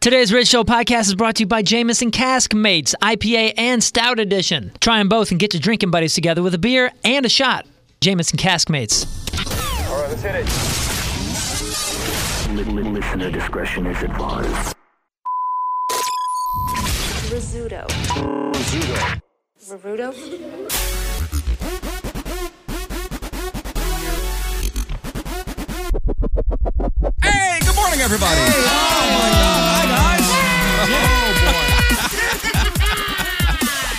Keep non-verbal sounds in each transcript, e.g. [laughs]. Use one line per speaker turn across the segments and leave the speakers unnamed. Today's Red Show podcast is brought to you by Jameson Cask Mates, IPA and Stout Edition. Try them both and get your drinking buddies together with a beer and a shot. Jameson Cask Mates.
All right, let's hit it.
Listener discretion is advised.
Rizzuto. Rizzuto.
Hey, good morning, everybody. Oh, my God. Hi, guys.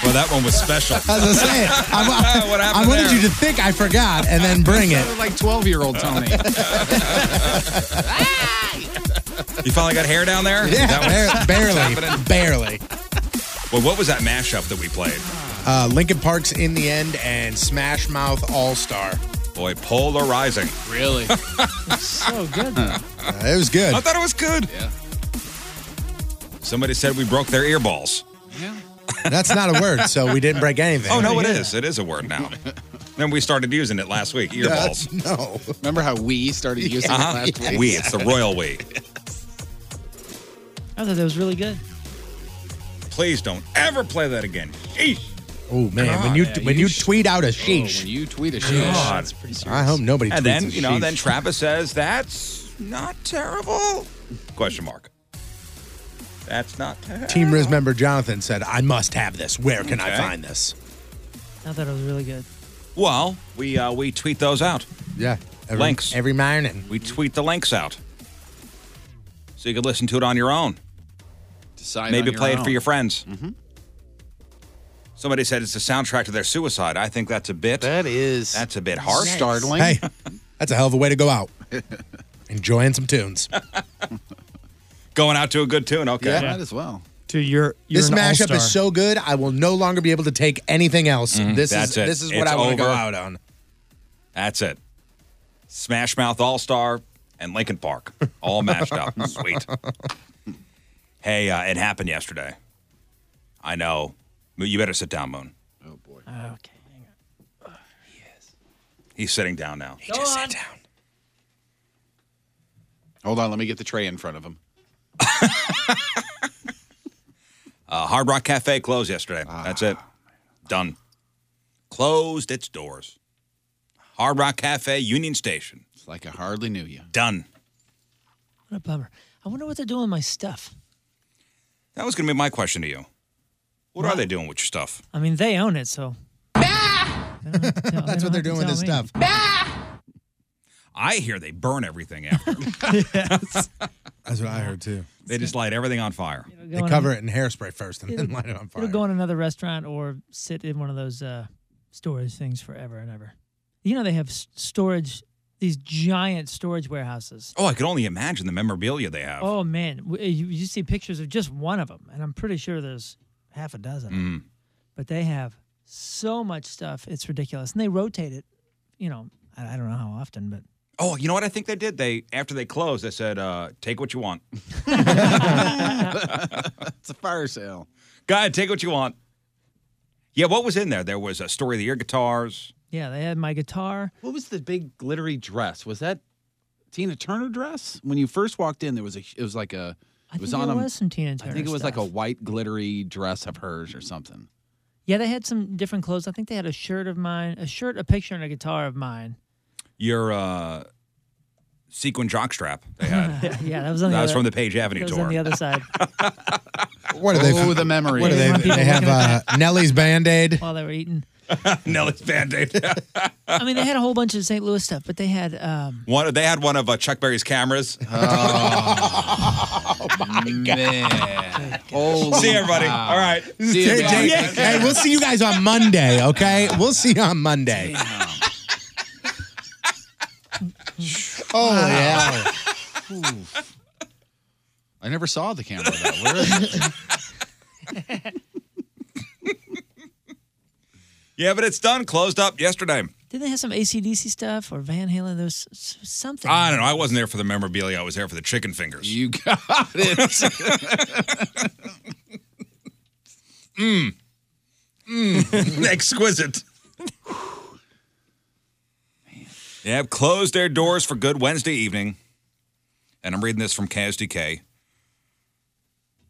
Well, that one was special.
As [laughs] I was saying, [laughs] I,
what happened
I wanted
there?
you to think I forgot and then bring it.
Like 12 year old [laughs] Tony.
You finally got hair down there?
Yeah, bar- barely,
barely. Well, what was that mashup that we played?
Uh, Lincoln Park's in the end and Smash Mouth All Star.
Boy, polarizing.
Really?
[laughs]
[laughs]
so good. Uh, it was good.
I thought it was good.
Yeah.
Somebody said we broke their earballs.
That's not a word, so we didn't break anything.
Oh, no, it is. It is a word now. then we started using it last week, earballs.
No.
Remember how we started using
Uh-huh.
it last week?
We, it's the royal we.
I thought that was really good.
Please don't ever play that again. Jeez.
Oh man, when you
yeah,
when
you
you tweet out a
Oh, when
sheesh,
you tweet a shit.
God.
That's pretty serious.
I hope nobody.
And
tweets
then,
a
you know,
sheesh.
then Travis says, that's not terrible? Question mark. That's not terrible.
Team Riz member Jonathan said, "I must have this. Where can I
Okay.
find this?"
I thought it was really good.
Well, we uh, we tweet those out.
Yeah, every,
Links.
every morning.
We tweet the links out. So you can listen to it on your own.
Decide
Maybe
on your
play it
own. Mm-hmm.
for your friends. Somebody said it's the soundtrack to their suicide. I think that's a bit.
That is
That's a bit harsh.
startling.
Hey, that's a hell of a way to go out. Enjoying some tunes.
[laughs] Going out to a good tune. Okay.
Yeah. Might as well.
To your you're
this
an
mashup
all-star.
is so good, I will no longer be able to take anything else. this
Mm-hmm. that's
is
it.
this is what
It's
I want to go
over.
out on.
That's it. Smash Mouth All Star and Lincoln Park all mashed up.
[laughs]
Sweet. Hey, uh, it happened yesterday. I know. Mo- You better sit down, Moon.
Oh boy.
Okay.
He's sitting down now.
Go on.
[laughs]
Hold on, let me get the tray in front of him.
Uh, Hard Rock Cafe closed yesterday.
Ah.
That's it. Done. Closed its doors. Hard Rock Cafe, Union Station.
It's like I hardly knew you.
Done.
What a bummer. I wonder what they're doing with my stuff.
That was going to be my question to you. What are they doing with your stuff?
I mean, they own it, so.
That's what they're doing with this stuff.
I hear they burn everything
[laughs]
after.
[laughs]
That's what I heard too.
they just light everything on fire.
They cover it in hairspray first and
[laughs]
then light it on fire.
It'll go in another restaurant or sit in one of those uh, storage things forever and ever. You know, they have s- storage, these giant storage warehouses.
Oh, I could only imagine the memorabilia they have.
Oh, man. W-
eh,
You, you see pictures of just one of them, and I'm pretty sure there's half a dozen.
Mm-hmm. Mm.
But they have so much stuff. It's ridiculous. And they rotate it, you know, I, I don't know how often, but
Oh, you know what I think they did? They after they closed, they said, uh, "Take what you want."
it's a fire sale.
Go ahead, take what you want. Yeah, what was in there? There was a story of the year guitars.
Yeah, they had my guitar.
What was the big glittery dress? Was that Tina Turner dress? When you first walked in, there was a. It was like a.
I think there was some Tina Turner
I think it was like a
stuff.
white glittery dress of hers or something.
Yeah, they had some different clothes. I think they had a shirt of mine, a shirt, a picture, and a guitar of mine. [laughs]
Your uh, sequin jockstrap they
[laughs]
had.
Yeah, that was on the
That was
other-
from the Page Avenue
that was
tour.
on the other side.
What are they?
Oh, the memories.
What are they?
Didn't want people
They have
looking
uh,
at
Nelly's Band Aid.
while they were eating.
Nelly's band aid.
[laughs] I mean, they had a whole bunch of St. Louis stuff, but they had um, [laughs]
one, they had one of uh, Chuck
[laughs]
Berry's cameras.
Oh, Man.
Oh,
Holy
See everybody.
cow.
All right.
See you,
Hey,
guys.
Jay- hey, we'll see you guys on Monday, okay? We'll see you on Monday. Oh
[laughs]
yeah.
I never saw the camera. Though. Where is
[laughs]
it?
Yeah, but it's done. Closed up yesterday.
did they have some ACDC stuff or Van Halen? There was s- s- something.
I don't know. I wasn't there for the memorabilia. I was there for the chicken fingers.
You got it.
[laughs] [laughs] Hmm. Exquisite. They have closed their doors for Good Wednesday evening. And I'm reading this from KSDK.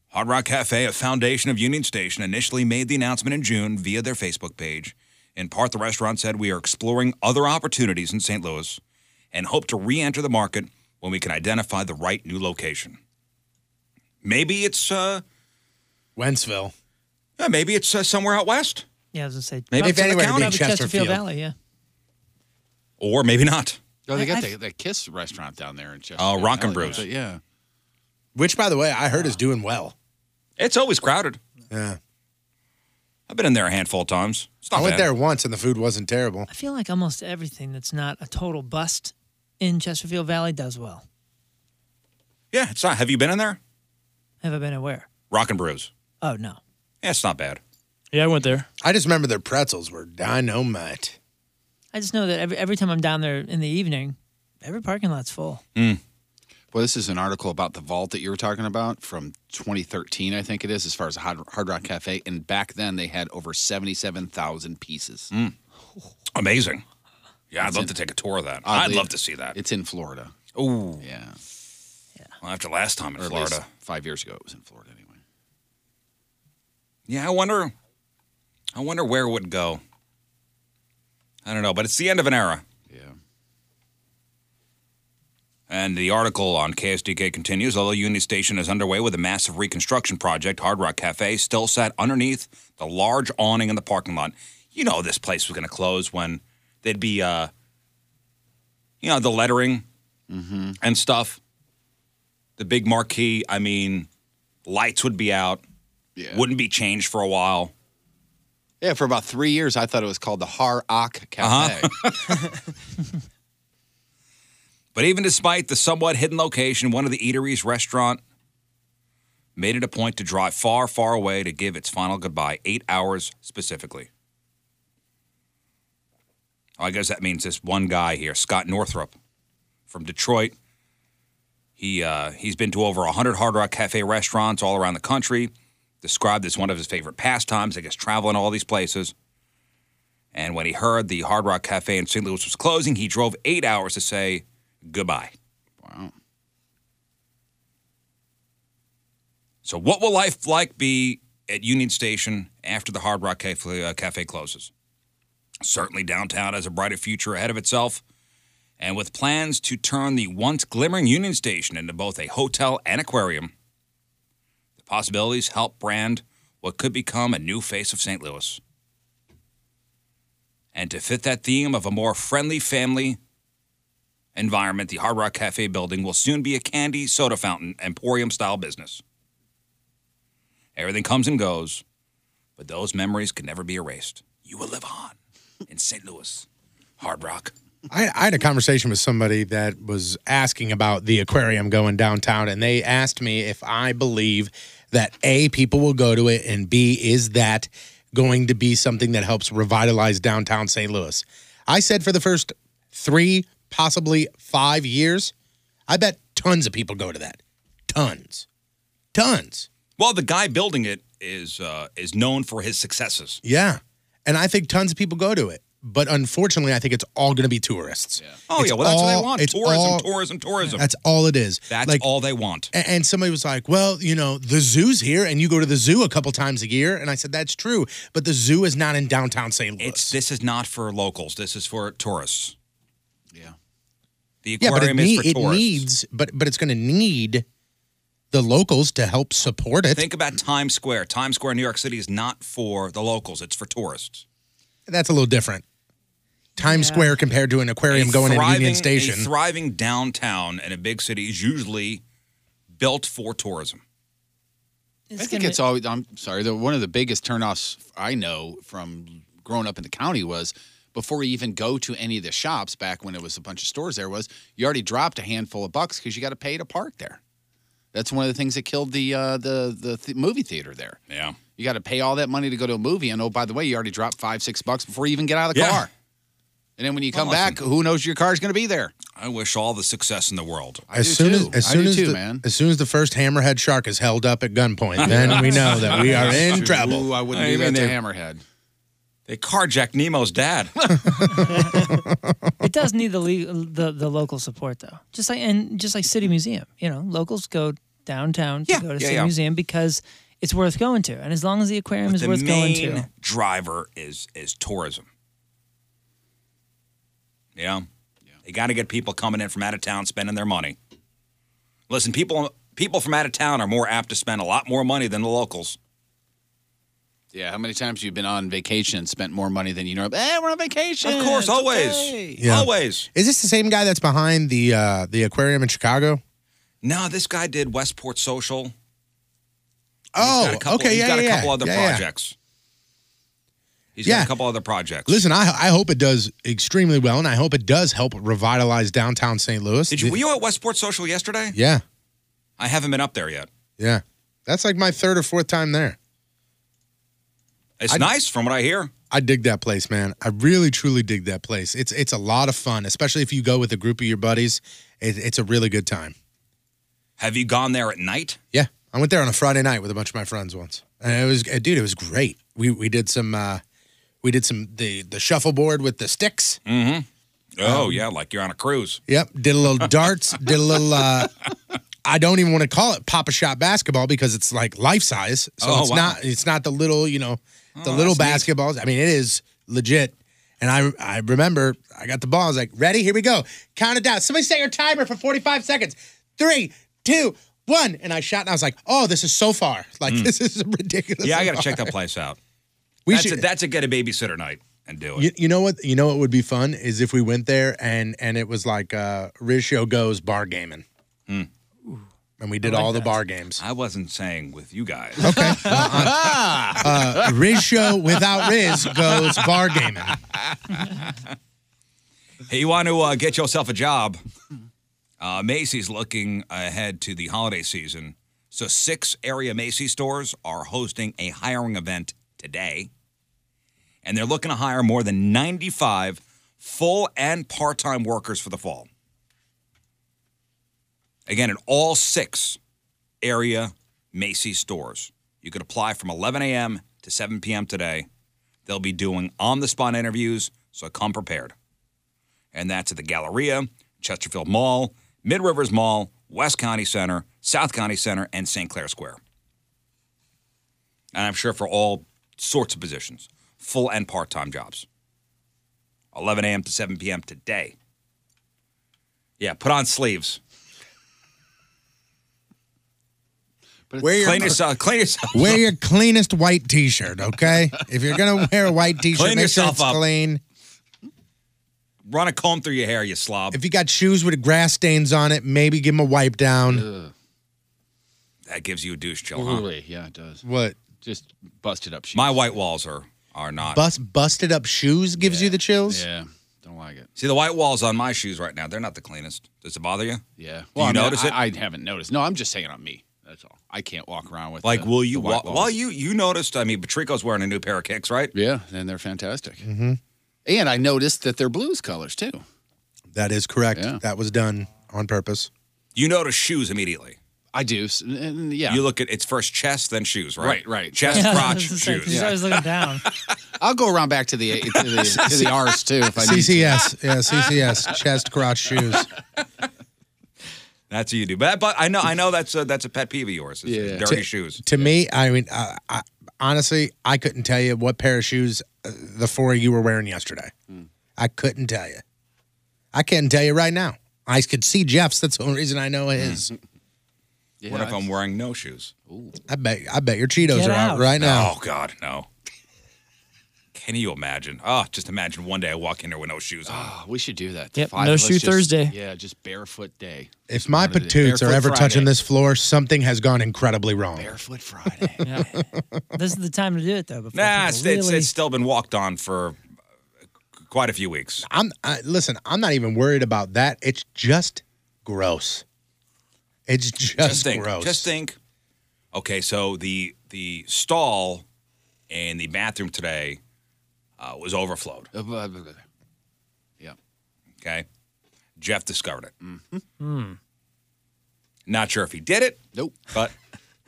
Hard Rock Cafe at Foundation of Union Station initially made the announcement in June via their Facebook page. In part, the restaurant said, We are exploring other opportunities in St. Louis and hope to re enter the market when we can identify the right new location. Maybe it's, uh,
Wentzville.
yeah, maybe it's uh, somewhere out west,
Yeah, I was gonna say.
Maybe
probably
if anywhere, it'd be
probably Chesterfield
Chesterfield.
Valley. Yeah.
or maybe not.
Oh, they got
I-
the, the Kiss restaurant down there in Chester.
Oh, Rockin' Brews.
Yeah.
Which, by the way, I heard is doing well.
It's always crowded.
Yeah. Oh,
I've been in there a handful of times. It's not
I went
bad.
there once and the food wasn't terrible.
I feel like almost everything that's not a total bust in Chesterfield Valley does well.
Yeah, it's not. Have you been in there?
Have I been aware?
Rock and Brews.
Oh no.
Yeah, it's not bad.
Yeah, I went there.
I just remember their pretzels were dynamite.
I just know that every every time I'm down there in the evening, every parking lot's
[laughs]
full.
Mm.
Well, this is an article about the vault that you were talking about from 2013, I think it is, as far as Hard, Hard Rock Cafe. And back then, they had over 77,000 pieces.
Amazing. Mm. Yeah, I'd love to take a tour of that. I'd
Oddly,
love to see that.
It's in Florida.
Ooh,
Yeah.
well, after last time in
Or at least
Florida.
five years ago, it was in Florida anyway.
Yeah, I wonder. I wonder where it would go. I don't know, but it's the end of an era.
Yeah.
And the article on KSDK continues. Although Union Station is underway with a massive reconstruction project, Hard Rock Cafe still sat underneath the large awning in the parking lot. You know, this place was going to close when there'd be, uh, you know, the lettering
Mm-hmm.
and stuff. The big marquee. I mean, lights would be out,
Yeah.
wouldn't be changed for a while.
Yeah, for about three years, I thought it was called the Har Rock Cafe.
Uh-huh. [laughs] But even despite the somewhat hidden location, one of the eateries restaurant made it a point to drive far, far away to give its final goodbye, eight hours specifically. I guess that means this one guy here, Scott Northrup from Detroit. He, uh, he's been to over 100 Hard Rock Cafe restaurants all around the country, described as one of his favorite pastimes, I guess, traveling all these places. And when he heard the Hard Rock Cafe in St. Louis was closing, he drove eight hours to say goodbye.
wow.
So, what will life like be at Union Station after the Hard Rock Cafe, uh, Cafe closes? Certainly, downtown has a brighter future ahead of itself, and with plans to turn the once glimmering Union Station into both a hotel and aquarium, the possibilities help brand what could become a new face of St. Louis. And to fit that theme of a more friendly family environment, the Hard Rock Cafe building will soon be a candy, soda fountain, emporium style business. Everything comes and goes, but those memories can never be erased. You will live on in St. Louis. Hard Rock.
I, I had a conversation with somebody that was asking about the aquarium going downtown, and they asked me if I believe that A, people will go to it, and B, is that going to be something that helps revitalize downtown St. Louis? I said for the first three possibly five years, I bet tons of people go to that. Tons. Tons.
Well, the guy building it is uh, is known for his successes.
Yeah. And I think tons of people go to it. But unfortunately, I think it's all going to be tourists. Yeah.
Oh
It's
yeah, well that's what
all-
they want.
it's
Tourism,
all-
tourism, tourism.
That's all it is.
That's
Like-
all they want.
A- And somebody was like, well, you know, the zoo's here and you go to the zoo a couple times a year. And I said, that's true. But the zoo is not in downtown St. Louis.
It's this is not for locals. This is for tourists.
Yeah.
The
yeah, but it,
aquarium
nee-
is for
it
tourists.
needs, but, but it's going to need the locals to help support it.
Think about Times Square. Times Square, in New York City, is not for the locals. It's for tourists.
That's a little different. Times Square compared to an aquarium
A
going in Union
thriving-
Station.
A thriving downtown in a big city is usually built for tourism.
I think it's always. I'm sorry. The, one of the biggest turnoffs I know from growing up in the county was before you even go to any of the shops back when it was a bunch of stores. There was you already dropped a handful of bucks because you got to pay to park there. That's one of the things that killed the uh, the the th- movie theater there.
Yeah.
You got to pay all that money to go to a movie, and oh by the way, you already dropped five six bucks before you even get out of the
Yeah.
car. And then when you come
Well,
back, who knows your car's going to be there?
I wish all the success in the world.
as soon as, as
I
soon
do
as
too,
the,
man.
as soon as the first hammerhead shark is held up at
[laughs]
gunpoint, then we know that we are in
Ooh,
trouble.
I wouldn't
I
do
mean,
that to
they-
Hammerhead.
They carjacked Nemo's dad.
it does need the, le- the the local support though. Just like and just like City Museum, you know, locals go downtown to
Yeah,
go to
yeah,
City
yeah.
Museum because it's worth going to, and as long as the aquarium [laughs] is
the
worth going
main
to,
driver is is tourism. Yeah. They got to get people coming in from out of town spending their money. Listen, people people from out of town are more apt to spend a lot more money than the locals.
Yeah, how many times you've been on vacation and spent more money than you know? Hey, we're on vacation.
Of course,
It's
always.
okay.
Yeah.
Always.
Is this the same guy that's behind the uh, the aquarium in Chicago?
No, this guy did Westport Social.
Oh,
He's got a couple,
okay,
he's
yeah,
got
yeah,
a couple other
yeah, yeah.
projects. He's got
Yeah.
a couple other projects.
Listen, I I hope it does extremely well, and I hope it does help revitalize downtown St. Louis.
Did you were you at Westport Social yesterday?
Yeah,
I haven't been up there yet.
yeah. That's like my third or fourth time there.
It's
I-
nice from what I hear.
I dig that place, man. I really truly dig that place. It's it's a lot of fun, especially if you go with a group of your buddies. It, it's a really good time.
Have you gone there at night?
Yeah, I went there on a Friday night with a bunch of my friends once, and it was uh, dude, it was great. We we did some uh, we did some the the shuffleboard with the sticks.
Mm-hmm.
Um,
Oh yeah, like you're on
[laughs]
a cruise.
Yep, did a little darts, did a little. Uh, I don't even want to call it Papa Shot basketball because it's like life size, so
Oh,
it's
wow. Oh,
not it's not the little you know the little basketballs. I mean, it is legit. And I I remember I got the ball. I was like, ready, here we go. Count it down. Somebody set your timer for 45 seconds. Three, two, one. And I shot and I was like, oh, this is so far. [laughs] Like this is ridiculous.
Hmm. Yeah, I got to check that place out.
We
that's
should-
a, that's a get a babysitter night and do it.
You, you know what? You know what would be fun is if we went there and and it was like uh Ratio goes bar gaming. And we did all the bar games.
I wasn't saying with you guys.
Okay. uh, Ratio without Riz goes bar gaming.
Hey, you want to uh, get yourself a job? Uh, Macy's looking ahead to the holiday season. So, six area Macy's stores are hosting a hiring event today. And they're looking to hire more than 95 full and part time workers for the fall. Again, in all six area Macy's stores, you can apply from 11 a.m. to 7 p.m. today. They'll be doing on the spot interviews, so come prepared and that's at the Galleria, Chesterfield Mall, Mid Rivers Mall, West County Center, South County Center, and St. Clair Square. And I'm sure for all sorts of positions, full and part time jobs. 11 a.m. to 7 p.m. today. Yeah, put on sleeves.
But
Where [laughs]
Clean yourself. Clean yourself.
Wear your cleanest white T-shirt, okay? If you're gonna wear a white T-shirt,
Clean
make
yourself
sure
up.
it's clean.
Run a comb through your hair, you slob.
If you got shoes with grass stains on it, maybe give them a wipe down.
that gives you a douche chill, huh?
Ooh-wee. Yeah, it does.
What?
Just busted up shoes.
My white walls are are not.
Bus busted up shoes gives you the chills.
Yeah, don't like it.
See, the white walls on my shoes right now, they're not the cleanest. Does it bother you?
Yeah.
you
I mean,
notice
I,
it?
I haven't noticed. No, I'm just saying on me. That's all. I can't walk around with
Like,
the-
will you
the white
walk? Well,
walls.
you you noticed. I mean, Patrico's wearing a new pair of kicks, right?
Yeah, and they're fantastic. Mm-hmm. And I noticed that they're blues colors too.
That is correct. That was done on purpose.
You notice shoes immediately.
I do. s- and- Yeah.
You look at it's first chest, then shoes, right?
Right, right.
Chest, [laughs]
Yeah, [laughs]
crotch,
I was
shoes.
gonna say, 'cause he's always
looking down.
[laughs] I'll go around back to the to the, to
[laughs]
the R's too. If I need to.
CCS, yeah, CCS, chest, crotch, shoes.
That's what you do. But, but I know I know that's a, that's a pet peeve of yours. It's dirty
To-
shoes.
To me, I mean, I, I, honestly, I couldn't tell you what pair of shoes uh, the four of you were wearing yesterday.
Hmm.
I couldn't tell you. I can't tell you right now. I could see Jeff's. That's the only reason I know
Hmm.
his.
what if I'm wearing no shoes?
I bet. I bet your Cheetos
Get
are out, right now.
Oh God, no. Can you imagine? Oh, just imagine one day I walk in there with no shoes on.
Ah, we should do that.
Yep, no shoe Thursday.
Yeah, just barefoot day.
If my
Wanted it.
patoots are
Barefoot
ever touching
Friday.
this floor, something has gone incredibly wrong.
Barefoot Friday.
[laughs] this is the time to do it though. Before
Nah, it's,
people
it's,
really-
it's still been walked on for uh, quite a few weeks.
I'm I, listen. I'm not even worried about that. It's just gross. It's just,
think.
gross.
Just think. Okay, so the the stall in the bathroom today uh, was overflowed.
Yeah. Mm.
Okay. Jeff discovered it.
Hmm. [laughs]
[laughs] Not sure if he did it.
Nope. [laughs]
But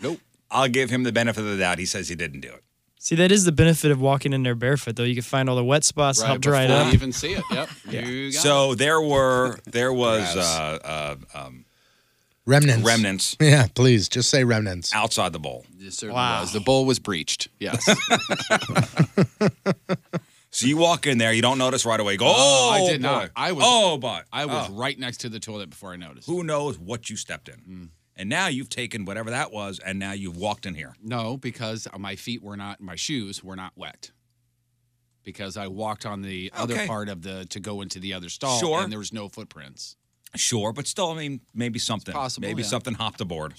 nope. I'll give him the benefit of the doubt. He says he didn't do it.
See, that is the benefit of walking in there barefoot, though. You can find all the wet spots, help dry it
before
up.
you
even see it.
[laughs]
Yep. You got
So there were there was
Gross.
uh, uh, um,
remnants.
remnants.
[laughs] Yeah, please just say remnants.
outside the bowl.
Yes, sir. Was. The bowl was breached.
[laughs]
Yes.
[laughs] So you walk in there, you don't notice right away. You Go,
Oh,
oh,
I did
boy.
not. I was-
Oh, but
I was
oh."
right next to the toilet before I noticed. Mm.
Who knows what you stepped in? And now you've taken whatever that was, and now you've walked in here.
No, because my feet were not, my shoes were not wet. Because I walked on the other
Okay.
part of the to go into the other stall,
Sure.
and there was no footprints.
Sure, but still, I mean, maybe something.
possible,
maybe
yeah.
something hopped aboard.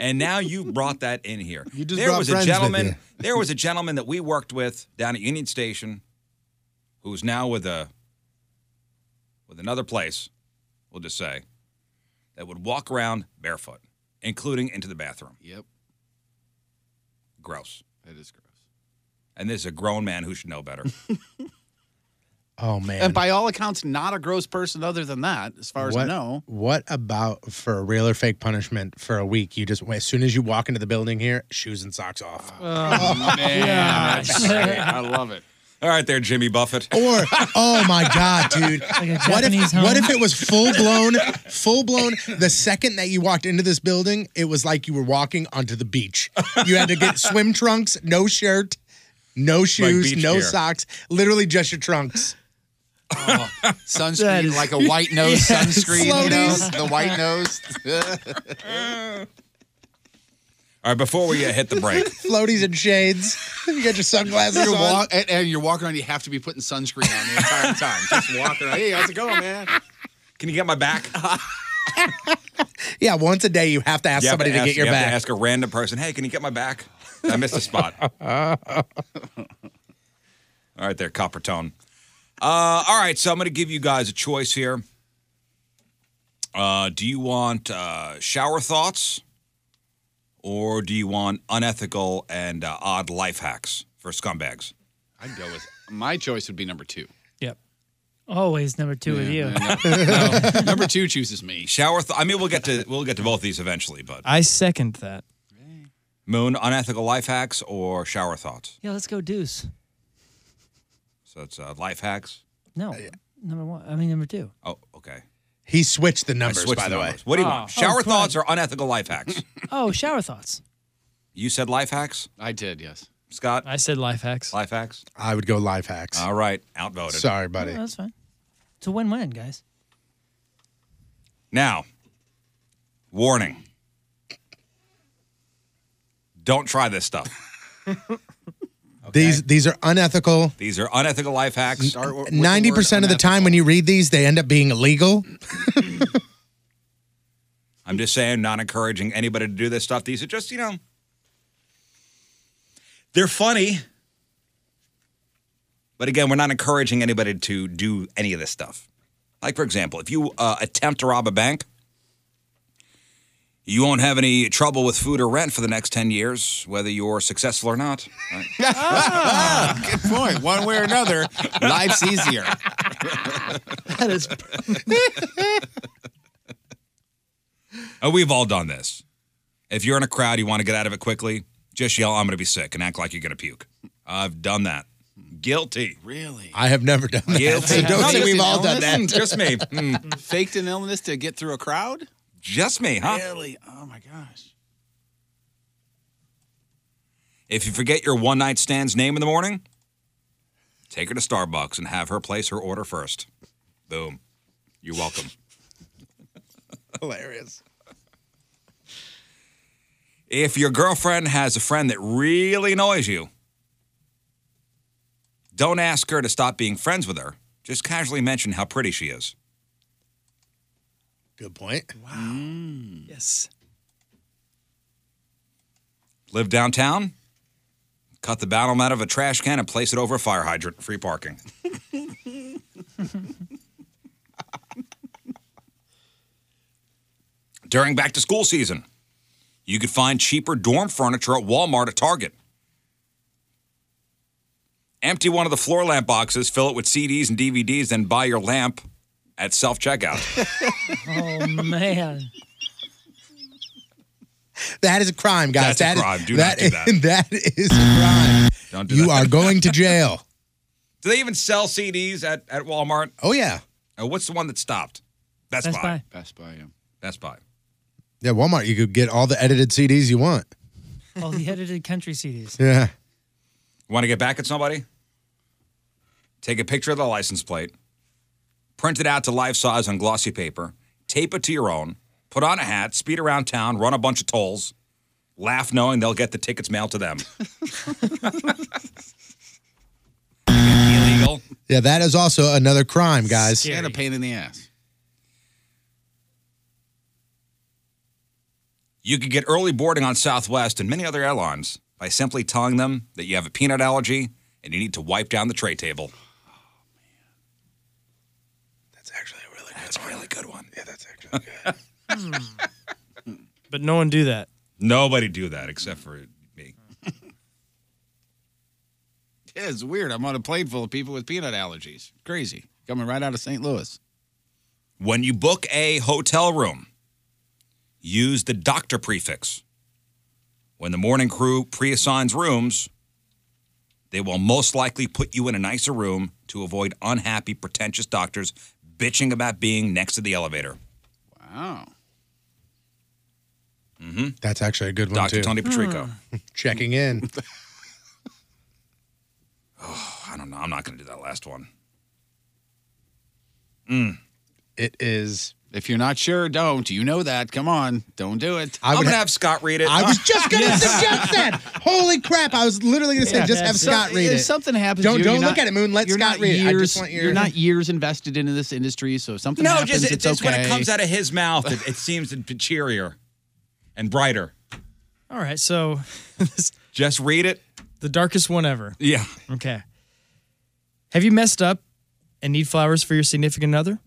and now you brought that in here.
You just
there
brought
was
friends
a
with
gentleman.
you. [laughs]
There was a gentleman that we worked with down at Union Station, who's now with a with another place. We'll just say that would walk around barefoot, including into the bathroom.
Yep.
Gross.
That is gross.
And this is a grown man who should
[laughs]
know better.
Oh man.
And by all accounts, not a gross person other than that, as far as
[laughs]
I know.
What about for a real or fake punishment for a week? You just as soon as you walk into the building here, shoes and socks off.
[laughs]
Oh, man. That's
gosh.
great. I love it.
All right, there, Jimmy Buffett.
[laughs] Or oh my god, dude! what if
Japanese
what
home.
if it was full blown, full blown? The second that you walked into this building, it was like you were walking onto the beach. You had to
[laughs]
get swim trunks, no shirt, no shoes,
beach
no
gear.
socks, literally just your trunks.
Sunscreen, like a white nose
Yes.
sunscreen. You know,
Floaties.
the white nose. [laughs]
All right, before we uh, hit the
[laughs]
break,
Floaties and shades. You got your sunglasses
You're
on.
walk, and, and you're walking around, you have to be putting sunscreen on the
[laughs]
entire time. Just walking around. Hey, how's
Oh,
it going, man?
can you get
[laughs]
my back?
yeah, once a day you have to ask
You have
somebody to,
ask-
get your
you have
back.
ask a random person, hey, can you get my back?
[laughs]
I missed a spot. all right, there, copper tone. Uh, all right, so I'm going to give you guys a choice here. Uh, do you want uh, shower thoughts, or do you want unethical and uh, odd life hacks for scumbags?
I'd go with my choice would be number
[laughs]
two.
always number two with you. [laughs]
number two chooses me.
Shower. Th- I mean, we'll get to we'll get to both these eventually, but
I second that.
Moon, unethical life hacks or shower thoughts?
Yeah, let's go Deuce.
So it's uh, life hacks.
Uh,
No, number one. I mean number two.
Oh, okay.
He switched the
I
numbers,
switched
by the, way.
numbers. What do you
Oh,
want? Shower
crud.
thoughts or unethical life
[clears throat]
hacks?
Oh, shower thoughts.
you said life hacks.
I did, yes.
Scott,
I said life hacks.
Life hacks.
I would go life hacks.
All right, outvoted.
Sorry, buddy.
No, that's fine. It's a win-win, guys.
Now, warning. Don't try this stuff.
These these are unethical.
These are unethical life hacks.
Ninety percent of the time when you read these, they end up being illegal.
I'm just saying, not encouraging anybody to do this stuff. These are just, you know, they're funny. But again, we're not encouraging anybody to do any of this stuff. Like, for example, if you uh, attempt to rob a bank, You won't have any trouble with food or rent for the next 10 years, whether you're successful or not. Right?
[laughs]
Good point. One way or another, life's easier.
That
[laughs]
is.
[laughs] Uh, we've all done this. If you're in a crowd, you want to get out of it quickly, just yell, I'm going to be sick, and act like you're going to puke. I've done that. Guilty.
Really?
I have never done that.
Guilty.
[laughs] So don't
Not
think
just
we've
an
all done that.
illness. Mm, [laughs] Just me. Hmm.
[laughs]
Mm.
Faked an illness to get through a crowd?
Just me, huh?
Really? Oh my gosh.
If you forget your one night stand's name in the morning, take her to Starbucks and have her place her order first. Boom. You're welcome.
Hilarious.
If your girlfriend has a friend that really annoys you, don't ask her to stop being friends with her. Just casually mention how pretty she is.
Good point.
Wow.
Mm.
Yes.
Live downtown? Cut the bottom out of a trash can and place it over a fire hydrant. Free parking. During back to school season, you could find cheaper dorm furniture at Walmart or Target. Empty one of the floor lamp boxes, fill it with CDs and DVDs, then buy your lamp at self checkout.
Oh man.
[laughs] That is a crime, guys.
That's a
That is-
crime. Do not
[laughs]
do
that. that is a crime.
[laughs] Don't do
you
that.
are going to
[laughs]
jail.
Do they even sell CDs at, at Walmart?
Oh yeah.
Uh, what's the one that stopped? Best,
Best
Buy.
Buy.
Best Buy, yeah.
Best Buy.
Yeah, Walmart. You could get all the edited CDs you want.
All the edited country CDs.
[laughs] Yeah.
Want to get back at somebody? Take a picture of the license plate, print it out to life size on glossy paper, tape it to your own, put on a hat, speed around town, run a bunch of tolls, laugh knowing they'll get the tickets mailed to them. Illegal.
Yeah, that is also another crime, guys.
And a pain in the ass.
You could get early boarding on Southwest and many other airlines by simply telling them that you have a peanut allergy and you need to wipe down the tray table. That's a really good one. Yeah, that's actually good.
But no one do that.
Nobody do that except for me.
Yeah, it's weird. I'm on a plane full of people with peanut allergies. Crazy. Coming right out of St. Louis.
When you book a hotel room, use the doctor prefix. When the morning crew pre assigns rooms, they will most likely put you in a nicer room to avoid unhappy, pretentious doctors bitching about being next to the elevator.
Wow.
Mm-hmm.
That's actually a good one
Dr.
too.
Tony Patrico.
Hmm.
[laughs] Checking
[laughs]
in. [sighs]
I don't know. I'm not going to do that last one. Mm.
It is.
Hmm. If you're not sure, don't. You know that. Come on. Don't do it.
I I'm would gonna ha- have Scott read it.
I was just gonna
[laughs]
suggest that. Holy crap! I was literally gonna say,
Yeah,
just
that's-
have Scott
So-
read
if
it.
something happens,
Don't
to you,
don't
you're
look
not-
at it, Moon. Let
you're
Scott
not
read it. I
years-
just want your. [laughs]
You're not years invested into this industry, so if something
no,
happens,
just,
it's,
it's,
okay.
when it comes out of his mouth, it,
[laughs]
it seems to be cheerier and brighter.
All right, so [laughs]
Just read it.
the darkest one ever.
Yeah.
Okay. Have you messed up and need flowers for your significant other?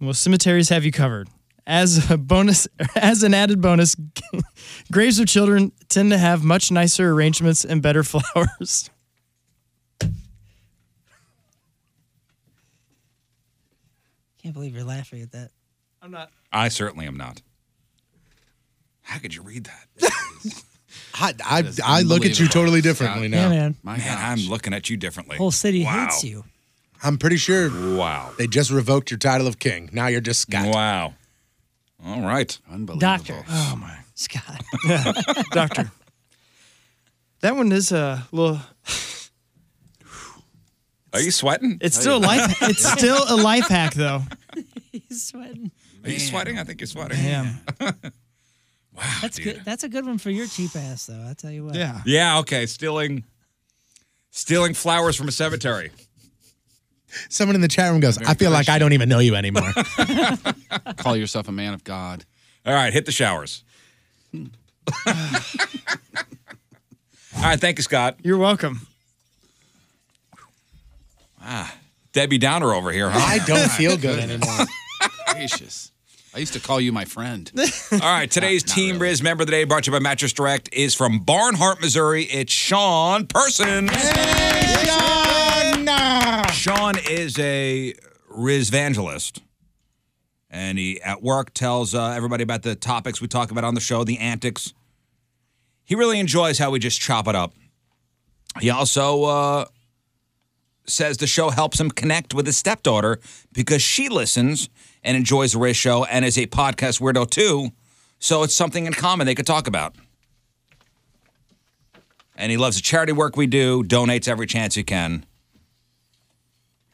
Well, cemeteries have you covered. As a bonus, [laughs] as an added bonus, [laughs] graves of children tend to have much nicer arrangements and better [laughs] flowers.
Can't believe you're laughing at that. [laughs]
I'm not.
I certainly am not. How could you read that?
I I, I look at you totally differently now.
Man, I'm looking at you differently.
Whole city hates you. I'm pretty sure.
Wow.
They just revoked your title of king. Now you're just Scott.
Wow. All right.
Unbelievable.
Doctor. Oh my [laughs]
Scott.
Doctor. That one is a little
Are you sweating?
it's still a
[laughs]
life it's still a life hack though.
He's sweating.
Are you sweating? I think you're sweating.
[laughs]
That's good. That's a good one for your cheap ass, though. I tell you what. [laughs]
Yeah.
Yeah, okay. Stealing stealing flowers from a cemetery.
Someone in the chat room goes, I feel like I don't even know you anymore.
[laughs]
Call yourself a man of God.
All right, hit the showers. All right, thank you, Scott.
You're welcome.
Ah, Debbie Downer over here, huh? [laughs]
I don't feel good anymore.
[laughs] Gracious. I used to call you my friend.
[laughs] All right, today's Team Riz member of the day, brought to you by Mattress Direct, is from Barnhart, Missouri. It's Sean Person. Sean is a Riz evangelist, and he at work tells uh, everybody about the topics we talk about on the show, the antics. He really enjoys how we just chop it up. He also uh, says the show helps him connect with his stepdaughter because she listens and enjoys the Riz show and is a podcast weirdo too. So it's something in common they could talk about. And he loves the charity work we do, donates every chance he can.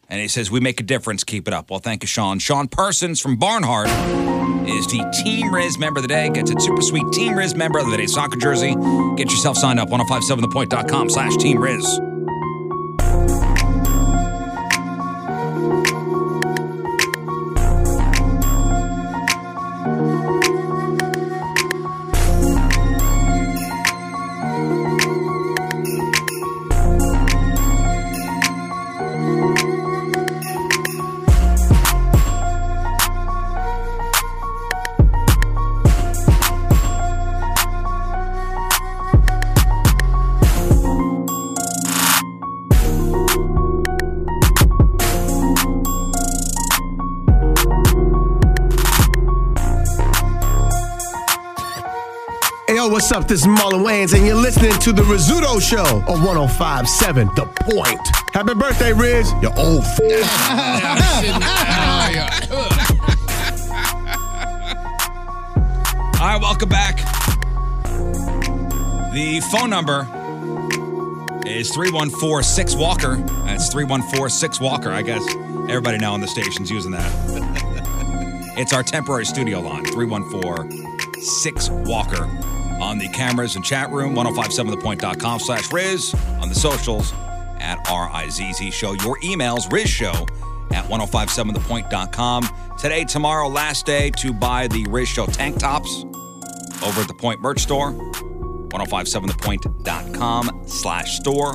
And he says, We make a difference. Keep it up. Well, thank you, Sean. Sean Parsons from Barnhart is the Team Riz member of the day. Gets a super sweet Team Riz member of the day soccer jersey. Get yourself signed up 1057thepoint.com slash Team Riz.
Hey, yo, what's up? This is Marlon Wayans, and you're listening to The Rizzuto Show on 1057 The Point. Happy birthday, Riz. You old f.
All right, welcome back. The phone number is 314 6 Walker. That's 314 6 Walker. I guess everybody now on the station's using that. [laughs] it's our temporary studio line 314 6 Walker. On the cameras and chat room, 1057thepoint.com slash Riz. On the socials, at RIZZ Show. Your emails, rizshow at 1057thepoint.com. Today, tomorrow, last day to buy the Riz Show tank tops over at the Point merch store. 1057thepoint.com slash store.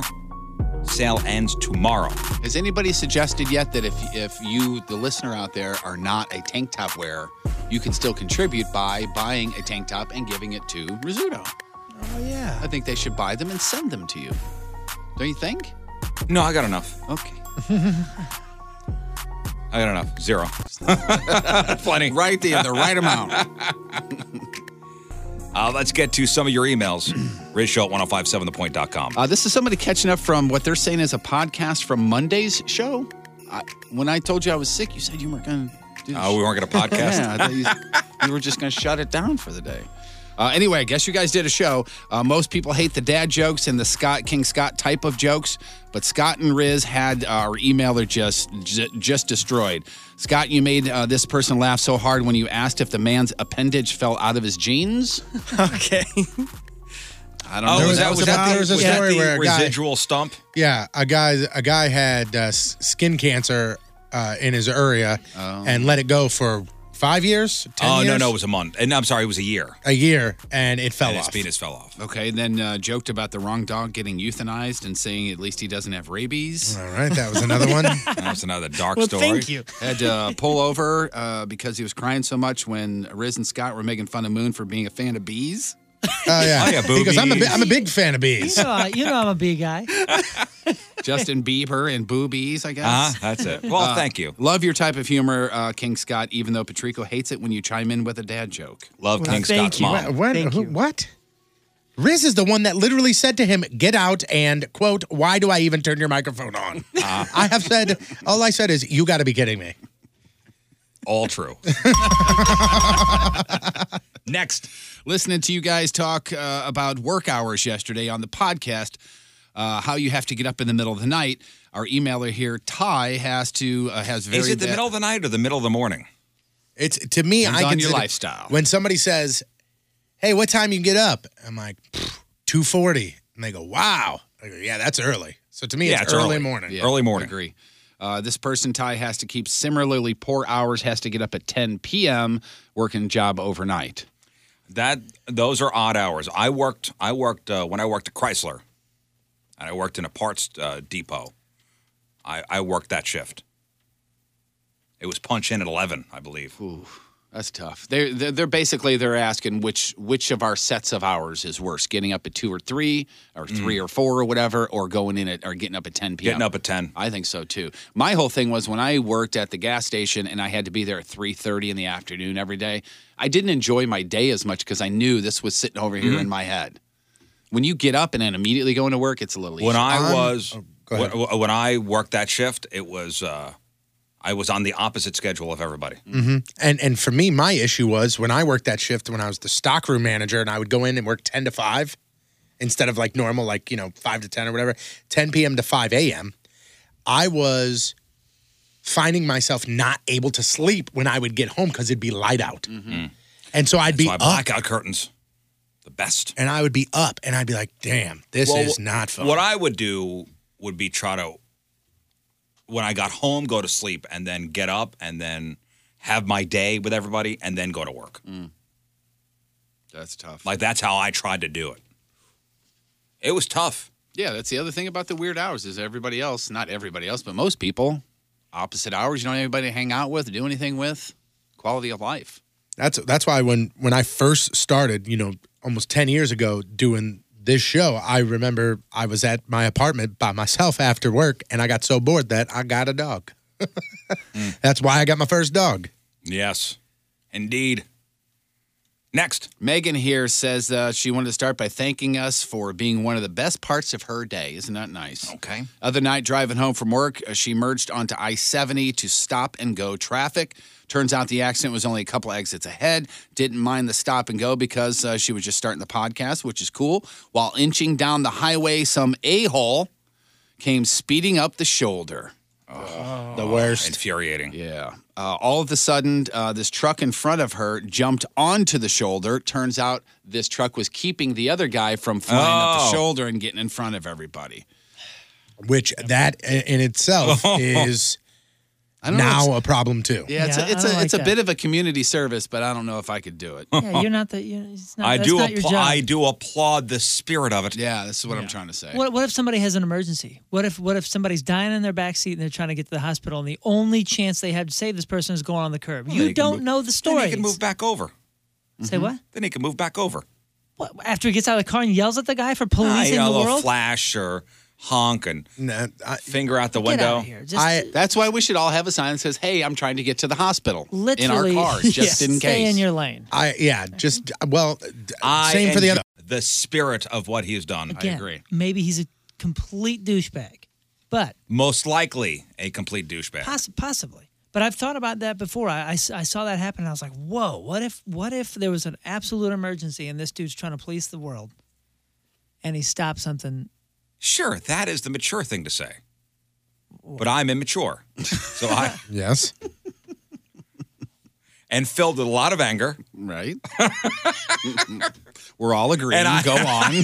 Sale ends tomorrow.
Has anybody suggested yet that if if you, the listener out there, are not a tank top wearer, you can still contribute by buying a tank top and giving it to Rizzuto?
Oh, yeah.
I think they should buy them and send them to you. Don't you think?
No, I got enough.
Okay.
I got enough. Zero. [laughs] Plenty.
Right there, the right amount.
[laughs] Uh, let's get to some of your emails. [clears throat] Rizshow at 1057thepoint.com.
Uh, this is somebody catching up from what they're saying is a podcast from Monday's show. I, when I told you I was sick, you said you weren't going to do this.
Oh, we weren't gonna
[laughs]
podcast?
yeah, I thought you, you were just going to shut it down for the day. Uh, anyway, I guess you guys did a show. Uh, most people hate the dad jokes and the Scott King Scott type of jokes, but Scott and Riz had uh, our emailer just j- just destroyed. Scott, you made uh, this person laugh so hard when you asked if the man's appendage fell out of his jeans.
Okay.
I
don't know.
There was- Oh, that was a- there was a story
the
where a guy-
residual stump?
Yeah, a guy a guy had uh, s- skin cancer uh, in his area and let it go for five years. 10
Oh, no,
years?
no, it was a month. And I'm sorry, it was
[laughs]
a year.
a year, and it fell
and
off.
His penis fell off.
Okay, and then uh, joked about the wrong dog getting euthanized and saying at least he doesn't have rabies.
All right, that was another
[laughs]
one.
That's another dark
Well,
story.
thank you. Had to uh, pull over uh, because he was crying so much when Riz and Scott were making fun of Moon for being a fan of bees.
Oh yeah,
Oh, yeah,
[laughs]
because I'm a, bi-
boobies.
I'm a big fan of bees.
You know, I- you know I'm a bee guy.
Justin Bieber and boobies, I guess. Uh,
Uh-huh, that's it. Well, thank you.
Love your type of humor, uh, King Scott, even though Patrico hates it when you chime in with a dad joke.
Love
Well, thank you. Wh- When, who- What? Riz is the one that literally said to him, "Get out!" and quote, "Why do I even turn your microphone on?" [laughs]
Uh,
I have said, all I said is, "You got to be kidding me."
All true. Next,
listening to you guys talk uh, about work hours yesterday on the podcast, uh, how you have to get up in the middle of the night. Our emailer here, Ty, has to uh, has very.
Is it the
bad-
middle of the night or the middle of the morning?
It's to me.
Depends
I
on your
consider-
lifestyle.
When somebody says, "Hey, what time you get up?" I'm like, two forty, and they go, "Wow." I go, "Yeah, that's early." So to me, it's, early, morning.
Yeah, Agree. Uh, this person, Ty, has to keep similarly poor hours. Has to get up at 10 p.m. Working job overnight.
That those are odd hours. I worked. I worked uh, when I worked at Chrysler, and I worked in a parts uh, depot. I, I worked that shift. It was punch in at eleven, I believe.
Ooh, That's tough. They're, they're they're basically they're asking which which of our sets of hours is worse, getting up at two or three, or three or four or whatever, or going in at or getting up at ten p.m.
Mm. Getting up at ten.
I think so too. My whole thing was when I worked at the gas station and I had to be there at three thirty in the afternoon every day. I didn't enjoy my day as much because I knew this was sitting over here
Mhm.
in my head. When you get up and then immediately go into work, it's a little.
When
easier.
I was when, when I worked that shift, it was uh, I was on the opposite schedule of everybody.
hmm And and for me, my issue was when I worked that shift when I was the stockroom manager, and I would go in and work ten to five instead of like normal, like you know five to ten or whatever, ten p.m. to five a.m. I was finding myself not able to sleep when I would get home because it'd be light out, and so I'd be
why
up.
blackout curtains, the best.
And I would be up, and I'd be like, "Damn, this is not fun."
What I would do would be try to when I got home, go to sleep, and then get up and then have my day with everybody and then go to work.
That's tough.
Like that's how I tried to do it. It was tough.
Yeah, that's the other thing about the weird hours is everybody else, not everybody else, but most people, opposite hours. You don't have anybody to hang out with, do anything with. Quality of life.
That's that's why when when I first started, you know, almost ten years ago, doing this show, I remember I was at my apartment by myself after work, and I got so bored that I got a dog. That's why I got my first dog.
Yes, indeed. Next,
Megan here says uh, she wanted to start by thanking us for being one of the best parts of her day. Isn't that nice?
Okay.
Other night, driving home from work, uh, she merged onto I 70 to stop and go traffic. Turns out the accident was only a couple exits ahead. Didn't mind the stop and go because uh, she was just starting the podcast, which is cool. While inching down the highway, some a hole came speeding up the shoulder.
the worst.
Infuriating.
Yeah. Uh, all of a sudden, uh, this truck in front of her jumped onto the shoulder. Turns out this truck was keeping the other guy from flying up the
Oh.
shoulder and getting in front of everybody.
Which that i- in itself is
I don't know,
now
it's-
a problem too.
Yeah, it's
Yeah,
a, it's
I
a
don't like
it's a
that.
bit of a community service, but I don't know if I could do it.
Yeah, you're not the. You're, it's not,
I
that's
do
Not your
appla-
job.
I do applaud the spirit of it.
Yeah, this is what I'm trying to say.
What, what if somebody has an emergency? What if what if somebody's dying in their back seat and they're trying to get to the hospital and the only chance they have to save this person is going on the curb?
Well, then
you
he can
don't
move-
know the
Then
story.
he can move back over. Mm-hmm.
Say what?
Then he can move back over.
What, after he gets out of the car and yells at the guy for
Ah,
policing
you know, a
the
little
world?
flash or honk and finger out the
Get
window.
out of here. Just- I-
that's why we should all have a sign that says, "Hey, I'm trying to get to the hospital
Literally,
in our
[laughs]
car, just
yes,
in
Stay
case."
in your lane.
I yeah, just well, d-
I
same for the
enjoy
other.
The spirit of what he has done.
Again, Maybe he's a complete douchebag, but
Most likely a complete douchebag.
poss- possibly. But I've thought about that before. I, I s- I saw that happen and I was like, whoa, what if what if there was an absolute emergency and this dude's trying to police the world and he
[laughs]
stopped something?
sure, that is the mature thing to say. But I'm immature. So
[laughs]
I
Yes.
and filled with a lot of anger. [laughs]
Right. We're all agreeing. Go
[laughs]
on.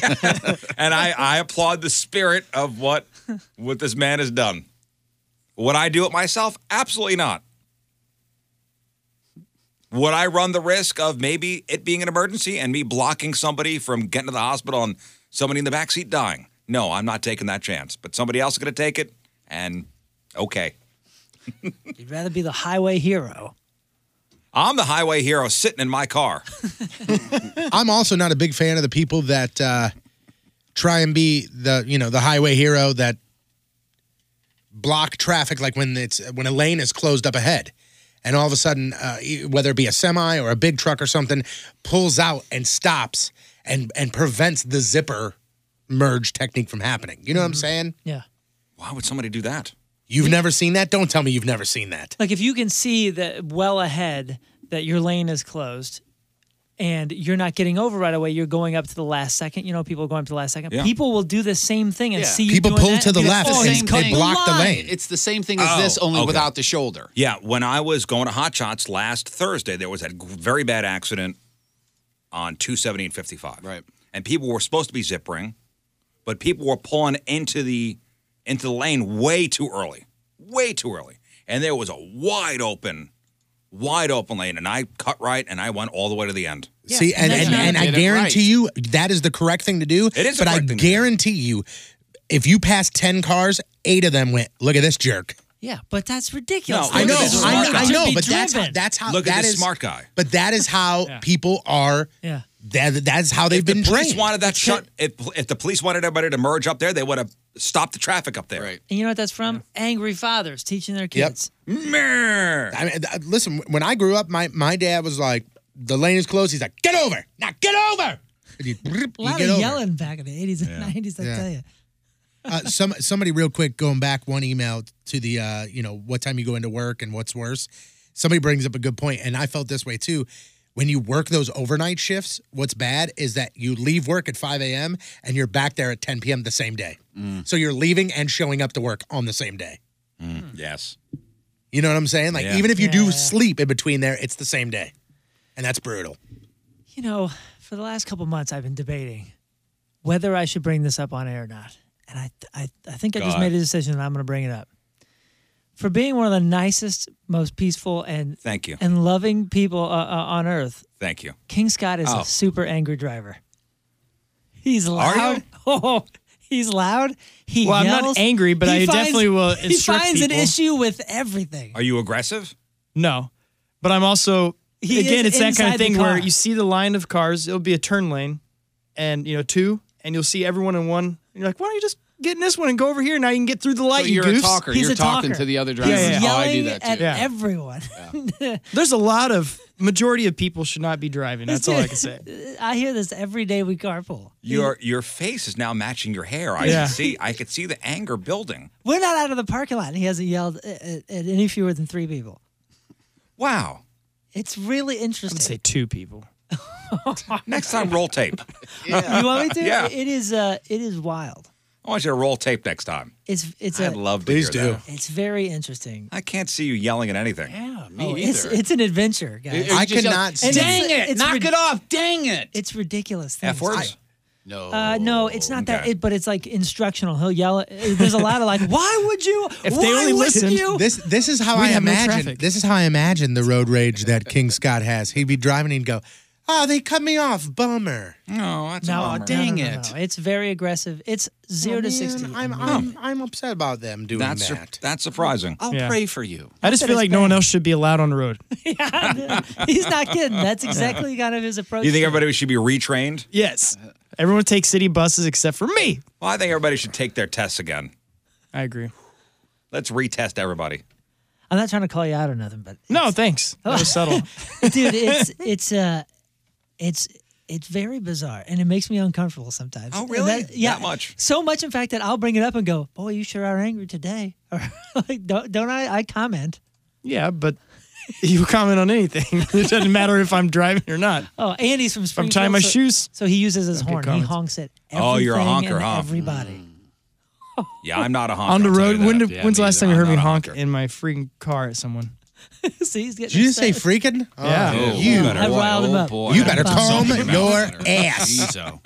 and I, I applaud the spirit of what what this man has done. Would I do it myself? Absolutely not. Would I run the risk of maybe it being an emergency and me blocking somebody from getting to the hospital and somebody in the backseat dying? No, I'm not taking that chance. But somebody else is going to take it, and okay.
You'd rather be the highway hero.
I'm the highway hero sitting in my car.
I'm also not a big fan of the people that uh, try and be the you know the highway hero that block traffic like when it's when a lane is closed up ahead, and all of a sudden uh, e- whether it be a semi or a big truck or something pulls out and stops and and prevents the zipper merge technique from happening. You know what I'm saying?
Yeah.
Hmm. Why would somebody do that?
You've never seen that? Don't tell me you've never seen that.
Like if you can see that well ahead that your lane is closed and you're not getting over right away, you're going up to the last second. You know, people going up to the last second.
Yeah.
People will do the same thing and
Yeah.
see you
People
doing
pull
that
to
and
the
be like,
left.
"Oh,
They-
he's
they
cutting
block the
line."
lane.
It's the same thing as
Oh,
this, only
okay.
without the shoulder.
Yeah, when I was going to Hot Shots last Thursday, there was that g- very bad accident on 270 and 55. Right. And people were supposed to be zippering, but people were pulling into the into the lane way too early. Way too early. And there was a wide open wide open lane and I cut right and I went all the way to the end.
See, and, and, and, I guarantee you that is the correct thing to do. It
is the
but I
correct
guarantee you, if you pass ten cars, eight of them went. Look at this jerk.
Yeah, but that's ridiculous.
I know,
Look at the
I know,
smart
I
guy.
know,
Be
but that's how,
driven.
that's how
Look at
that
this
is-
smart guy.
But that is
[laughs]
how people are.
Yeah,
that that's how they've [laughs] been
Police
trained.
wanted that shut. If, if the police wanted everybody to merge up there, they would have stopped the traffic up there. Right.
And you know what that's from? Angry fathers teaching their kids.
I mean, th- listen, when I grew up, my, my dad was like, the lane is closed. He's like, get over. Now get over. And you,
A lot
get
of
over.
yelling back in the 80s and 90s, I
Yeah.
tell you.
uh, some somebody real quick going back one email to the uh, you know what time you go into work and what's worse. Somebody brings up a good point, and I felt this way too. When you work those overnight shifts, what's bad is that you leave work at 5 a.m. and you're back there at 10 p.m. the same day.
Mm.
So you're leaving and showing up to work on the same day.
Yes.
You know what I'm saying? Like
Yeah.
even if you do sleep in between there, it's the same day, and that's brutal.
You know, for the last couple months, I've been debating whether I should bring this up on air or not. And I, I, I think I just
God.
made a decision and I'm going to bring it up. For being one of the nicest, most peaceful, and
Thank you.
and loving people uh, uh, on earth,
Thank you.
King Scott is
Oh.
a super angry driver. He's
Are you?
loud. [laughs] Oh, he's loud. He
Well, I'm not
yells.
angry, but
He
I
finds-
definitely will
He
instruct
finds an
people.
issue [laughs] with everything.
Are you aggressive?
No, but I'm also
He
again.
is
It's that kind
inside
of
the
thing where
car.
you see the line of cars. It'll be a turn lane, and you know two, and you'll see everyone in one. And you're like, why don't you just get in this one and go over here? Now you can get through the light.
So
you
you're a
goofs.
talker. He's You're a talking talker. to the other drivers.
Yeah, yeah.
Oh, I do Yelling that at too.
Yeah.
everyone.
There's a lot of majority of people should not be driving. That's all I can [laughs]
[laughs]
say.
I hear this every day we carpool.
Your your face is now matching your hair. I
Yeah.
can see. I could see the anger building.
We're not out of the parking lot, and he hasn't yelled at, at any fewer than three people.
Wow.
It's really interesting.
I'd say two
[laughs]
people.
Next time, roll tape.
You want me to?
[laughs] Yeah.
It is. Uh, it is wild.
I want you to roll tape next time.
It's. It's.
I'd
a-
love to hear that.
It's very interesting.
I can't see you yelling at anything.
Yeah, me
Oh,
It's, it's an adventure, guys.
I could not
And
see-
it's-
Dang it, knock
rid-
it off, dang it.
It's ridiculous.
F
things.
words?
no.
Uh, no, it's not that.
Okay.
It, but it's like instructional. He'll yell. At, there's a lot of like, [laughs] why would you? why would you?
this this is how
We'd
I
have no
imagine
traffic.
this is how I imagine the road rage that King Scott has. He'd be driving and he'd go, "Oh, they cut me off, bummer."
No,
that's
No, no, no, no, no, no. It's very aggressive. It's zero to
man,
sixty.
I'm I'm, I'm upset about them doing
That's sur-
that.
that's surprising.
I'll Yeah. pray for
you.
I just feel like no one else should be allowed on the road.
[laughs] He's not kidding.
[laughs]
That's exactly kind of his approach.
You think
to it.
everybody should be retrained?
Yes. Everyone takes city buses except for me.
Well, I think everybody should take their tests again.
I agree.
Let's retest everybody.
I'm not trying to call you out or nothing, but
No,
[laughs]
thanks. That was subtle.
dude, it's it's uh, it's it's very bizarre, and it makes me uncomfortable sometimes.
Oh,
And
really?
that- yeah,
That much?
So much, in fact, that I'll bring it up and go, "Boy, you sure are angry today." [laughs] Or like, don't don't I? I comment.
Yeah,
[laughs]
but you comment on anything. [laughs] It doesn't matter if I'm driving or not.
Oh, Andy's from
I'm
Springfield.
tying my
so-
shoes.
So he uses his
Okay,
horn.
comments.
He honks at everything
Oh, you're a honker,
and
huh?
Everybody.
Yeah, I'm not a honker.
on the
I'll tell you
road. When
that.
did, when's the last time you heard me honk in my freaking car at someone?
Mm.
[laughs] See, he's getting.
Did you just say
upset.
[laughs]
freaking?
Yeah.
Oh,
Oh,
you
boy,
I riled him
oh,
up.
boy.
You better calm
Something about
your
that.
ass.
Jeez-o.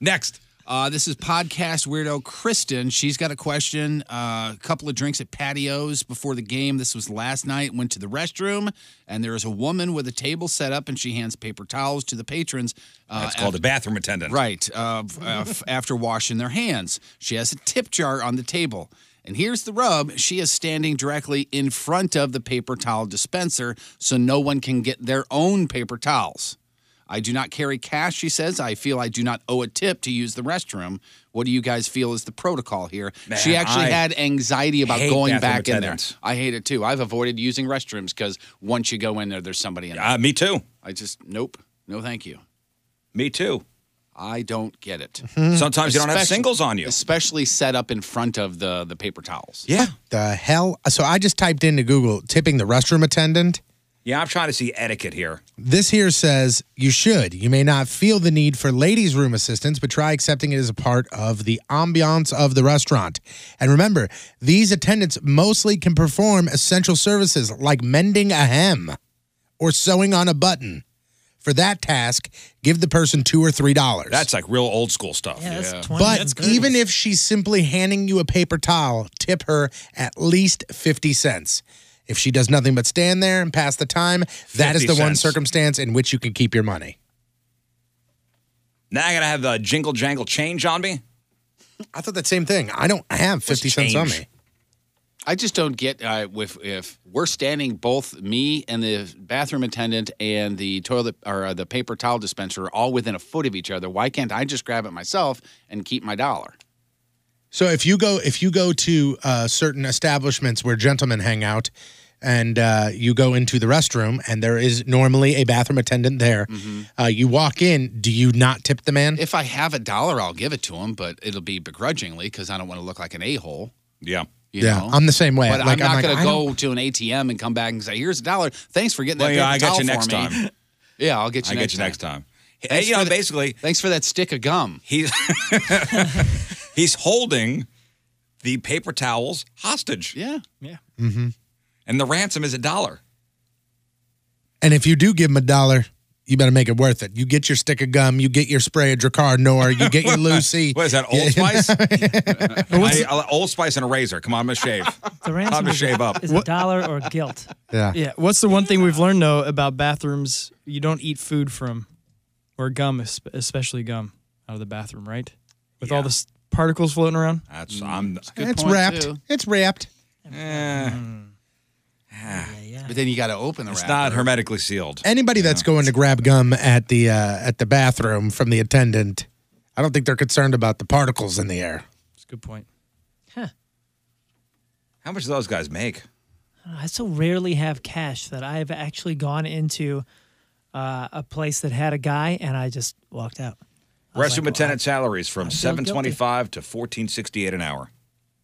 Next.
Uh, this is podcast weirdo Kristen. She's got a question. Uh, a couple of drinks at patios before the game. This was last night. Went to the restroom, and there is a woman with a table set up, and she hands paper towels to the patrons. Uh,
That's called a bathroom attendant.
Right. Uh, f- uh, f- after washing their hands, she has a tip jar on the table. And here's the rub she is standing directly in front of the paper towel dispenser, so no one can get their own paper towels. I do not carry cash, she says. I feel I do not owe a tip to use the restroom. What do you guys feel is the protocol here?
Man,
she actually
I
had anxiety about
hate
going
bathroom
back in there.
attendants.
I hate it too. I've avoided using restrooms because once you go in there, there's somebody in there.
Uh, me too.
I just, nope. No, thank you.
Me too.
I don't get it.
Sometimes you don't have
Especially-
singles on you.
especially set up in front of the the paper towels.
Yeah.
The hell! So I just typed into Google tipping the restroom attendant.
Yeah, I'm trying to see etiquette here.
This here says you should. You may not feel the need for ladies' room assistance, but try accepting it as a part of the ambiance of the restaurant. And remember, these attendants mostly can perform essential services like mending a hem or sewing on a button. For that task, give the person two or three dollars.
That's like real old school stuff.
Yeah, that's 20
But even if she's simply handing you a paper towel, tip her at least 50 cents. If she does nothing but stand there and pass the time, that is
50
the one
cents.
circumstance in which you can keep your money.
Now I gotta have the jingle jangle change on me.
I thought that same thing. I don't have 50 cents on
change?
me.
I just don't get uh, if if we're standing both me and the bathroom attendant and the toilet or uh, the paper towel dispenser all within a foot of each other. Why can't I just grab it myself and keep my dollar?
So if you go if you go to uh, certain establishments where gentlemen hang out, and uh, you go into the restroom, and there is normally a bathroom attendant there. Uh, you walk in. Do you not tip the man?
If I have a dollar, I'll give it to him, but it'll be begrudgingly because I don't want to look like an a hole.
Yeah.
You
yeah,
know?
I'm the same way.
But
Like,
I'm not
like,
going
I
to
don't-
go to an ATM and come back and say, "Here's a dollar. Thanks for getting
Well,
that
yeah,
paper
I got
towel
you next
for me."
[laughs]
time.
[laughs] Yeah, I'll get you.
I get
next
you
time.
next time. Hey,
Thanks
you
for
know,
the-
basically,
thanks for that stick of gum.
He's [laughs] he's holding the paper towels hostage.
Yeah,
yeah.
Mhm.
And the ransom is a dollar.
And if you do give him a dollar, you better make it worth it. You get your stick of gum, you get your spray of Dracarnor, you get
[laughs]
your Lucy.
What is that, Old
Yeah.
Spice? I, I, Old Spice and a razor. Come on, I'm gonna shave.
The
I'm
ransom
gonna
is, [laughs]
shave up.
is a dollar or
[laughs]
guilt.
Yeah.
Yeah. What's the one thing we've learned though about bathrooms? You don't eat food from, or gum, es- especially gum, out of the bathroom, right? With all the s- particles floating around.
That's I'm.
it's wrapped. It's wrapped.
Mm.
But then you got to open the
Eh. It's
wrap.
not hermetically sealed.
[laughs] Anybody that's going to grab gum at the uh, at the bathroom from the attendant, I don't think they're concerned about the particles in the air.
It's a good point.
How much do those guys make?
I so rarely have cash that I've actually gone into uh, a place that had a guy and I just walked out.
Restroom attendant salaries from
feel
seven twenty-five to fourteen sixty-eight an hour,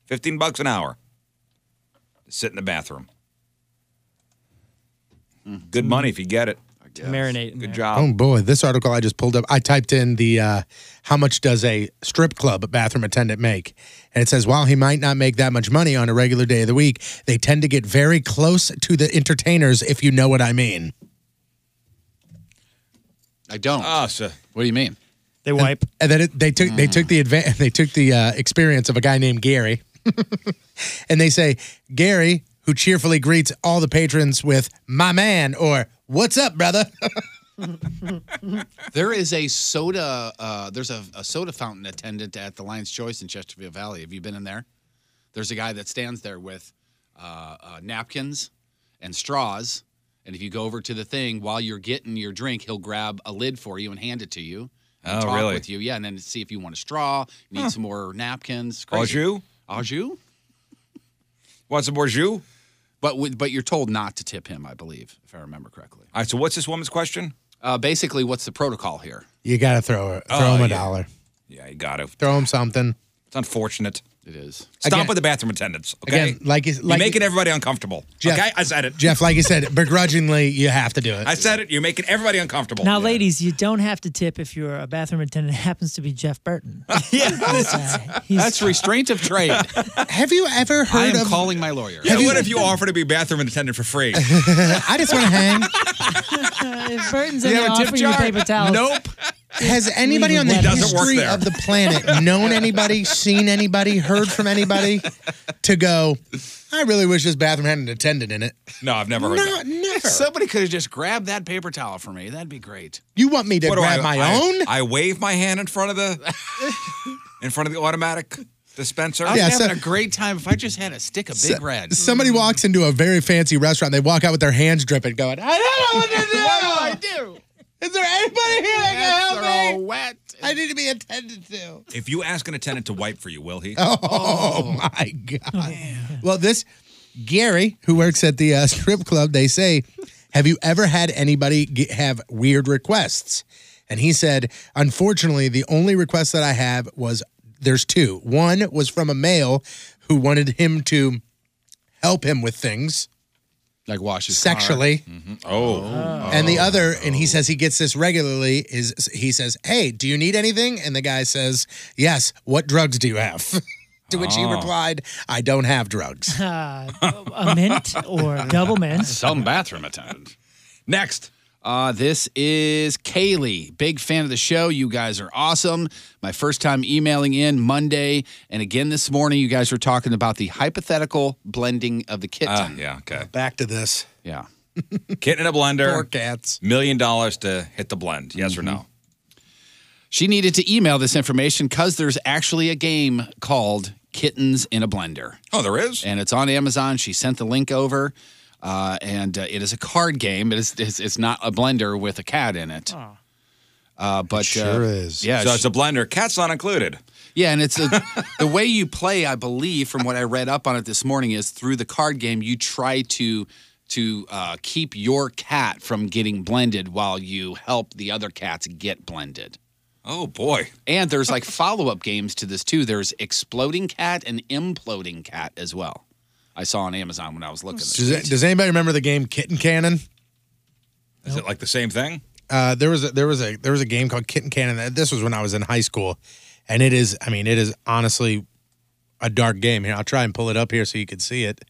fifteen bucks an hour. To sit in the bathroom.
Mm-hmm.
Good money if you get it.
Marinate.
Good job.
Oh boy, this article I just pulled up. I typed in the uh, how much does a strip club bathroom attendant make, and it says while he might not make that much money on a regular day of the week, they tend to get very close to the entertainers, if you know what I mean.
I don't.
Ah, so
What do you mean?
They wipe.
And then it, they took they took the advan- [laughs] they took the uh, experience of a guy named Gary, [laughs] and they say Gary, who cheerfully greets all the patrons with "my man" or "what's up, brother." [laughs]
There is a soda. Uh, there's a, a soda fountain attendant at the Lion's Choice in Chesterfield Valley. Have you been in there? There's a guy that stands there with uh, uh, napkins and straws, and if you go over to the thing while you're getting your drink, he'll grab a lid for you and hand it to you. And
Oh,
talk
really?
With you, yeah, and then see if you want a straw, you need some more napkins.
Au
Crazy.
jus?
Au jus?
Want some more jus?
But with- but you're told not to tip him, I believe, if I remember correctly.
All right. So what's this woman's question?
Uh, basically, what's the protocol
[laughs]
here?
you gotta throw her, throw
Oh,
him a
yeah.
dollar,
Yeah, you got to.
throw him something.
It's unfortunate.
It is.
Stop
Again-
with the bathroom attendants. Okay.
Again, like it's-
you're
like-
making everybody uncomfortable.
Jeff-
okay, I said it.
Jeff, like you
[laughs]
said, begrudgingly, you have to do it.
I said it. You're making everybody uncomfortable.
Now, ladies, you don't have to tip if you're a bathroom attendant. [laughs] It happens to be Jeff Burton.
[laughs] yeah,
That's restraint of trade. [laughs]
have you ever
I
heard
am
of?
calling my lawyer.
Yeah, what if you offer to be bathroom attendant for free?
[laughs] I just want to hang.
[laughs] if Burton's
You
in
have
the
a tip
offer you
jar?
paper towels.
Nope.
Has anybody
Leave
on the
it
Doesn't work
history
there.
of the
[laughs]
planet known anybody, seen anybody, heard from anybody to go? I really wish this bathroom had an attendant in it.
No, I've never heard
No,
that.
never.
Somebody could have just grabbed that paper towel for me. That'd be great.
You want me to
What do
grab my own?
I wave my hand in front of the in front of the automatic dispenser.
I'm
Yeah,
having
so-
a great time if I just had a stick of Big Red.
Somebody
Mm.
walks into a very fancy restaurant. They walk out with their hands dripping, going, "Ah,
[laughs]
"I don't know what to do.
What do I do?
Is there anybody here that
Pants
can help
are all
me?
wet.
I need to be attended to."
If you ask an attendant to wipe for you, will he?
Oh, my God. Well, this Gary, who works at the uh, strip club, they say, Have you ever had anybody ge- have weird requests? And he said, Unfortunately, the only request that I have was there's two. One was from a male who wanted him to help him with things
Like wash his car. Mm-hmm.
sexually.
Oh,
And the other, and he says he gets this regularly, is he says, Hey, do you need anything? And the guy says, Yes, what drugs do you have? [laughs] to which he replied, I don't have drugs.
[laughs] Uh, a mint or
[laughs]
[laughs]
double mint.
Some bathroom attendant.
next.
Uh, this is Kaylee. Big fan of the show. You guys are awesome. My first time emailing in Monday. And again this morning, you guys were talking about the hypothetical blending of the kitten.
Ah, yeah, okay.
Back to this.
[laughs]
yeah.
Kitten in a blender.
cats.
Million dollars to hit the blend. Yes or no?
She needed to email this information because there's actually a game called Kittens in a Blender.
Oh, there is?
And it's on Amazon. She sent the link over. Uh, and uh, it is a card game. It is, it's, it's not a blender with a cat in it. Uh, but uh, Yeah,
So it's a blender. Cat's not included.
yeah, and it's a, the way you play. I believe, from what I read up on it this morning, is through the card game. You try to to uh, keep your cat from getting blended while you help the other cats get blended.
Oh boy!
And there's like follow up games to this too. There's exploding cat and imploding cat as well. I saw on Amazon when I was looking.
Does, does anybody remember the game Kitten Cannon?
Is it like the same thing?
Uh, there was a, there was a there was a game called Kitten Cannon. that- This was when I was in high school, and it is I mean it is honestly a dark game. Here I'll try and pull it up here so you can see it.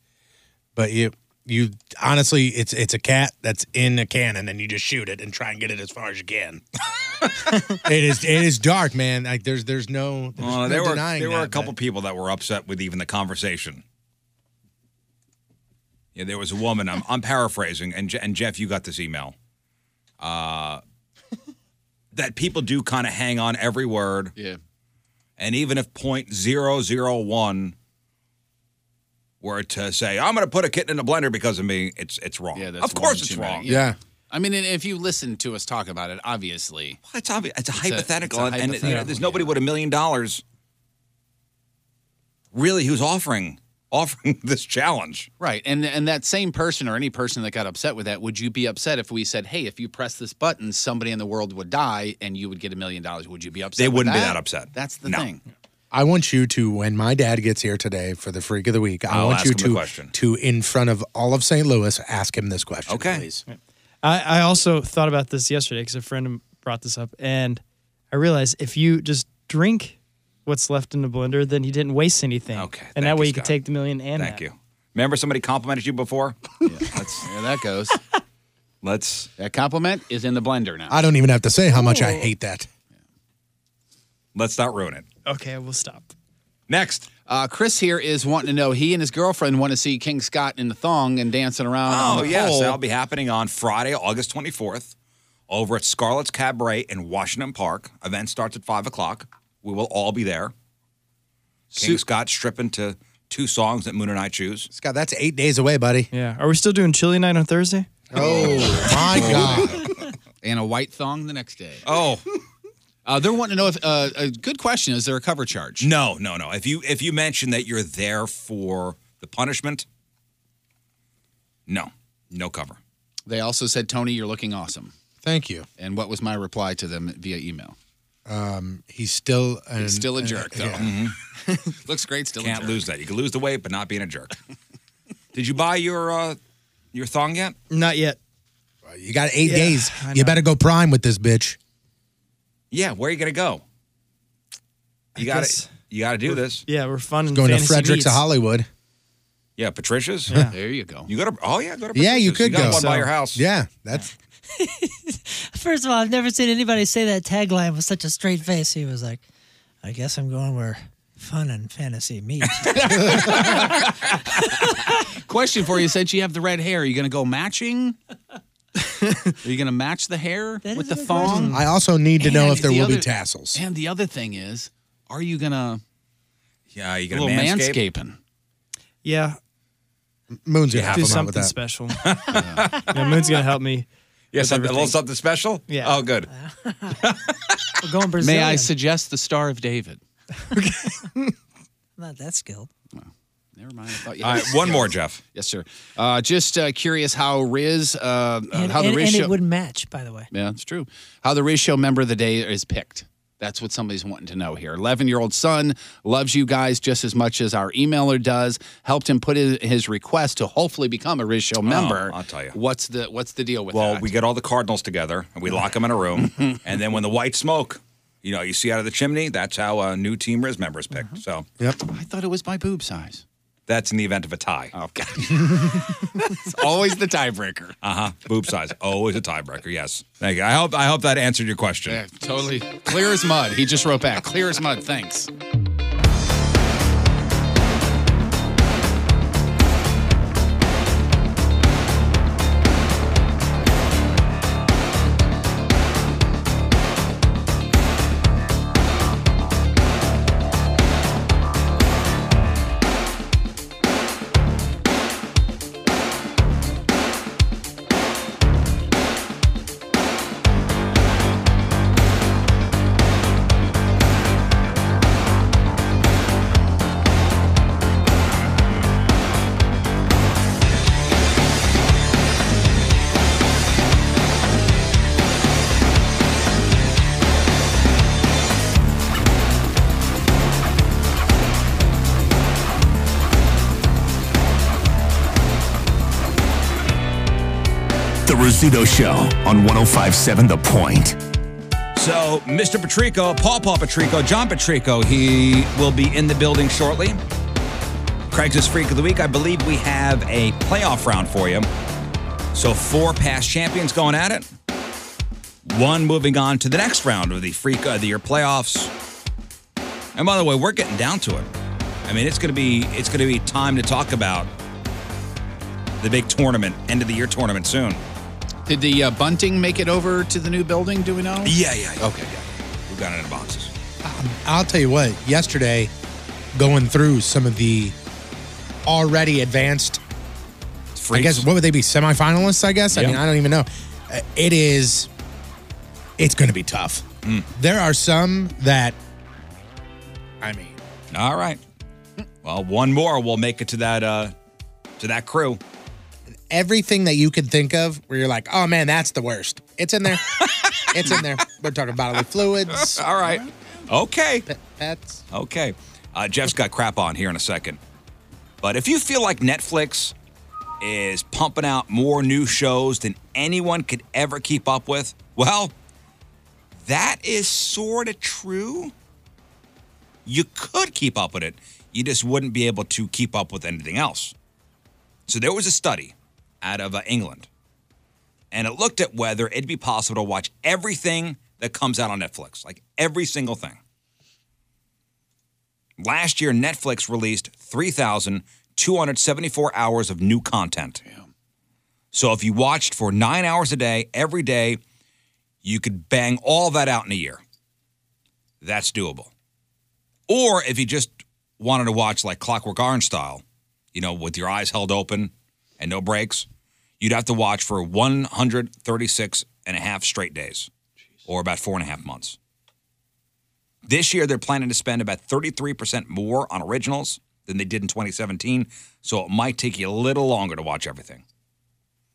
But you you honestly it's it's a cat that's in a cannon and you just shoot it and try and get it as far as you can. [laughs] it is it is dark, man. Like there's there's no there's
Uh,
no
there were
denying
there were
that,
a couple people that were upset with even the conversation. Yeah, there was a woman. I'm, I'm paraphrasing, and Je- and Jeff, you got this email. Uh, [laughs] that people do kind of hang on every word.
Yeah.
And even if point zero zero one were to say, "I'm going to put a kitten in a blender because of me," it's it's wrong. Yeah,
that's
of course
one
it's
too many.
wrong.
I mean, and if you listen to us talk about it, obviously.
it's obvious. It's a hypothetical,
it's a
and- and you know,
hypothetical,
there's nobody with a million dollars really who's offering [laughs] offering this challenge.
Right. And and that same person or any person that got upset with that, would you be upset if we said, "Hey, if you press this button, somebody in the world would die and you would get a million dollars." Would you be upset?
They
with
wouldn't be
that?
that upset.
That's the
No.
thing.
I want you to, when my dad gets here today for the freak of the week, I
I'll
want
ask
you
him the
to,
question.
to, in front of all of St. Louis, ask him this question.
Okay.
I, I also thought about this yesterday because a friend brought this up, and I realized if you just drink what's left in the blender, then you didn't waste anything. Okay, and that way you could take the million and
Thank you. Remember somebody complimented you [laughs] before?
That's yeah, that goes.
[laughs] Let's
that compliment is in the blender now.
I don't even have to say how much I hate that.
Let's not ruin it.
Okay, we'll stop.
Next.
Uh, Chris here is wanting to know he and his girlfriend want to see King Scott in the thong and dancing around. on
Oh,
the
yes.
pole.
That'll be happening on Friday, August 24th, over at Scarlett's Cabaret in Washington Park. Event starts at 5 o'clock. We will all be there. King Scott stripping to two songs that Moon and I choose.
Scott, that's eight days away, buddy.
Yeah. Are we still doing chili night on Thursday?
Oh,
[laughs]
my God.
and a white thong the next day.
Oh.
[laughs] Uh, they're wanting to know if uh, a good question is there a cover charge?
No, no, no. If you if you mention that you're there for the punishment, no, no cover.
They also said, Tony, you're looking awesome.
Thank you.
And what was my reply to them via email?
Um, he's still an,
He's still a jerk, though.
uh, yeah.
Mm-hmm.
Looks great, still
Can't lose that. You can lose the weight, but not being a jerk. [laughs] Did you buy your uh, your thong yet?
Not yet.
You got eight
Yeah,
days.
I
You
know.
better go prime with this bitch.
Yeah, where are you gonna go? You got
guess-
to You got to do this.
Yeah, we're fun. and
Going to
fantasy
Fredericks of
meets.
Hollywood.
Yeah, Patricia's.
Yeah.
There you go.
You got to. Oh yeah, go to.
Yeah, you
Patricia's.
could
got
go.
one by
So-
your house.
Yeah, that's
First of all, I've never seen anybody say that tagline with such a straight face. He was like, I guess I'm going where fun and fantasy [laughs]
[laughs]
meet.
Question for you: Since you have the red hair, are you going to
[laughs]
go matching? are you going to match the hair with the thong?
I also need to know
And
if there
the
will be
other-
tassels.
And the other thing is, are you going to
Yeah, you
a
got
little
manscape.
manscaping?
Yeah.
Moon's
Do
gonna have him out
something
with that.
[laughs]
special. yeah. Moon's gonna help me.
Yeah,
with
something, a little
everything.
something special.
Yeah.
Oh, good.
We're going Brazilian.
May I suggest the Star of David?
Not that skilled.
Never mind. I thought you
All
had [laughs]
Oh,
right, one more, Jeff.
Yes, sir. Uh, just uh, curious how Riz, uh,
And,
how the
and-
Riz
and
show.
it would match, by the way.
Yeah, it's true. How the Riz Show member of the day is picked. That's what somebody's wanting to know here. 11 year old son loves you guys just as much as our emailer does. Helped him put in his request to hopefully become a
Oh,
Riz Show member.
I'll tell you.
What's the What's the deal with
Well,
that?
we get all the cardinals together and we lock them in a room,
[laughs]
and then when the white smoke, you know, you see out of the chimney, that's how a new team Riz member is picked.
Uh-huh.
So
Yep.
I thought it was my boob size.
that's in the event of a tie.
Oh God, [laughs] it's always the tiebreaker.
Uh huh. Boob size, always a tiebreaker. Yes. Thank you. I hope I hope that answered your question.
Yeah, totally clear as mud. He just wrote back, clear as mud. Thanks.
Rizzuto Show on 1057 The Point.
So, Mr. Patrico, Paul Paul Patrico, John Patrico, he will be in the building shortly. Craigslist Freak of the Week. I believe we have a playoff round for you. So, four past champions going at it. One moving on to the next round of the Freak of the Year playoffs. And by the way, we're getting down to it. I mean, it's going to be it's going to be time to talk about the big tournament, end of the year tournament soon.
Did the uh, bunting make it over to the new building? Do we know?
Yeah, yeah, yeah.
Okay.
We've got it in the boxes.
Um, I'll tell you what, yesterday, going through some of the already advanced, I
Freaks.
guess, what would they be? Semifinalists, I guess? I
Yeah.
mean, I don't even know. Uh, It is, it's going to be tough.
Hmm.
There are some that, I mean,
All right. Well, one more will make it to that uh to that crew.
everything that you could think of where you're like, oh man, that's the worst. It's in there. it's in there. We're talking
[laughs]
bodily fluids.
All right. Okay.
That's
Okay. Uh, Jeff's got crap on here in a second. But if you feel like Netflix is pumping out more new shows than anyone could ever keep up with, well, that is sort of true. You could keep up with it, you just wouldn't be able to keep up with anything else. So there was a study out of uh, England, and it looked at whether it'd be possible to watch everything that comes out on Netflix, like every single thing. Last year, Netflix released 3,274 hours of new content. So if you watched for nine hours a day, every day, you could bang all that out in a year. That's doable. Or if you just wanted to watch like Clockwork Orange style, you know, with your eyes held open and no breaks, you'd have to watch for 136 and a half straight days, or about four and a half months. This year, they're planning to spend about 33% more on originals than they did in 2017, so it might take you a little longer to watch everything.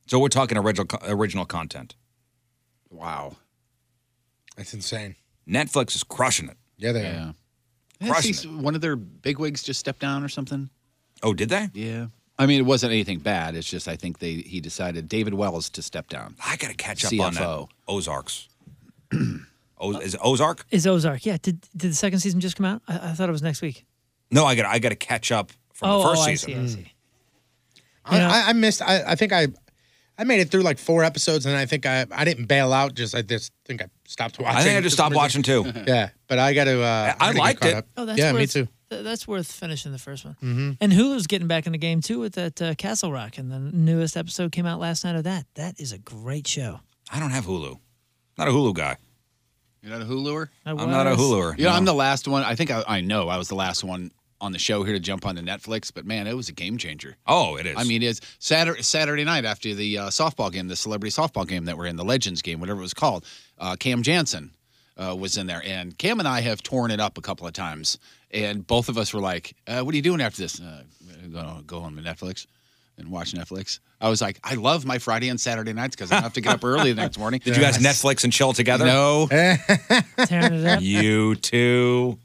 So we're talking original original content. Wow,
that's insane.
Netflix is crushing it.
Yeah, they
are.
Didn't I see s- one of their bigwigs just stepped down or something.
Oh, did they?
Yeah. I mean, it wasn't anything bad. It's just I think they he decided David Wells to step down.
I gotta catch up
CFO.
on that. Ozarks. [clears throat] Oz- is it Ozark?
Is Ozark? Yeah. Did did the second season just come out? I, I thought it was next week.
No, I got to I got to catch up from
Oh,
the first
oh, I
season.
see, I
I, I, I missed. I, I think I, I made it through like four episodes, and I think I, I didn't bail out. Just I just think I stopped watching.
I think I just stopped
For some
watching
[laughs]
too.
reason. Yeah, but I got to. Uh,
I
gotta get
liked
caught
it.
up.
Oh, that's
yeah,
worth,
me too.
th- that's worth finishing the first one.
Mhm.
And Hulu's getting back in the game too with that uh, Castle Rock, and the newest episode came out last night of that. That is a great show.
I don't have Hulu. Not a Hulu guy.
You're not a Huluer.
I
I'm not a was. Huluer,
You know,
no.
I'm the last one. I think I, I know I was the last one on the show here to jump onto Netflix, but man, it was a game changer.
Oh, it is.
I mean, it's Saturday, Saturday night after the uh, softball game, the celebrity softball game that we're in, the Legends game, whatever it was called. Uh, Cam Jansen uh, was in there, and Cam and I have torn it up a couple of times, and both of us were like, uh, "What are you doing after this? Uh, I'm gonna go on to Netflix and watch Netflix." I was like, "I love my Friday and Saturday nights because I don't have to get up early the next morning."
Did you guys Netflix and chill together?
[laughs]
No.
Tearing it up.
you two.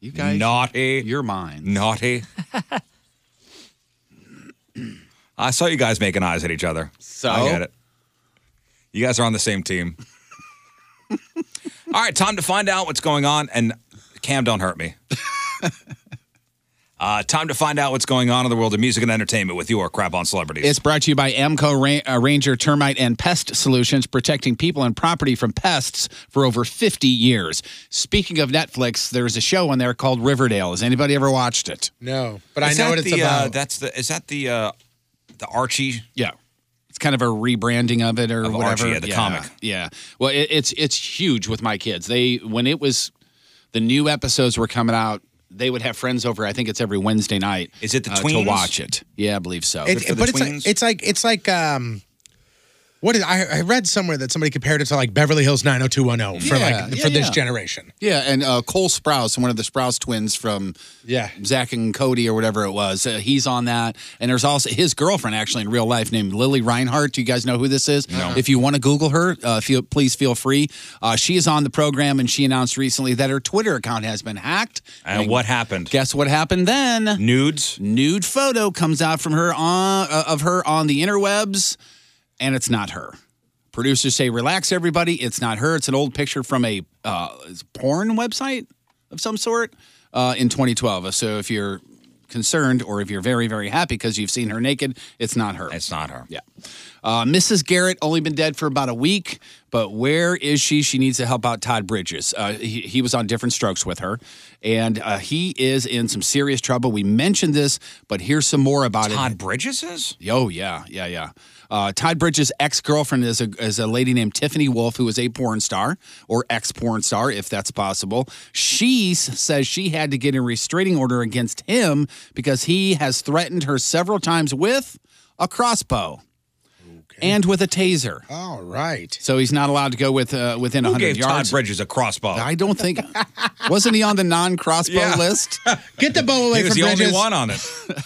You guys.
Naughty.
Your mind.
Naughty. I saw you guys making eyes at each other.
So?
I get it. You guys are on the same team. All right, time to find out what's going on. And Cam, don't hurt
[laughs]
me. uh, time to find out what's going on in the world of music and entertainment with your crap on celebrities.
It's brought to you by Amco Ra- uh, Ranger Termite and Pest Solutions, protecting people and property from pests for over 50 years. Speaking of Netflix, there's a show on there called Riverdale. Has anybody ever watched it?
No, but
Is
I know
that
what it's
the, uh,
about.
that's the. Is that the uh, the Archie?
Yeah. It's kind of a rebranding of it or
Of
whatever.
Archie, yeah, the comic.
Yeah. Well, it, it's it's huge with my kids. They when it was the new episodes were coming out, they would have friends over. I think it's every Wednesday night. uh,
Is it the
to
tweens?
watch it? Yeah, I believe so.
Oh,
It- but it's like, it's like it's like um, what is, I, I read somewhere that somebody compared it to like Beverly Hills 90210 for
Yeah,
like
yeah,
for this
yeah.
generation.
Yeah, and uh, Cole Sprouse, one of the Sprouse twins from
yeah
Zach and Cody or whatever it was, uh, he's on that. And there's also his girlfriend actually in real life named Lily Reinhardt. Do you guys know who this is? If you want to Google her, uh, feel, please feel free. Uh, she is on the program, and she announced recently that her Twitter account has been hacked.
And what happened?
Guess what happened then?
Nudes.
Nude photo comes out from her on uh, of her on the interwebs, and it's not her. Producers say, "Relax, everybody. It's not her. It's an old picture from a uh, porn website of some sort uh, in 2012." So if you're concerned or if you're very very happy because you've seen her naked, it's not her.
It's not her.
Yeah. Uh, Mrs. Garrett only been dead for about a week, but where is she? She needs to help out Todd Bridges. Uh, he, he was on different strokes with her, and uh, he is in some serious trouble. We mentioned this, but here's some more about it.
Todd Bridges is?
Oh yeah, yeah, yeah. Uh, Todd Bridges' ex girlfriend is a is a lady named Tiffany Wolf, who is a porn star or ex porn star, if that's possible. She s- says she had to get a restraining order against him because he has threatened her several times with a crossbow. And with a taser,
All right.
so he's not allowed to go with uh, within
Who
100
gave
yards.
Todd Bridges a crossbow?
I don't think wasn't he on the non-crossbow
Yeah. [laughs]
list?
Get the bow
he was the only one on it.
[laughs]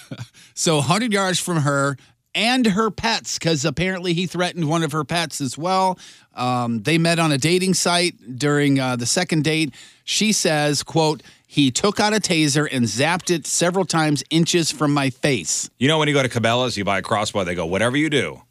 So 100 yards from her and her pets, because apparently he threatened one of her pets as well. Um, they met on a dating site during uh, the second date. She says, "quote He took out a taser and zapped it several times, inches from my face."
You know when you go to Cabela's, you buy a crossbow. They go, whatever you do,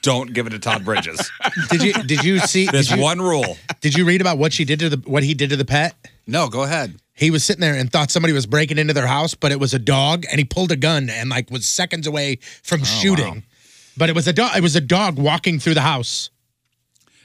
don't give it to Todd Bridges.
Did you did you see
[laughs] There's
did you-
one rule.
Did you read about what she did to the what he did to the pet?
No, go ahead.
He was sitting there and thought somebody was breaking into their house, but it was a dog, and he pulled a gun and like was seconds away
Oh,
from shooting. But it was a dog. It was a dog walking through the house.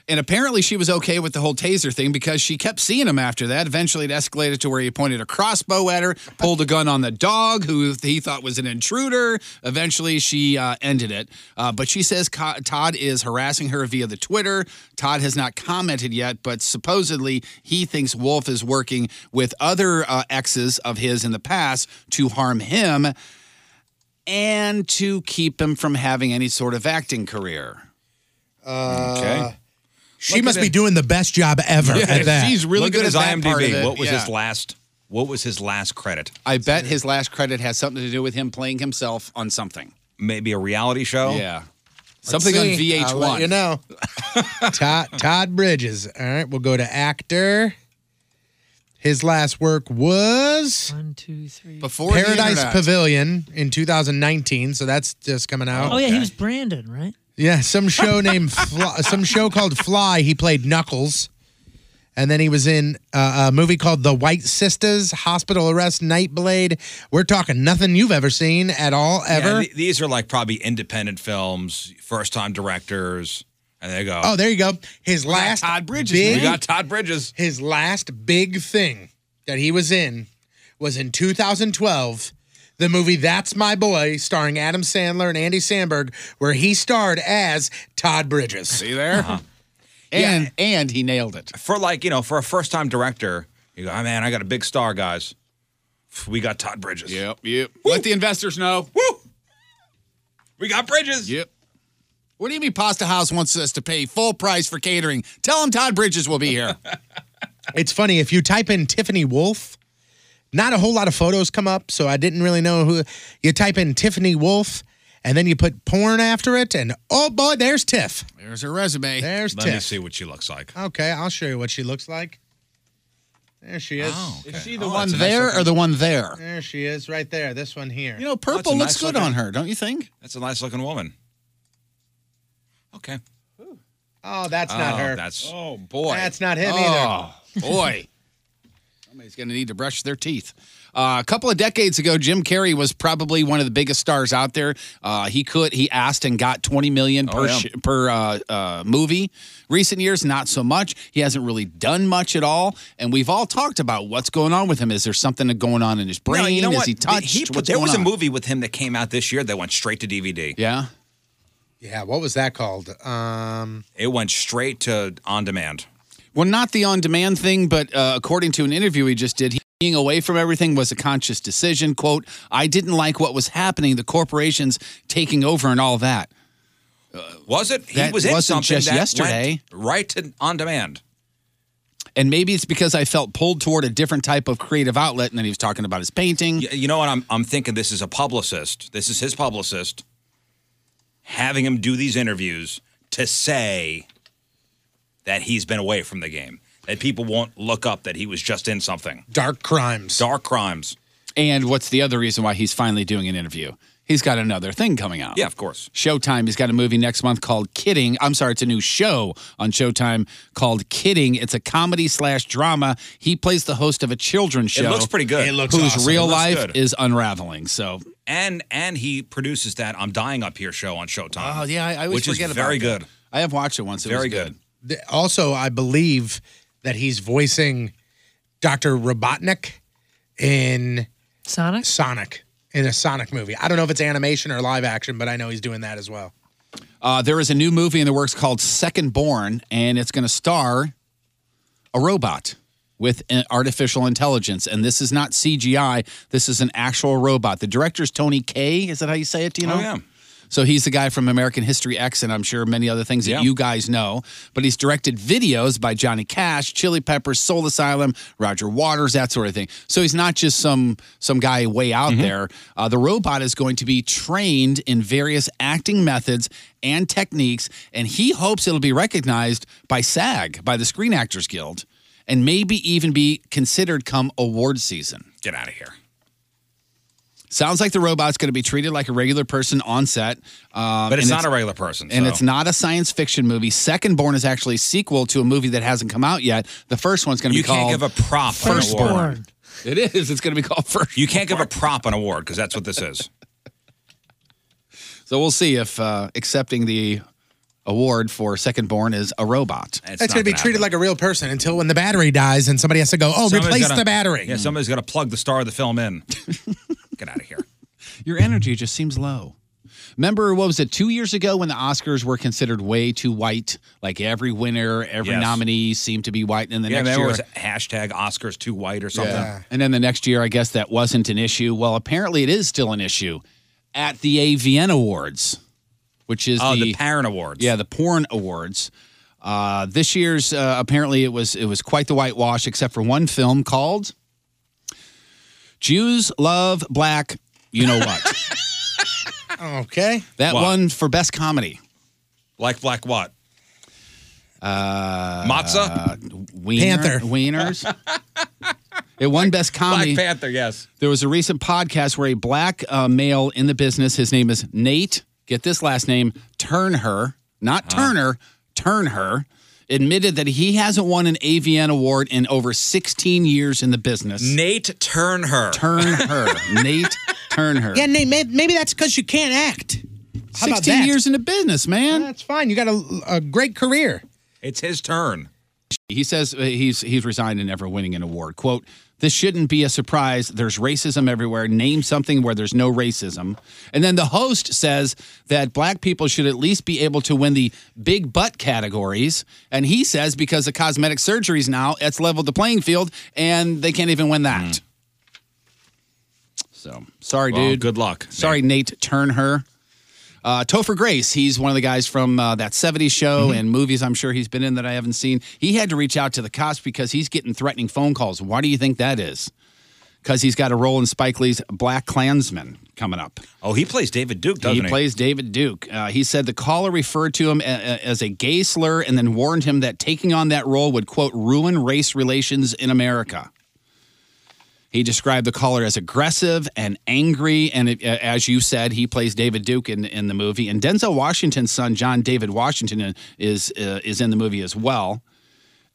And apparently she was okay with the whole taser thing because she kept seeing him after that. Eventually it escalated to where he pointed a crossbow at her, pulled a gun on the dog who he thought was an intruder. Eventually she uh, ended it. Uh, but she says Co- Todd is harassing her via the Twitter. Todd has not commented yet, but supposedly he thinks Wolf is working with other uh, exes of his in the past to harm him and to keep him from having any sort of acting career. Uh,
okay. She
Look
must
at
be
him.
doing the best job ever
Yeah,
at that.
she's really
Look
good
at his
that
IMDb.
part of it,
What was
yeah.
his last? What was his last credit?
I bet his last credit has something to do with him playing himself on something.
Maybe a reality show.
Yeah. Something on
see.
VH1.
I'll let you
[laughs]
know. Todd, Todd Bridges. All right, we'll go to actor. His last work was
Before the
Paradise
internet.
Pavilion in 2019, so that's just coming out.
Oh, yeah, he was Brandon, right?
Yeah, some show named Fly, some show called Fly. He played Knuckles, and then he was in uh, a movie called The White Sisters, Hospital Arrest, Nightblade. We're talking nothing you've ever seen at all, [laughs] ever.
Yeah, th- these are like probably independent films, first time directors, and they go.
Oh, there you go. His last
Todd Bridges.
Big,
We got Todd Bridges.
His last big thing that he was in was in 2012, the movie That's My Boy, starring Adam Sandler and Andy Samberg, where he starred as Todd Bridges.
See there? And and he nailed it.
for like you know for a first time director. You go, oh man, I got a big star, guys. We got Todd Bridges.
Yep, yep. Let the investors know.
Woo! We got Bridges.
Yep. What do you mean Pasta House wants us to pay full price for catering? Tell him Todd Bridges will be
[laughs]
here.
It's funny if you type in Tiffany Wolf, not a whole lot of photos come up, so I didn't really know who. You type in Tiffany Wolf, and then you put porn after it, and oh boy, there's Tiff.
There's her resume.
There's
Let me
Tiff.
see what she looks like.
Okay, I'll show you what she looks like. There she is.
Is she
Oh,
the one there or the one there?
There she is, right there. This one here.
You know,
that's a
purple
nice
looks good
looking-
on her, don't you think?
That's a nice looking woman. Okay.
Oh, that's not
Oh,
her. That's,
That's
Oh boy.
not him either.
[laughs]
boy. Somebody's going to need to brush their teeth. Uh, a couple of decades ago, Jim Carrey was probably one of the biggest stars out there. Uh, he could, he asked and got twenty million per
yeah.
sh- per uh, uh, movie. Recent years, not so much. He hasn't really done much at all. And we've all talked about what's going on with him. Is there something going on in his brain?
No, you know
Is
what?
he touched?
He put-
what's
there
going
was a
on?
movie with him that came out this year that went straight to DVD.
Yeah.
Yeah, what was that called? Um,
It went straight to on demand.
Well, not the on demand thing, but uh, according to an interview he just did, he- being away from everything was a conscious decision. Quote, I didn't like what was happening, the corporations taking over and all that.
Uh, Was it? He
That
was in
wasn't
something
just
that
yesterday.
went right to on demand.
And maybe it's because I felt pulled toward a different type of creative outlet. And then he was talking about his painting.
Y- You know what? I'm I'm thinking this is a publicist. This is his publicist having him do these interviews to say that he's been away from the game. That people won't look up that he was just in something.
Dark Crimes.
Dark crimes.
And what's the other reason why he's finally doing an interview? he's got another thing coming out.
Yeah, of course.
Showtime. He's got a movie next month called Kidding. I'm sorry, it's a new show on Showtime called Kidding. It's a comedy slash drama. He plays the host of a children's show.
It looks pretty good.
It looks
whose
awesome.
real
It looks
life
good.
is unraveling. So
And and he produces that I'm Dying Up Here show on Showtime.
Oh yeah, I, I always
which
forget
is
about
very
that.
good.
I have watched it once. It
Very
was good.
Th- Also, I believe that he's voicing Dr. Robotnik in
Sonic.
Sonic in a Sonic movie. I don't know if it's animation or live action, but I know he's doing that as well.
Uh, there is a new movie in the works called Second Born, and it's going to star a robot with an artificial intelligence. And this is not CGI. This is an actual robot. The director's Tony Kay. Is that how you say it? Do you know?
Oh, yeah.
So he's the guy from American History X, and I'm sure many other things that
Yeah.
you guys know. But he's directed videos by Johnny Cash, Chili Peppers, Soul Asylum, Roger Waters, that sort of thing. So he's not just some some guy way out
Mm-hmm.
there. Uh, the robot is going to be trained in various acting methods and techniques, and he hopes it'll be recognized by SAG, by the Screen Actors Guild, and maybe even be considered come award season.
Get out of here.
Sounds like the robot's going to be treated like a regular person on set. Um,
But it's
and
not a regular person,
And
so-
it's not a science fiction movie. Second Born is actually a sequel to a movie that hasn't come out yet. The first one's going to
You
be called.
can't give a prop
First
an award.
Born. It is. It's going to be called First.
You can't give a prop an award because that's what this is.
So we'll see if uh, accepting the award for Second Born is a robot.
That's going to be treated like a real person until when the battery dies and somebody has to go, oh,
Somebody's
replace
gotta-
the battery.
Yeah, somebody's got to plug the star of the film
[laughs]
in. Get out of here.
Your energy just seems low. Remember, what was it, two years ago when the Oscars were considered way too white? Like every winner, every
Yes.
nominee seemed to be white. And then the
yeah,
next
remember
year.
it was hashtag Oscars too white or something.
And then the next year, I guess that wasn't an issue. Well, apparently it is still an issue at the AVN Awards, which is
Oh,
the,
the Parent Awards.
Yeah, the Porn Awards. Uh, this year's uh, apparently it was it was quite the whitewash, except for one film called Jews Love Black. You know what?
okay.
that
What?
one for best comedy.
Like black what?
Uh,
Matzah?
Wiener,
Panther.
Wieners. it won best comedy.
Black Panther, yes.
There was a recent podcast where a black uh, male in the business, his name is Nate, get this last name, Turnher, not
Uh-huh.
Turner, Turnher, admitted that he hasn't won an AVN award in over 16 years in the business.
Nate Turnher. [laughs]
Turnher, Nate Turnher.
Yeah, Nate, may- maybe that's because you can't act. How
16
about that?
years in the business, man.
That's fine. You got a, a great career.
It's his turn.
He says uh, he's he's resigned and never winning an award. Quote, this shouldn't be a surprise. There's racism everywhere. Name something where there's no racism. And then the host says that black people should at least be able to win the big butt categories. And he says because of cosmetic surgeries now, it's leveled the playing field and they can't even win that.
Hmm.
So sorry,
Well,
dude.
good luck.
Sorry, Nate Turnher. Uh, Topher Grace, he's one of the guys from uh, that 70s show
Mm-hmm.
and movies I'm sure he's been in that I haven't seen. He had to reach out to the cops because he's getting threatening phone calls. Why do you think that is? Because he's got a role in Spike Lee's Black Klansman coming up.
Oh, he plays David Duke, doesn't he?
he plays David Duke. Uh, he said the caller referred to him a- a- as a gay slur and then warned him that taking on that role would, quote, ruin race relations in America. He described the caller as aggressive and angry. And it, uh, as you said, he plays David Duke in, in the movie. And Denzel Washington's son, John David Washington, is, uh, is in the movie as well.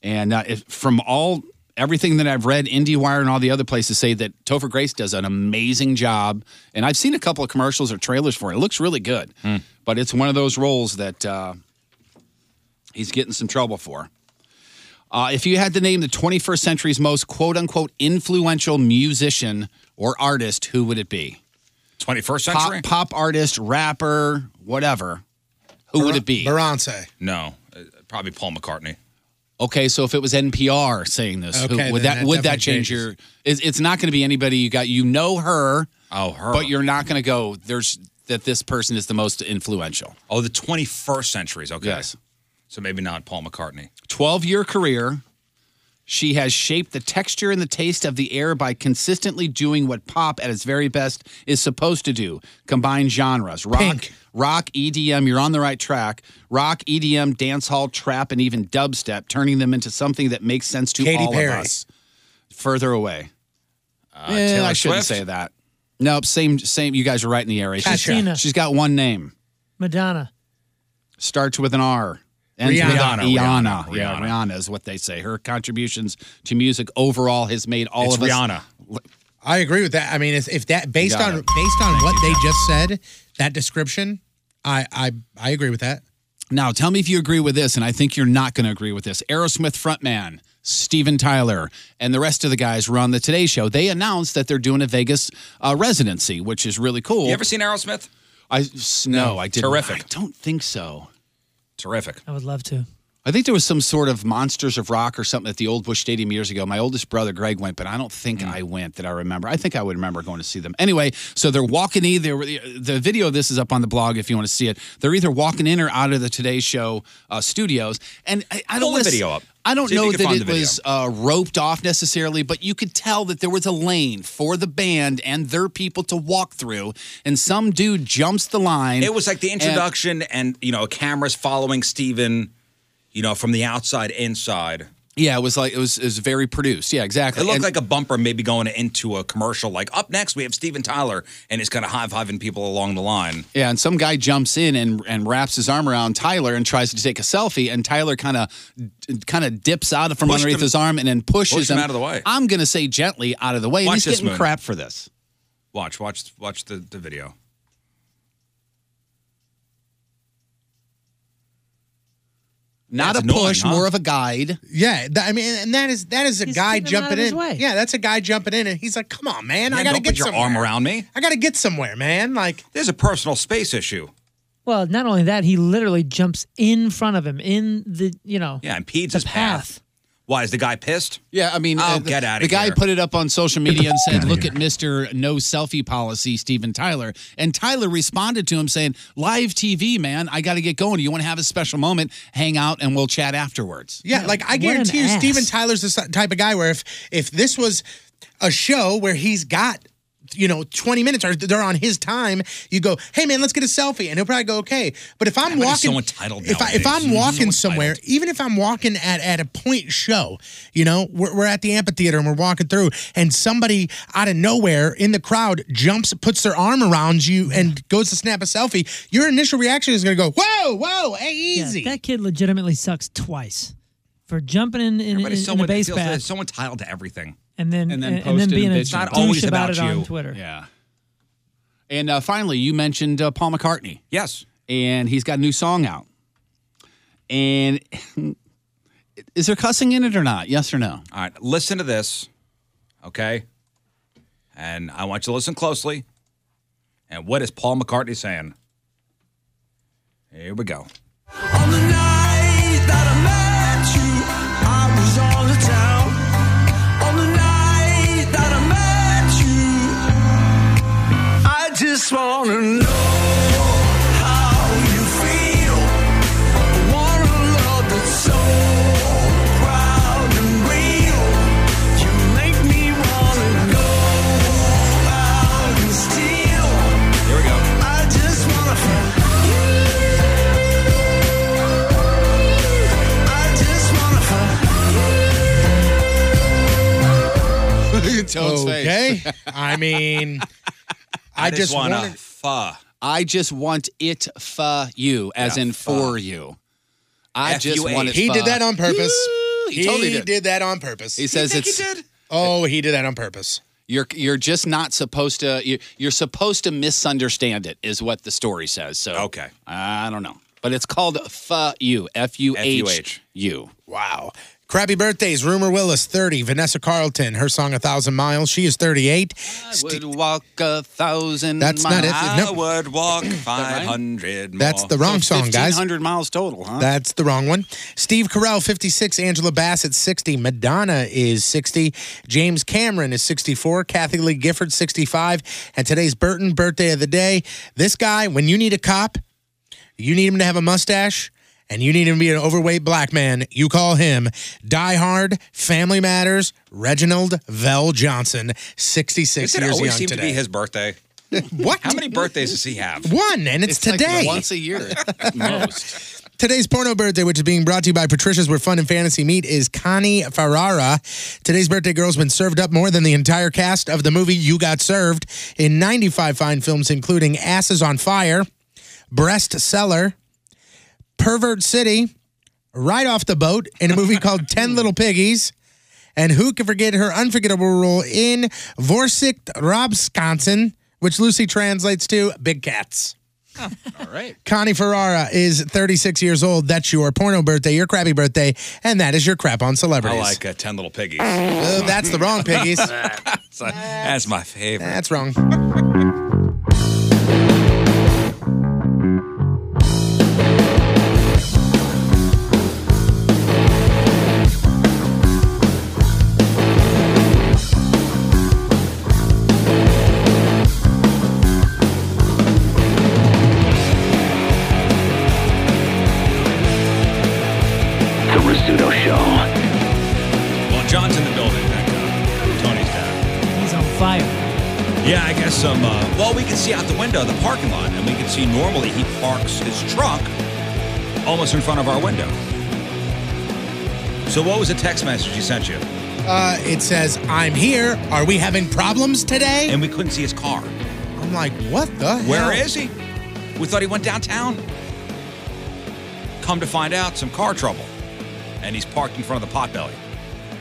And uh, if, from all everything that I've read, IndieWire and all the other places say that Topher Grace does an amazing job. And I've seen a couple of commercials or trailers for it. It looks really good,
Hmm.
but it's one of those roles that uh, he's getting some trouble for. Uh, if you had to name the 21st century's most quote unquote influential musician or artist, who would it be?
21st
Pop,
century?
pop artist, rapper, whatever. Who would it be?
Barance.
No, uh, probably Paul McCartney.
Okay, so if it was NPR saying this, who-
Okay,
would
then
that,
that
would that
definitely
change
changes.
your? It's, it's not going to be anybody you got. You know her,
Oh, her.
but you're not going to go. There's that this person is the most influential.
oh, the 21st century's okay.
Yes,
So maybe not Paul McCartney.
twelve year career. She has shaped the texture and the taste of the air by consistently doing what pop at its very best is supposed to do: combine genres, rock,
Pink.
rock, EDM. You're on the right track. Rock, EDM, dancehall, trap, and even dubstep, turning them into something that makes sense to
Katy
all
Perry.
of us. Further away.
Uh,
Eh,
Taylor
I shouldn't
Swift?
say that. Nope, same same. You guys are right in the area. She's-
Christina.
she's got one name.
Madonna.
Starts with an R. Ends with
Rihanna,
an
Rihanna,
Iana. Yeah, Rihanna is what they say. Her contributions to music overall has made all
It's
of us.
Rihanna. I agree with that. I mean, if, if that based
Got
on
it.
based on what they just said, that description, I I I agree with that.
Now, tell me if you agree with this, and I think you're not going to agree with this. Aerosmith frontman Steven Tyler and the rest of the guys were on the Today Show. They announced that they're doing a Vegas uh, residency, which is really cool.
You ever seen Aerosmith?
I s- no, I didn't.
Terrific.
I don't think so.
Terrific.
I would love to.
I think there was some sort of Monsters of Rock or something at the old Bush Stadium years ago. My oldest brother Greg went, but I don't
Hmm.
think I went that I remember. I think I would remember going to see them. Anyway, so they're walking in. They were, the video of this is up on the blog if you want to see it. They're either walking in or out of the Today Show uh, studios, and I, I don't
Pull the
wanna-
video up.
I don't
See if you
know
can
that
find
it
the video.
was uh, roped off necessarily, but you could tell that there was a lane for the band and their people to walk through. And some dude jumps the line.
It was like the
and-
introduction, and, you know, cameras following Steven, you know, from the outside inside.
yeah, it was like it was it was very produced. Yeah, exactly.
It looked
And-
like a bumper maybe going into a commercial. Like up next, we have Steven Tyler, and he's kind of high fiving people along the line.
Yeah, and some guy jumps in and, and wraps his arm around Tyler and tries to take a selfie, and Tyler kind of kind of dips out from
Pushed
underneath
him-
his arm and then pushes
pushed him out of the way.
I'm gonna say gently out of the way. and
Watch
he's
this,
getting
Moon.
crap for this.
Watch, watch, watch the, the video.
Not
That's
a
annoying,
push,
huh?
more of a guide.
Yeah, that, I mean, and that is that is a guy
keeping him out
jumping
of his
in.
way.
Yeah, that's a guy jumping in, and he's like, "Come on, man, I
Yeah,
gotta
don't
get
put your
somewhere.
arm around me.
I gotta get somewhere, man." Like,
There's a personal space issue.
Well, not only that, he literally jumps in front of him in the you know
Yeah, impedes his path. Why is the guy pissed?
Yeah, I mean,
oh,
uh,
get out
the
of here.
guy put it up on social media
[laughs]
and said, "Look at Mister No Selfie Policy, Steven Tyler." And Tyler responded to him saying, "Live TV, man, I got to get going. You want to have a special moment? Hang out, and we'll chat afterwards."
Yeah, like I
an
guarantee you,
ass.
Steven Tyler's the si- type of guy where if if this was a show where he's got you know 20 minutes or they're on his time you go hey man let's get a selfie and he'll probably go okay but if i'm
Everybody's
walking
so entitled
if, I,
nowadays.
if i'm
Mhm.
walking
So
somewhere even if i'm walking at, at a point show you know we're, we're at the amphitheater and we're walking through and somebody out of nowhere in the crowd jumps puts their arm around you and goes to snap a selfie your initial reaction is going to go whoa whoa E hey easy
that kid legitimately sucks twice for jumping in in, in,
Everybody's so
in the
en-
base
feels-
path
so entitled to everything.
and then and,
and then
and then
posted
being
and
a
bitched. Not
douche
always
about,
about
it on
you.
Twitter.
Yeah. And uh, finally, you mentioned uh, Paul McCartney.
Yes.
And he's got a new song out. And [laughs] is there cussing in it or not? Yes or no?
All right, listen to this, okay? And I want you to listen closely. And what is Paul McCartney saying? Here we go.
I just wanna know how you feel. Want a love that's so proud and real. You make me wanna go out and steal.
Here we go.
I just wanna I just wanna
Toad's
okay.
face. [laughs]
I mean, I,
I just
just
wanna-
wanted-
Fuh.
I just want it for you, as
Yeah,
in for
fuh.
you. I
F
just
you
want
ain't.
it.
He did
fuh
that on purpose.
you. [laughs] He totally did.
that on purpose.
He says it's.
Oh, he did that on purpose.
You're you're just not supposed to. You're, you're supposed to misunderstand it, is what the story says. So okay, I don't know, but it's called fuh you. F U H U.
Wow. Crappy birthdays. Rumor Willis, 30. Vanessa Carlton, her song A Thousand Miles. She is 38.
Would walk a thousand.
That's not it.
miles.
No.
I would walk 500
That's
more.
the wrong
So
song, guys.
1,500 miles total, huh?
That's the wrong one. Steve Carell, 56. Angela Bassett, 60. Madonna is 60. James Cameron is 64. Kathy Lee Gifford, 65. And today's Burton birthday of the day. This guy, when you need a cop, you need him to have a mustache, and you need him to be an overweight black man. You call him Die Hard, Family Matters, Reginald Vell Johnson, 66
Doesn't it
years
always
young
seem
today.
to be his birthday?
[laughs] what?
How many birthdays does he
[laughs]
have?
One, and it's, today.
once a year.
Today's porno birthday, which is being brought to you by Patricia's Where Fun and Fantasy Meet, is Connie Ferrara. Today's birthday girl's been served up more than the entire cast of the movie You Got Served in 95 fine films, including Asses on Fire, Breast Cellar, Pervert City, Right Off the Boat, in a movie called [laughs] 10 Little Piggies. And who can forget her unforgettable role in Vorsicht Robsconsin, which Lucy translates to Big Cats.
All right.
Connie Ferrara is 36 years old. That's your porno birthday, your crappy birthday, and that is your crap on
I
celebrities.
like uh, 10 Little Piggies.
Oh, that's the wrong piggies.
[laughs] that's, that's my favorite.
That's wrong.
The Rizzuto Show. Well, John's in the building. Thank God. Tony's down.
He's on fire.
Yeah, I guess some. Uh, well, we can see out the window of the parking lot, and we can see normally he parks his truck almost in front of our window. So, what was the text message he sent you?
Uh, it says, I'm here. Are we having problems today?
And we couldn't see his car.
I'm like, what the
Where
hell?
is he? We thought he went downtown. Come to find out, some car trouble. And he's parked in front of the potbelly.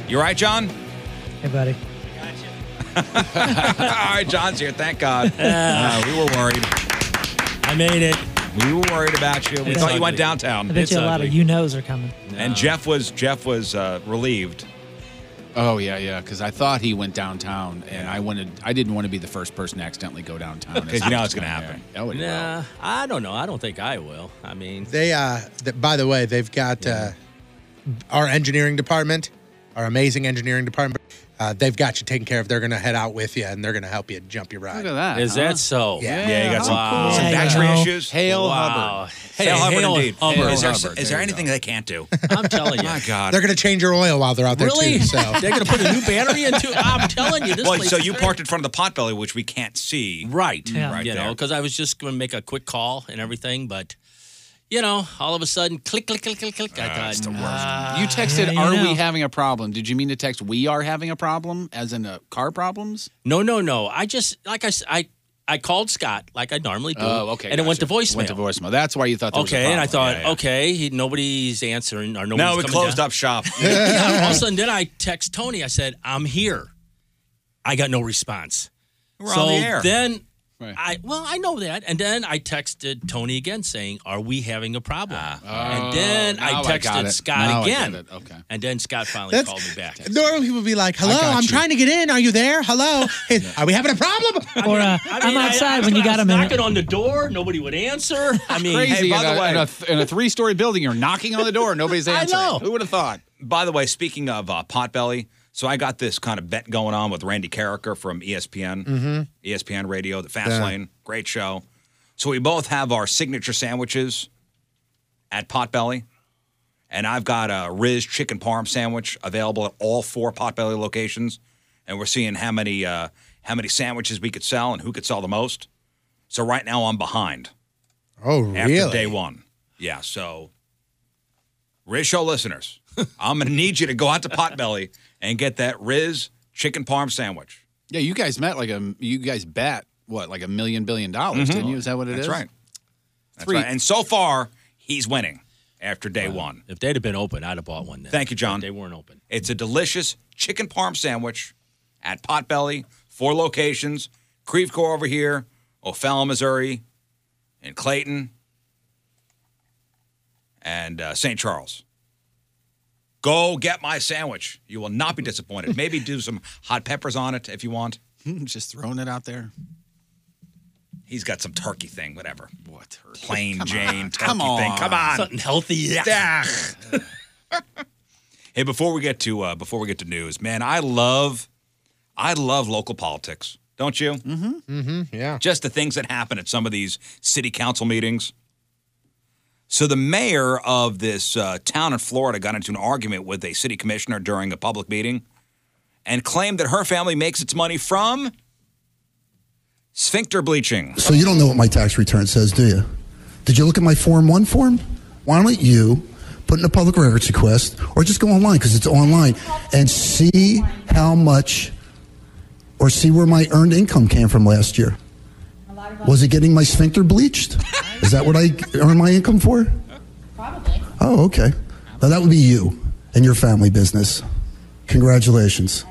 You right, John?
Hey, buddy.
All right, John's here. Thank God.
Yeah.
Uh, we were worried. I made it. We were worried about you. We
It's
thought you went
ugly.
downtown.
I bet you a lot of you knows are coming.
And Jeff was Jeff was uh, relieved.
Oh yeah, yeah. Because I thought he went downtown, and I wanted, I didn't want to be the first person to accidentally go downtown. as
'Cause you
I
know
was
it's gonna
going there.
happen.
Oh, it will.
Nah, I don't know. I don't think I will. I mean,
They uh th- by the way, they've got uh our engineering department, our amazing engineering department. Uh, they've got you taken care of. They're going to head out with you and they're going to help you jump your ride.
Look at that.
Is that so?
Yeah.
Yeah, you got some,
Wow.
some
Yeah,
battery
you know.
issues.
Hail Wow. Hubbard. Hey, hail Hubbard.
Is there,
Hubbard.
is
There
there
you
anything they can't do?
I'm telling you.
My God.
They're going to change your oil while they're out there
Really?
too. So [laughs]
[laughs] They're going to put a new battery into I'm telling you, this
well,
place
so
is
you
great.
parked in front of the potbelly, which we can't see. Right. Right
you
there.
know, because I was just going to make a quick call and everything, but you know, all of a sudden, click, click, click, click, click. I
Ah,
thought, it's the worst.
You texted, "Are we having a problem?" Did you mean to text, "We are having a problem," as in uh, car problems?
No, no, no. I just like I, s- I, I called Scott like I normally do.
Oh, okay.
And it went to
gotcha.
voicemail.
Went to voicemail. That's why you thought. There
okay,
was a
and I
problem.
thought, okay, he, nobody's answering or nobody's
no, we
coming
closed
down.
up
[laughs]
shop.
yeah, all of a sudden, then I text Tony. I said, "I'm here." I got no response.
We're
so
on the air.
then I well, I know that, and then I texted Tony again saying, "Are we having a problem?" and then
Ah.
I
Oh, now I
texted
got it.
Scott
Now I
again.
get it. Okay.
And then Scott finally
That's-
called me back.
normally people be like, "Hello,
got
I'm
you.
trying to get in. Are you there?
[laughs]
Hello, Hey, are we having a problem?"
[laughs] Or uh,
I
I'm
mean, I-
outside
I was
when you got a minute.
knocking on the door. Nobody
[laughs]
would answer. I mean,
Crazy.
oh, Hey, by
in,
the
a,
way-
in a th- in a three-story building, you're knocking on the door, and nobody's
[laughs] I
answering.
know.
Who would have thought?
By the way, speaking of uh, Potbelly, so I got this kind of bet going on with Randy Carricker from E ESPN,
Mhm.
ESPN Radio, the Fast
Yeah.
Lane, great show. So we both have our signature sandwiches at Potbelly, and I've got a Riz chicken parm sandwich available at all four Potbelly locations, and we're seeing how many uh, how many sandwiches we could sell and who could sell the most. So right now I'm behind
Oh,
after
really?
day one. Yeah, so Riz Show listeners, I'm gonna need you to go out to Potbelly and get that Riz chicken parm sandwich.
Yeah, you guys met like a. You guys bet what like a million billion dollars,
Mhm.
didn't you? Is that what it is?
That's right. That's
Three-
right. And so far, he's winning after day one.
If they'd have been open, I'd have bought one. Then.
Thank you, John.
They weren't open.
It's a delicious chicken parm sandwich at Potbelly, four locations: Creve Coeur over here, O'Fallon, Missouri, and Clayton, and uh, St. Charles. Go get my sandwich. You will not be disappointed. Maybe do some hot peppers on it if you want.
Hmm, Just throwing it out there.
He's got some turkey thing, whatever. What turkey? Plain Jane turkey
Come
thing.
on.
Come on,
Something healthy.
Yeah. hey, before we get to uh, before we get to news, man, I love, I love local politics. Don't you? Mm-hmm.
Mm-hmm. Yeah.
Just the things that happen at some of these city council meetings. So the mayor of this uh, town in Florida got into an argument with a city commissioner during a public meeting, and claimed that her family makes its money from sphincter bleaching.
So you don't know what my tax return says, do you? Did you look at my Form 1 form? Why don't you put in a public records request or just go online because it's online and see how much or see where my earned income came from last year? Was it getting my sphincter bleached? Is that what I earn my income for? Probably. Oh, okay. Now that would be you and your family business. Congratulations.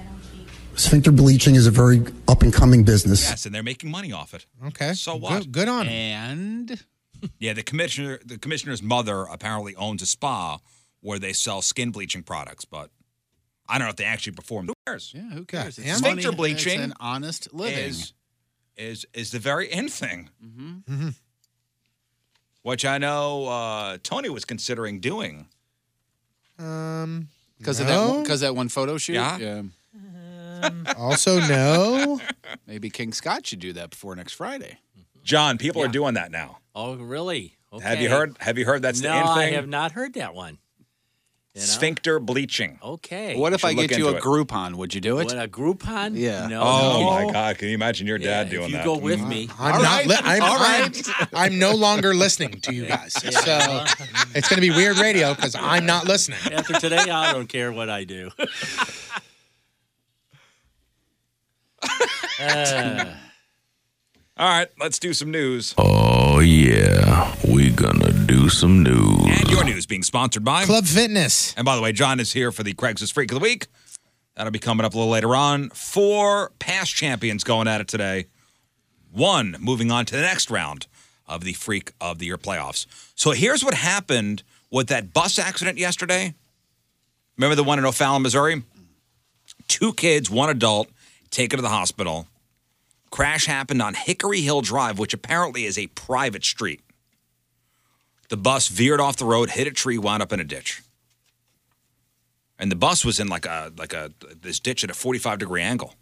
Sphincter bleaching is a very up and coming business.
Yes, and they're making money off it.
Okay.
So what?
Good, good on 'em.
And [laughs] yeah, the commissioner, the commissioner's mother apparently owns a spa where they sell skin bleaching products, but I don't know if they actually perform. Who cares? Yeah,
who cares?
Yeah, sphincter
money.
bleaching
It's an honest living.
is is is the very end thing, which I know uh, Tony was considering doing.
Um,
Because of
no.
that, because that one photo shoot.
Yeah.
also no.
Maybe King Scott should do that before next Friday.
John, people are doing that now.
Oh, really?
Have you
Mm-hmm. Okay.
heard? Have you heard? That's
no,
the end
I
thing.
have not heard that one.
Sphincter bleaching.
Okay.
What if
should
I
look
get you a
into it.
Groupon? Would you do it?
What a Groupon?
Yeah.
No.
Oh
no.
my God! Can you imagine your dad doing
you
that?
go with me.
I'm
All
not.
right.
Li- I'm,
All
I'm-
right.
I'm, no longer listening to you guys. So it's going to be weird radio because I'm not listening.
After today,
uh,
I don't care what I
[laughs]
do.
Uh. [laughs] All right, let's do some news.
Oh, yeah. We gonna do some news.
And your news being sponsored by
Club Fitness.
And by the way, John is here for the Craigslist Freak of the Week. That'll be coming up a little later on. Four past champions going at it today. One moving on to the next round of the Freak of the Year playoffs. So here's what happened with that bus accident yesterday. Remember the one in O'Fallon, Missouri? Two kids, one adult, taken to the hospital. Crash happened on Hickory Hill Drive, which apparently is a private street. The bus veered off the road, hit a tree, wound up in a ditch. And the bus was in like a like a this ditch at a 45 degree angle.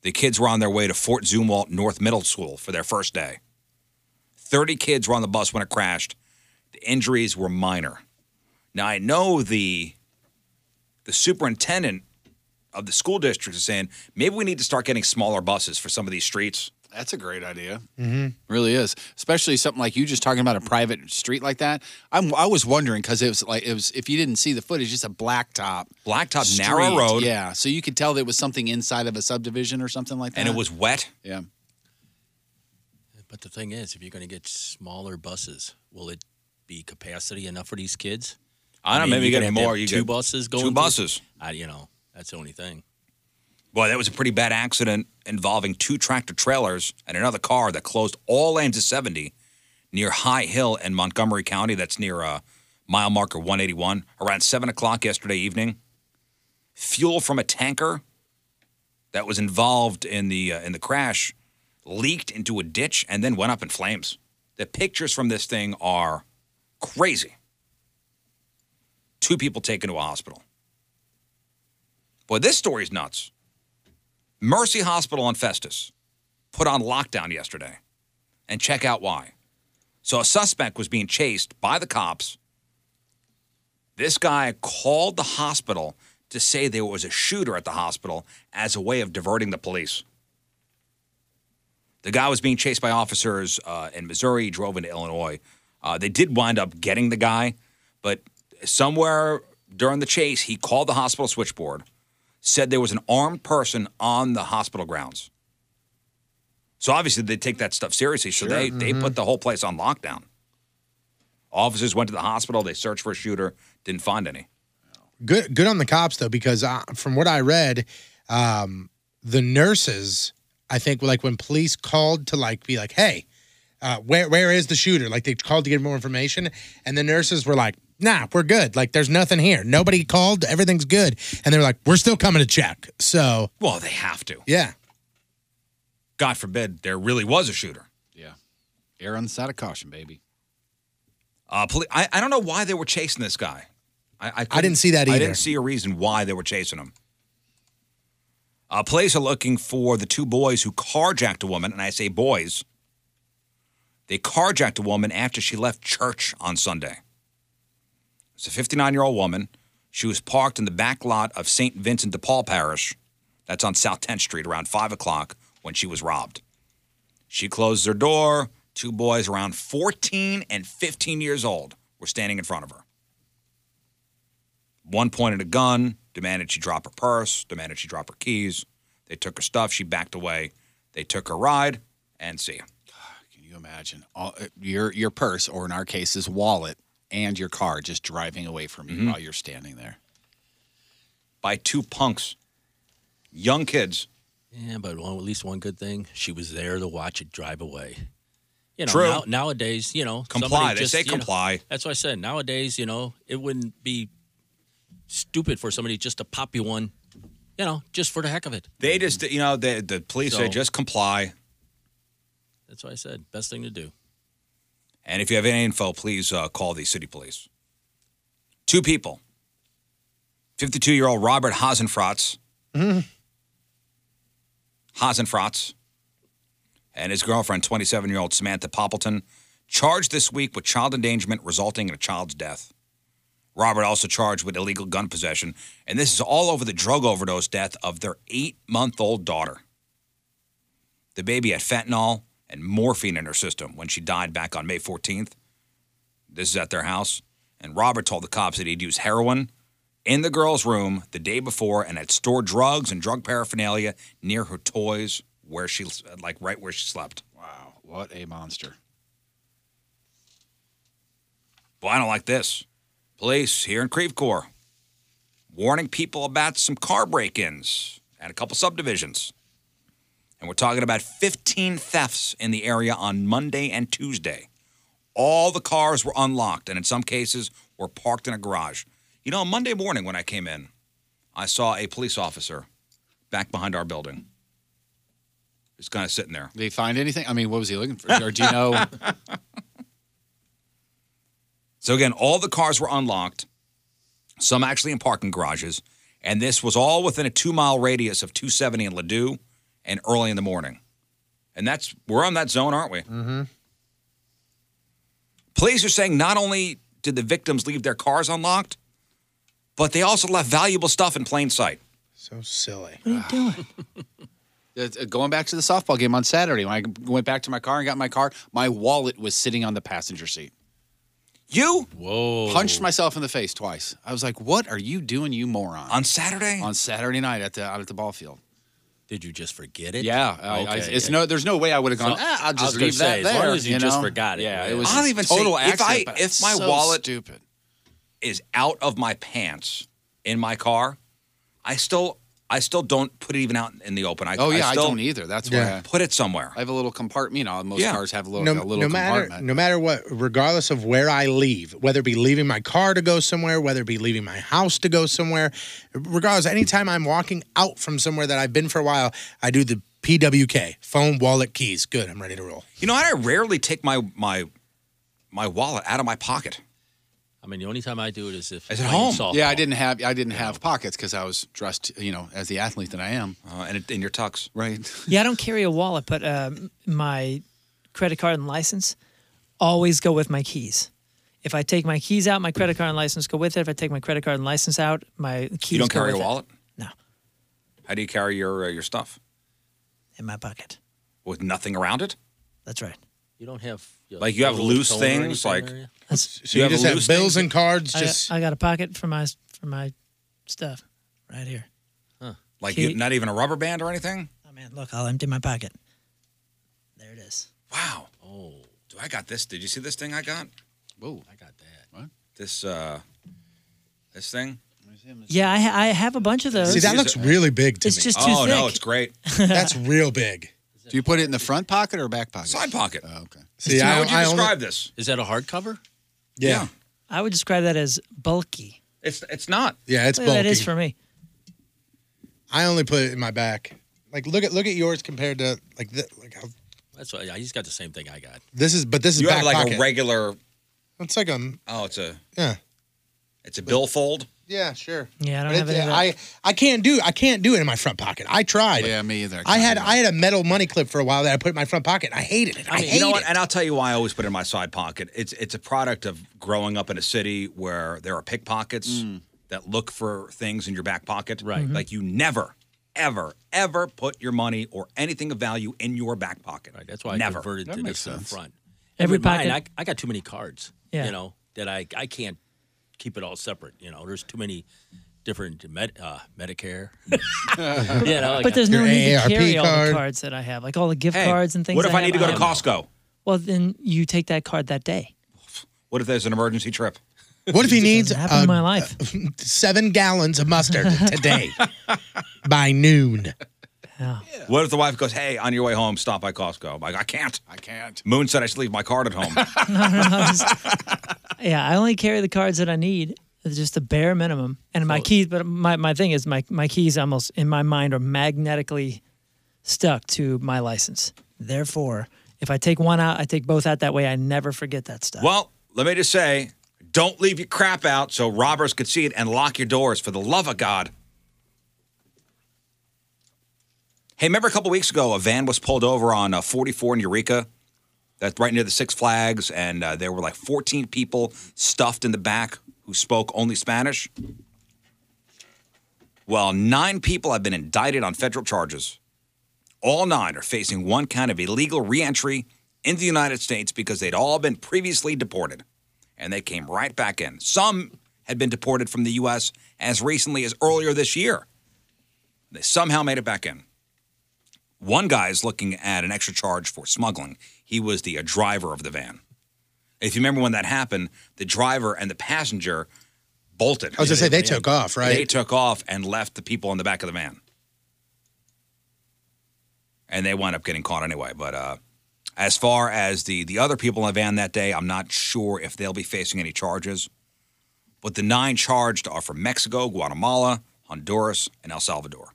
The kids were on their way to Fort Zumwalt North Middle School for their first day. 30 kids were on the bus when it crashed. The injuries were minor. Now I know the the superintendent of the school district is saying maybe we need to start getting smaller buses for some of these streets.
That's a great idea.
Mm-hmm.
Really is, especially something like you just talking about a private street like that. I'm, I was wondering because it was like it was if you didn't see the footage, just a blacktop,
blacktop
street.
narrow road.
Yeah, so you could tell there was something inside of a subdivision or something like that.
And it was wet.
Yeah.
But the thing is, if you're going to get smaller buses, will it be capacity enough for these kids?
I don't know,
you're
maybe you get
gonna have
more,
to have
you
two
get
buses
two
going. through-
buses.
I, you know, that's the only thing.
Well, that was a pretty bad accident involving two tractor trailers and another car that closed all lanes of 70 near High Hill in Montgomery County. That's near uh, mile marker 181. Around 7 o'clock yesterday evening, fuel from a tanker that was involved in the, uh, in the crash leaked into a ditch and then went up in flames. The pictures from this thing are crazy. Two people taken to a hospital. Boy, this story's nuts. Mercy Hospital on Festus put on lockdown yesterday. And check out why. So, a suspect was being chased by the cops. This guy called the hospital to say there was a shooter at the hospital as a way of diverting the police. The guy was being chased by officers uh, in Missouri, drove into Illinois. Uh, they did wind up getting the guy, but somewhere during the chase, he called the hospital switchboard said there was an armed person on the hospital grounds. So obviously they take that stuff seriously. So they, they put the whole place on lockdown. Officers went to the hospital. They searched for a shooter. Didn't find any.
Good, good on the cops though, because uh, from what I read, um, the nurses, I think, like when police called to like be like, "Hey, uh, where where is the shooter?" Like they called to get more information, and the nurses were like, "Nah, we're good. Like there's nothing here. Nobody called. Everything's good." And they were like, "We're still coming to check." So
Well, they have to.
yeah,
God forbid there really was a shooter.
Err on the side of caution, baby.
Uh, poli- I, I don't know why they were chasing this guy. I, I, couldn't-
didn't see that
I
either.
didn't see a reason why they were chasing him. Uh, police are looking for the two boys who carjacked a woman, and I say boys. They carjacked a woman after she left church on Sunday. It's a 59 year old woman. She was parked in the back lot of St. Vincent de Paul Parish, that's on South 10th Street, around 5 o'clock when she was robbed. She closed her door. Two boys around 14 and 15 years old were standing in front of her. One pointed a gun, demanded she drop her purse, demanded she drop her keys. They took her stuff. She backed away. They took her ride and see ya.
Can you imagine all, your your purse, or in our case, this wallet and your car, just driving away from you while you're standing there?
Mm-hmm. by two punks, young kids.
Yeah, but well, at least one good thing, she was there to watch it drive away. You know,
True.
now- nowadays, you know, somebody
Comply. They
just,
say
you know-
comply.
that's what I said. Nowadays, you know, it wouldn't be stupid for somebody just to pop you one, you know, just for the heck of it.
They just, you know, the the police
So-
say just comply.
That's what I said. Best thing to do.
And if you have any info, please uh, call the city police. Two people. 52 year old Robert Hasenfratz. Hasenfratz and his girlfriend, 27 year old Samantha Poppleton, charged this week with child endangerment resulting in a child's death. Robert also charged with illegal gun possession, and this is all over the drug overdose death of their eight month old daughter. The baby had fentanyl and morphine in her system when she died back on May 14th. This is at their house, and Robert told the cops that he'd used heroin in the girl's room the day before and had stored drugs and drug paraphernalia near her toys where she like right where she slept. Wow,
what a monster.
Well, I don't like this. Police here in Creve Coeur warning people about some car break ins at a couple subdivisions. And we're talking about 15 thefts in the area on Monday and Tuesday. All the cars were unlocked and in some cases were parked in a garage. You know, Monday morning when I came in, I saw a police officer back behind our building. Just kind of sitting there.
Did he find anything? I mean, what was he looking for? Or do you know?
[laughs] So again, all the cars were unlocked, some actually in parking garages, and this was all within a two mile radius of 270 and Ladue and early in the morning. And that's we're on that zone, aren't we?
Mm-hmm.
Police are saying not only did the victims leave their cars unlocked, but they also left valuable stuff in plain sight.
So silly.
What are you doing? uh, Going back to the softball game on Saturday, when I went back to my car and got in my car, my wallet was sitting on the passenger seat.
You?
Whoa.
Punched myself in the face twice. I was like, what are you doing, you moron?
On Saturday?
On Saturday night at the out at the ball field.
Did you just forget it?
Yeah. I- I-
Okay,
it's
yeah.
no there's no way I would have
So-
gone, ah, I'll
I was
just
gonna
leave
say,
that
as long
there.
as you
you
just
know?
forgot it.
Yeah,
Yeah.
it was
I'll even say,
total
if I
accident, but
if my
so
wallet
stupid.
is out of my pants in my car, I still I still don't put it even out in the open. I,
Oh, yeah, I
still
don't either. That's
yeah.
why I-
put it somewhere.
I have a little compartment. You know, most
Yeah.
cars have a little,
No-
a little
no
matter-
compartment.
no matter what, regardless of where I leave, whether it be leaving my car to go somewhere, whether it be leaving my house to go somewhere, regardless, anytime I'm walking out from somewhere that I've been for a while, I do the PWK phone, wallet, keys. Good, I'm ready to roll.
You know, I rarely take my my my wallet out of my pocket.
I mean, the only time I do it is if
Is
playing softball.
Yeah, I didn't have I didn't have pockets because I was dressed, you know, as the athlete that I am.
Uh, and in your tux, [laughs]
right?
Yeah, I don't carry a wallet, but uh, my credit card and license always go with my keys. If I take my keys out, my credit card and license go with it. If I take my credit card and license out, my keys.
you don't
go
carry a
with it.
wallet.
No.
How do you carry your uh, your stuff?
In my pocket.
With nothing around it.
That's right.
You don't have
Like you have
little
loose
toner or
things,
anything,
like [laughs]
or-
That's-
So you,
have
just have
loose
bills
things?
and cards.
I,
Just
I got a pocket for my for my stuff right here.
like
Key.
you, not even a rubber band or anything.
Oh man, look, I'll empty my pocket. There it is.
Wow. Oh, do I got this? Did you see this thing I got?
Whoa,
I got
that. What?
This uh, this thing.
Yeah, I, ha- I have a bunch of those.
see, that looks really big to
It's
me.
just too
oh no,
thick.
it's great.
That's real big.
Do you put it in the front pocket or back pocket?
Side pocket. Oh,
okay.
See, I, I only-
this?
Is that a hardcover?
Yeah.
I would describe that as bulky.
It's it's
[laughs]
not. [laughs]
Yeah, it's
Well,
bulky.
That is for me.
I only put it in my back. Like look at look at yours compared to like th- like how
That's what, yeah, he's got the same thing I got.
this is, but this is
you
back
have like
pocket.
a regular.
It's like a
Oh, it's a
yeah.
it's a billfold.
Yeah, sure.
Yeah, I
But it- I I can't do I can't do it in my front pocket. I tried.
Yeah, me either.
I had I had a metal money clip for a while that I put in my front pocket. I hated it. I
you
hated
know what?
it.
And I'll tell you why I always put it in my side pocket. It's it's a product of growing up in a city where there are pickpockets that look for things in your back pocket. Right.
Mm-hmm.
Like you never, ever, ever put your money or anything of value in your back pocket. Right.
That's why I
never.
converted to this in front. And
Every
with mine,
pocket-
I, I got too many cards.
Yeah.
You know, that I I can't keep it all separate. You know, there's too many different med, uh, Medicare. [laughs] you know,
but there's no need to carry all the cards that I have, like all the gift
Hey,
cards and things.
What if
I,
I, need
have,
to go to
have-
Costco?
Well, then you take that card that day.
What if there's an emergency trip?
What if he needs
happened in my life.
[laughs] seven gallons of mustard
[laughs]
today by noon?
What if the wife goes, "Hey, on your way home, stop by Costco." I'm like, I can't. I can't. Moon said I should leave my card at [laughs] home.
No, [laughs] no, no, just- yeah, I only carry the cards that I need, just the bare minimum. And my keys, but my, my thing is, my, my keys almost in my mind are magnetically stuck to my license. Therefore, if I take one out, I take both out. That way, I never forget that stuff.
well, let me just say, don't leave your crap out so robbers could see it and lock your doors for the love of God. Hey, remember a couple weeks ago, a van was pulled over on uh, 44 in Eureka? That's right near the Six Flags, and uh, there were like 14 people stuffed in the back who spoke only Spanish. Well, nine people have been indicted on federal charges. All nine are facing one count of illegal reentry into the United States because they'd all been previously deported, and they came right back in. Some had been deported from the U.S. as recently as earlier this year. They somehow made it back in. One guy is looking at an extra charge for smuggling. He was the uh, driver of the van. If you remember when that happened, the driver and the passenger bolted.
I was gonna say, they took off, right?
They took off and left the people in the back of the van. And they wound up getting caught anyway. But uh, as far as the, the other people in the van that day, I'm not sure if they'll be facing any charges. But the nine charged are from Mexico, Guatemala, Honduras, and El Salvador.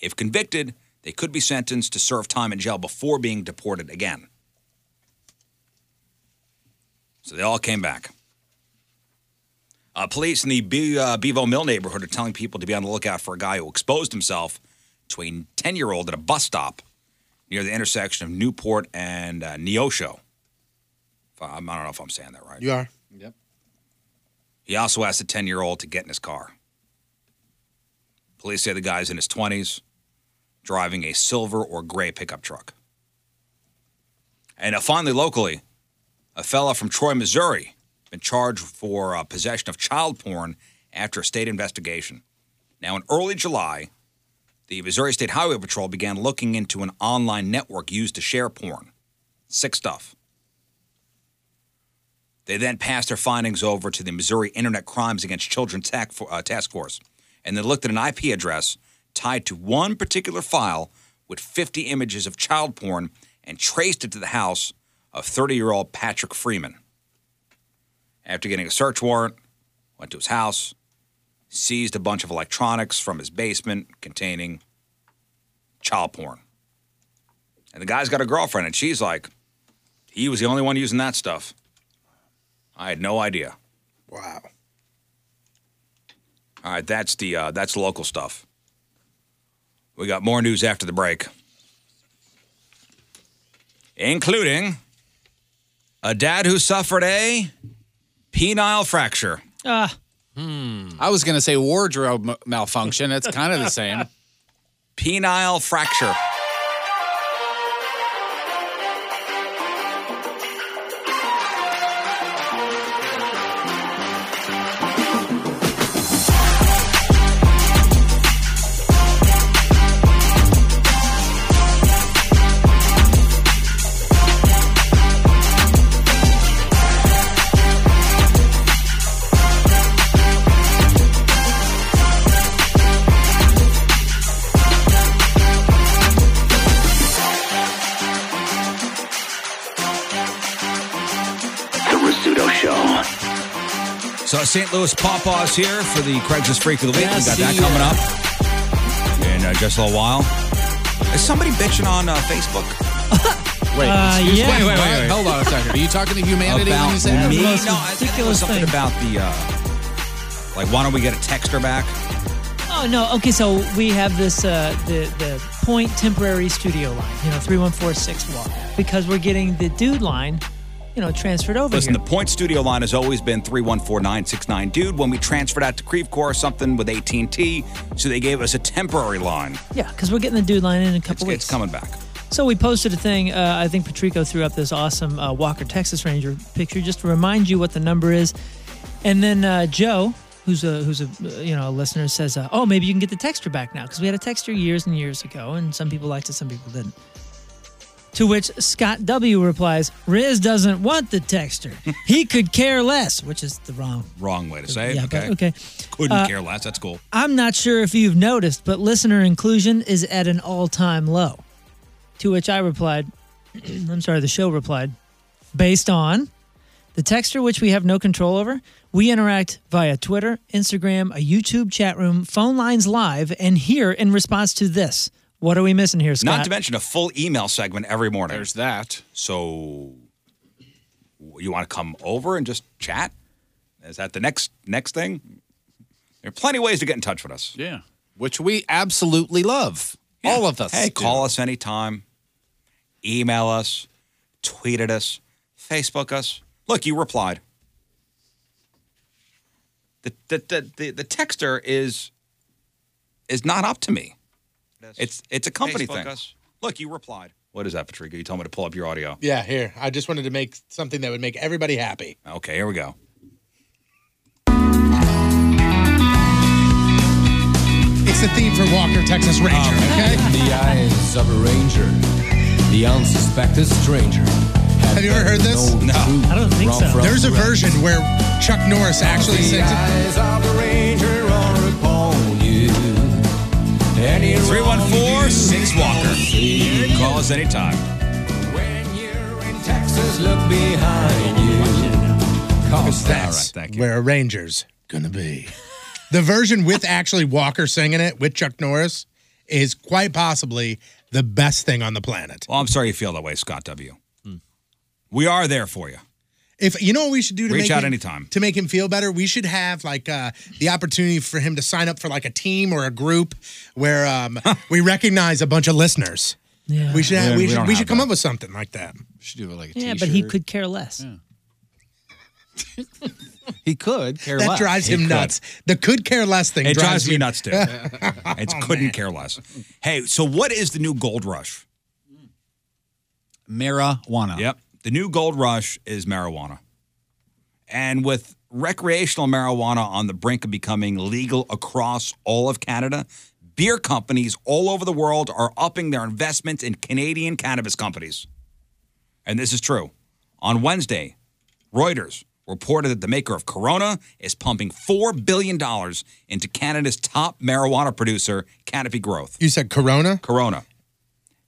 If convicted, they could be sentenced to serve time in jail before being deported again. So they all came back. Uh, police in the B- uh, Bevo Mill neighborhood are telling people to be on the lookout for a guy who exposed himself to a 10 year old at a bus stop near the intersection of Newport and uh, Neosho. If I, I don't know if I'm saying that right.
You are.
He also asked the 10 year old to get in his car. Police say the guy's in his 20s, driving a silver or gray pickup truck. And uh, finally, locally, a fella from Troy, Missouri, been charged for uh, possession of child porn after a state investigation. Now, in early July, the Missouri State Highway Patrol began looking into an online network used to share porn. Sick stuff. They then passed their findings over to the Missouri Internet Crimes Against Children Tac- uh, Task Force, and they looked at an IP address tied to one particular file with 50 images of child porn and traced it to the house of 30 year old Patrick Freeman. After getting a search warrant, went to his house, seized a bunch of electronics from his basement containing child porn. And the guy's got a girlfriend, and she's like, he was the only one using that stuff. I had no idea. Wow. All right, that's the uh, that's local stuff. We got more news after the break, including a dad who suffered a penile fracture.
Ah,
Hmm. I was going to say wardrobe m- malfunction. It's kind of the same.
[laughs] Penile fracture.
The Rizzuto Show.
So St. Louis Pawpaws here for the Craigslist Freak of the Week. we got that
Yes,
coming up in uh, just a little while. Is somebody bitching on uh, Facebook?
[laughs] Wait,
Uh,
excuse-
yeah.
wait, wait, wait, wait. Hold on a second. Are you talking to humanity
about
when you say
me?
that?
No, I think it was something about the uh, like. Why don't we get a texter back?
Oh no. Okay, so we have this uh, the the point temporary studio line. You know, three one four six walk because we're getting the dude line. You know, transferred over.
Listen,
here.
the point studio line has always been 314-969 dude. When we transferred out to Crevecore, something with AT and T, so they gave us a temporary line.
yeah, because we're getting the dude line in a couple
It's
weeks.
coming back.
So we posted a thing. Uh, I think Patrico threw up this awesome uh, Walker Texas Ranger picture just to remind you what the number is. And then uh, Joe, who's a who's a uh, you know a listener, says, uh, "Oh, maybe you can get the texture back now because we had a texture years and years ago, and some people liked it, some people didn't." To which Scott W replies, "Riz doesn't want the texture. He could care less," which is the wrong
Wrong way to say it.
Yeah, but-
okay.
okay.
Couldn't
Uh,
care less. That's cool.
I'm not sure if you've noticed, but listener inclusion is at an all time low. To which I replied, [clears throat] I'm sorry, the show replied, based on the texture which we have no control over, we interact via Twitter, Instagram, a YouTube chat room, phone lines live, and here in response to this. What are we missing here, Scott?
Not to mention a full email segment every morning. There's that. So you want to come over and just chat? Is that the next next thing? There are plenty of ways to get in touch with us. Yeah. Which we absolutely love. All of us. Hey, call us anytime. Email us. Tweet at us. Facebook us. Look, you replied. The the the, the, the texter is is not up to me. It's it's a company
Facebook
thing.
us.
Look, you replied. What is that, Patrico? You told me to pull up your audio.
Yeah, here. I just wanted to make something that would make everybody happy.
Okay, here we go.
It's the theme for Walker Texas Ranger. Okay.
the eyes of a ranger, the unsuspected stranger. Have
you ever heard this?
I don't think so.
There's a version where Chuck Norris actually
the
sings it.
eyes of a ranger are upon you. Any wrong you
314-6 Walker. Call us anytime.
do in Texas, look behind you. Cause
That's where a ranger's gonna be. the version with actually Walker singing it with Chuck Norris is quite possibly the best thing on the planet.
Well, I'm sorry you feel that way, Scott W. We are there for you.
If you know what we should do to
Reach
make
out
him,
anytime.
to make him feel better, we should have like uh, the opportunity for him to sign up for like a team or a group where um, we recognize a bunch of listeners. We should have,
Yeah,
we,
we
should
don't
we
have
should come up with something like that.
Should do it like a
yeah, but he
t-shirt.
could care less.
He could. Care
that
less.
drives
He
him
could.
nuts. The could care less thing
It
drives,
drives me
you
[laughs]
nuts, too. [laughs] It couldn't care less. Hey, so what is the new gold rush? Marijuana. Yep. The new gold rush is marijuana. And with recreational marijuana on the brink of becoming legal across all of Canada, beer companies all over the world are upping their investments in Canadian cannabis companies. And this is true. On Wednesday, Reuters reported that the maker of Corona is pumping $4 billion into Canada's top marijuana producer, Canopy Growth.
You said Corona?
Corona.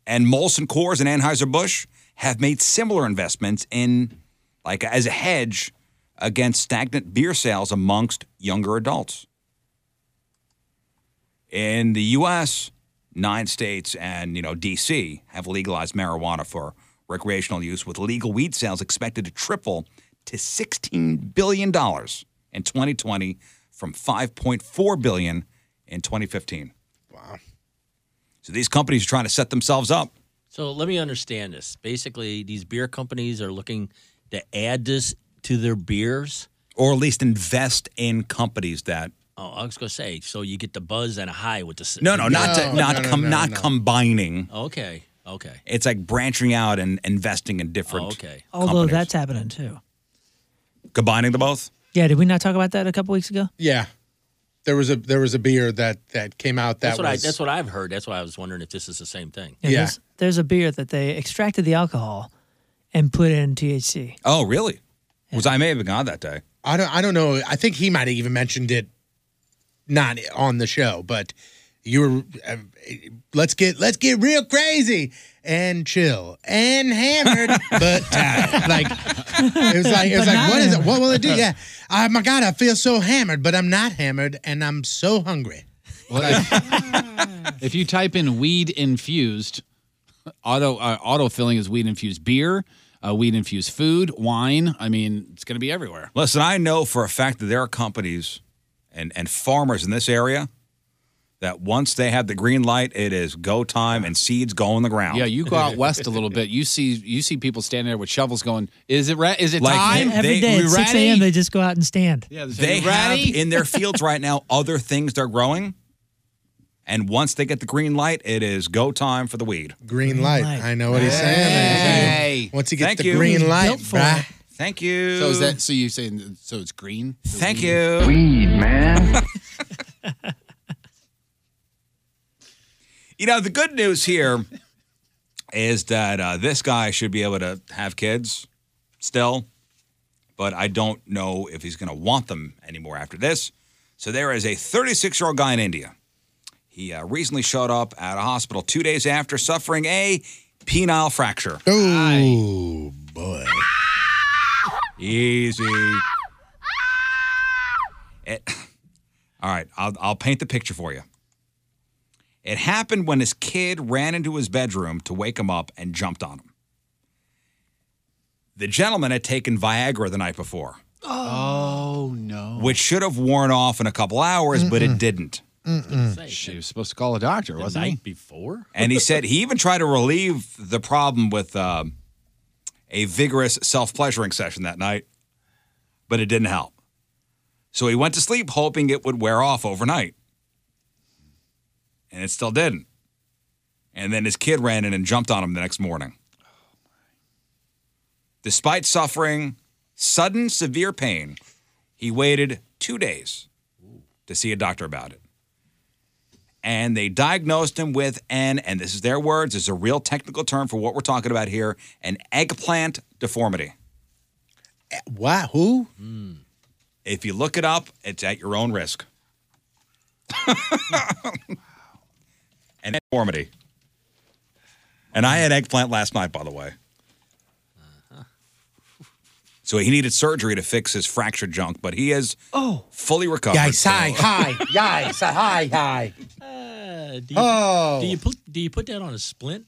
And Molson Coors and Anheuser-Busch have made similar investments in, like, as a hedge against stagnant beer sales amongst younger adults. In the U.S., nine states and, you know, D.C. have legalized marijuana for recreational use, with legal weed sales expected to triple to $16 billion in 2020 from $5.4 billion in 2015. Wow. So these companies are trying to set themselves up.
So let me understand this. Basically, these beer companies are looking to add this to their beers.
Or at least invest in companies that.
Oh, I was gonna say, so you get the buzz and a high with the.
No, no, not to, not com- not combining.
Okay, okay.
It's like branching out and investing in
Oh,
different. okay.
Although that's happening too.
Combining the both.
Yeah, did we not talk about that a couple weeks ago?
Yeah. There was a there was a beer that that came out that
That's what
was
I. That's what I've heard. That's why I was wondering if this is the same thing.
Yeah.
There's, there's a beer that they extracted the alcohol and put in THC.
Oh, really? Was I may have been gone that day?
I don't I don't know. I think he might have even mentioned it not on the show, but you were uh, let's get let's get real crazy and chill and hammered
[laughs]
but tired. like it was like it was like
But not
what is it what will it do
hammered.
yeah oh my god i feel so hammered but i'm not hammered and i'm so hungry
Well, if, if you type in weed infused, auto uh, auto filling is weed infused beer, uh, weed infused food, wine. I mean, it's going to be everywhere.
Listen, I know for a fact that there are companies and, and farmers in this area that once they have the green light, it is go time and seeds go in the ground.
Yeah, you go out west a little bit. You see, you see people standing there with shovels, going, "Is it re- is it
Like,
time?
Every day at 6 a.m., they just go out and stand.
Yeah,
They have in their fields right now other things they're growing, And once they get the green light, it is go time for the weed.
Green light. I know what he's saying.
Hey.
Once he gets
Thank
the
you.
green
He's
light,
built for
bruh.
it. Thank you.
So is that? So you saying? So it's green? The
Thank
weed?
you.
[laughs]
you know, the good news here is that uh, this guy should be able to have kids still, but I don't know if he's going to want them anymore after this. So there is a 36 year old guy in India. He uh, recently showed up at a hospital two days after suffering a penile fracture.
Oh, boy.
Easy. It- [coughs] all right, I'll, I'll paint the picture for you. It happened when his kid ran into his bedroom to wake him up and jumped on him. The gentleman had taken Viagra the night before,
Oh, no.
which should have worn off in a couple hours, but it didn't.
She was supposed to call a doctor, wasn't
night
before?
[laughs] And he said he even tried to relieve the problem with um a vigorous self pleasuring session that night, but it didn't help. So he went to sleep hoping it would wear off overnight. And it still didn't. And then his kid ran in and jumped on him the next morning. Despite suffering sudden severe pain, he waited two days to see a doctor about it and they diagnosed him with an, and this is their words, this is a real technical term for what we're talking about here, an eggplant deformity.
Wow. Who?
If you look it up, it's at your own risk. [laughs] an deformity. And I had eggplant last night, by the way.
Uh-huh.
So he needed surgery to fix his fractured junk, but he is
Oh.
fully recovered.
Yikes,
so-
hi, hi. Yikes, hi, hi.
[laughs] Uh, do you,
Oh.
do you put do you put that on a splint?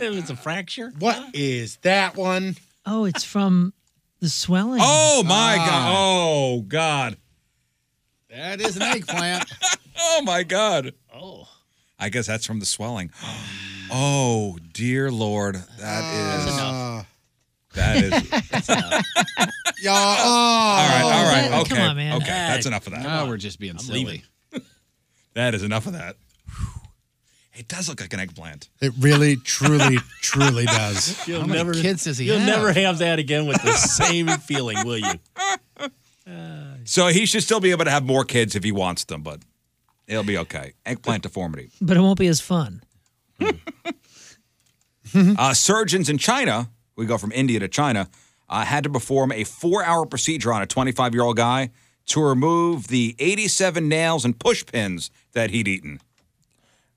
it was a fracture.
What is that one?
Oh, it's from the swelling.
Oh my
Ah.
god. [laughs] Oh god.
That is
[laughs]
an eggplant.
oh my god.
Oh.
I guess that's from the swelling. oh dear lord. That is
enough.
that is
Y'all. Oh.
all right, all right,
man,
okay.
come on, man.
Okay, that's enough of that.
No, we're just being silly.
[laughs] That is enough of that. It does look like an
[laughs]
eggplant.
It really, truly, truly does.
You'll
How many kids does he
You'll
have?
never have that again with the same feeling, will you?
So he should still be able to have more kids if he wants them, but it'll be okay. Eggplant deformity.
But it won't be as fun.
uh, surgeons in China, we go from India to China, uh, had to perform a four hour procedure on a 25 year old guy to remove the 87 nails and push pins that he'd eaten.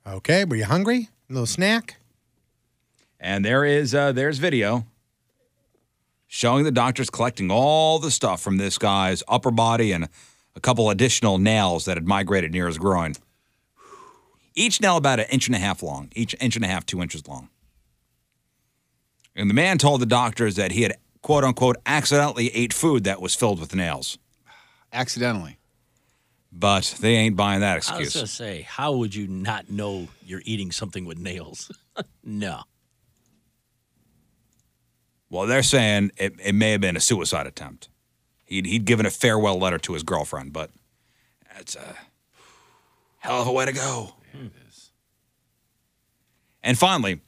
Okay, were you hungry? A little snack?
And there is uh, there's video showing the doctors collecting all the stuff from this guy's upper body and a couple additional nails that had migrated near his groin. Each nail about an inch and a half long, each inch and a half, two inches long. And the man told the doctors that he had quote unquote accidentally ate food that was filled with nails.
Accidentally.
But they ain't buying that
I was
excuse.
gonna say, how would you not know you're eating something with nails? [laughs] no.
Well, they're saying it, it may have been a suicide attempt. He'd, he'd given a farewell letter to his girlfriend, but that's uh, a hell of a way to go. And finally,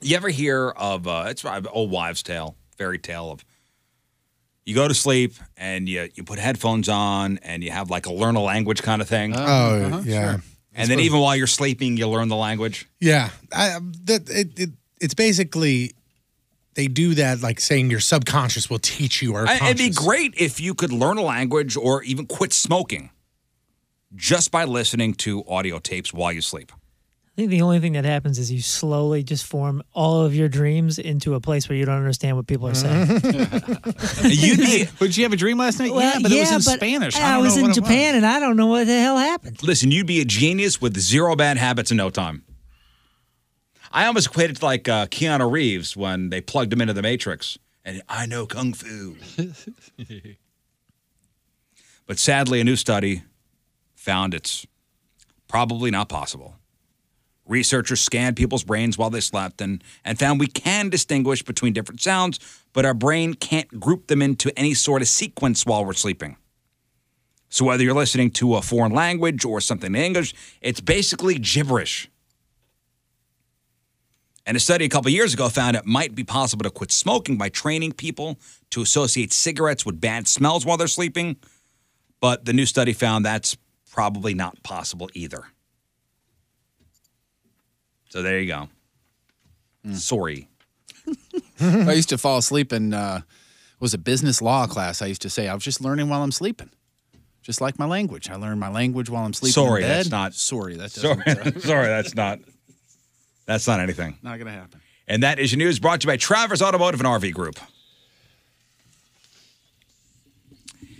you ever hear of uh, it's an old wives' tale, fairy tale of you go to sleep and you you put headphones on and you have like a learn a language kind of thing.
Oh, yeah.
And then even while you're sleeping, you learn the language.
Yeah, I, that it, it it's basically they do that like saying your subconscious will teach you or
I- it'd be
conscious.
great if you could learn a language or even quit smoking just by listening to audio tapes while you sleep.
I think the only thing that happens is you slowly just form all of your dreams into a place where you don't understand what people are saying.
[laughs] You'd
[laughs]
be.
Did you have a dream last night? yeah, but it was in Spanish.
I,
don't
was
know
in
what it
Japan and I don't know what the hell happened.
Listen, you'd be a genius with zero bad habits in no time. I almost equated it to like uh, Keanu Reeves when they plugged him into the Matrix, and I know
[laughs]
kung fu. but sadly, a new study found it's probably not possible. Researchers scanned people's brains while they slept and, and found we can distinguish between different sounds, but our brain can't group them into any sort of sequence while we're sleeping. So whether you're listening to a foreign language or something in English, it's basically gibberish. And a study a couple years ago found it might be possible to quit smoking by training people to associate cigarettes with bad smells while they're sleeping, but the new study found that's probably not possible either. So there you go. Sorry.
Mm. [laughs] I used to fall asleep in uh, was a business law class. I used to say I was just learning while I'm sleeping, just like my language. I learn my language while I'm sleeping.
Sorry,
in bed.
that's not.
Sorry, that doesn't.
Sorry, [laughs] sorry, that's not. That's not anything.
Not gonna happen.
And that is your news brought to you by Travers Automotive and RV Group.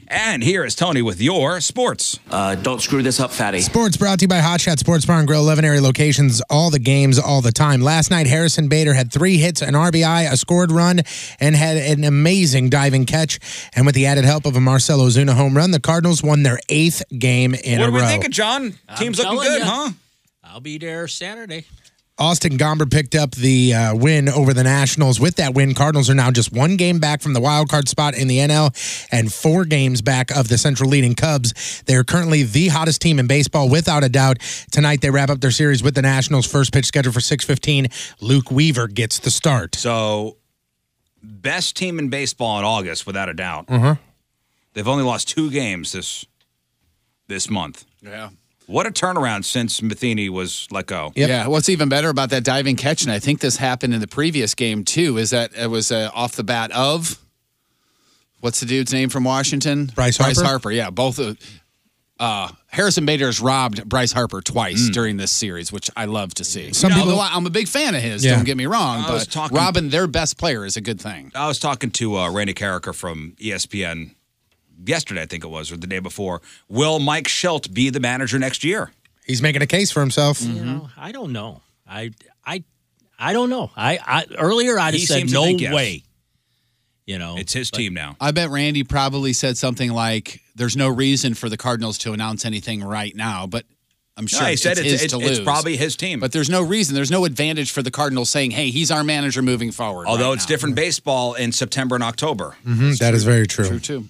And here is Tony with your sports.
Uh, don't screw this up, fatty.
Sports brought to you by Hot Shot Sports Bar and Grill, 11 area locations, all the games, all the time. Last night, Harrison Bader had three hits, an RBI, a scored run, and had an amazing diving catch. And with the added help of a Marcelo Zuna home run, the Cardinals won their eighth game in
what
a
are we
row.
thinking, John?
I'm
Team's looking
telling ya.
good, huh?
I'll be there Saturday.
Austin Gomber picked up the uh, win over the Nationals. With that win, Cardinals are now just one game back from the wild card spot in the NL and four games back of the Central leading Cubs. They are currently the hottest team in baseball, without a doubt. Tonight they wrap up their series with the Nationals. First pitch scheduled for six fifteen. Luke Weaver gets the start.
So, best team in baseball in August, without a doubt.
Uh-huh.
They've only lost two games this this month.
Yeah.
What a turnaround since Matheny was let go.
Yeah. What's even better about that diving catch, and I think this happened in the previous game too, is that it was uh, off the bat of what's the dude's name from Washington?
Bryce Harper?
Harper. Yeah. Both. Uh, uh, Harrison Bader's robbed Bryce Harper twice during this series, which I love to see.
Some
Now,
people-
although I- I'm a big fan of his.
Yeah.
Don't get me wrong,
I was
but
talking-
robbing their best player is a good thing.
I was talking to uh, Randy Carricker from E ESPN yesterday, I think it was, or the day before. Will Mike Schelt be the manager next year?
He's making a case for himself.
I don't know. I I I don't know. I, I earlier I
He
just said
seems to
no
think yes.
way. You know,
it's his team now.
I bet Randy probably said something like, "There's no reason for the Cardinals to announce anything right now," but I'm
No,
sure
he
it's,
said
it's
it's-
his
it's-
to
it's
lose.
probably his team.
But there's no reason. There's no advantage for the Cardinals saying, "Hey, he's our manager moving forward."
Although it's different baseball in September and October.
Mhm, that is very true.
too.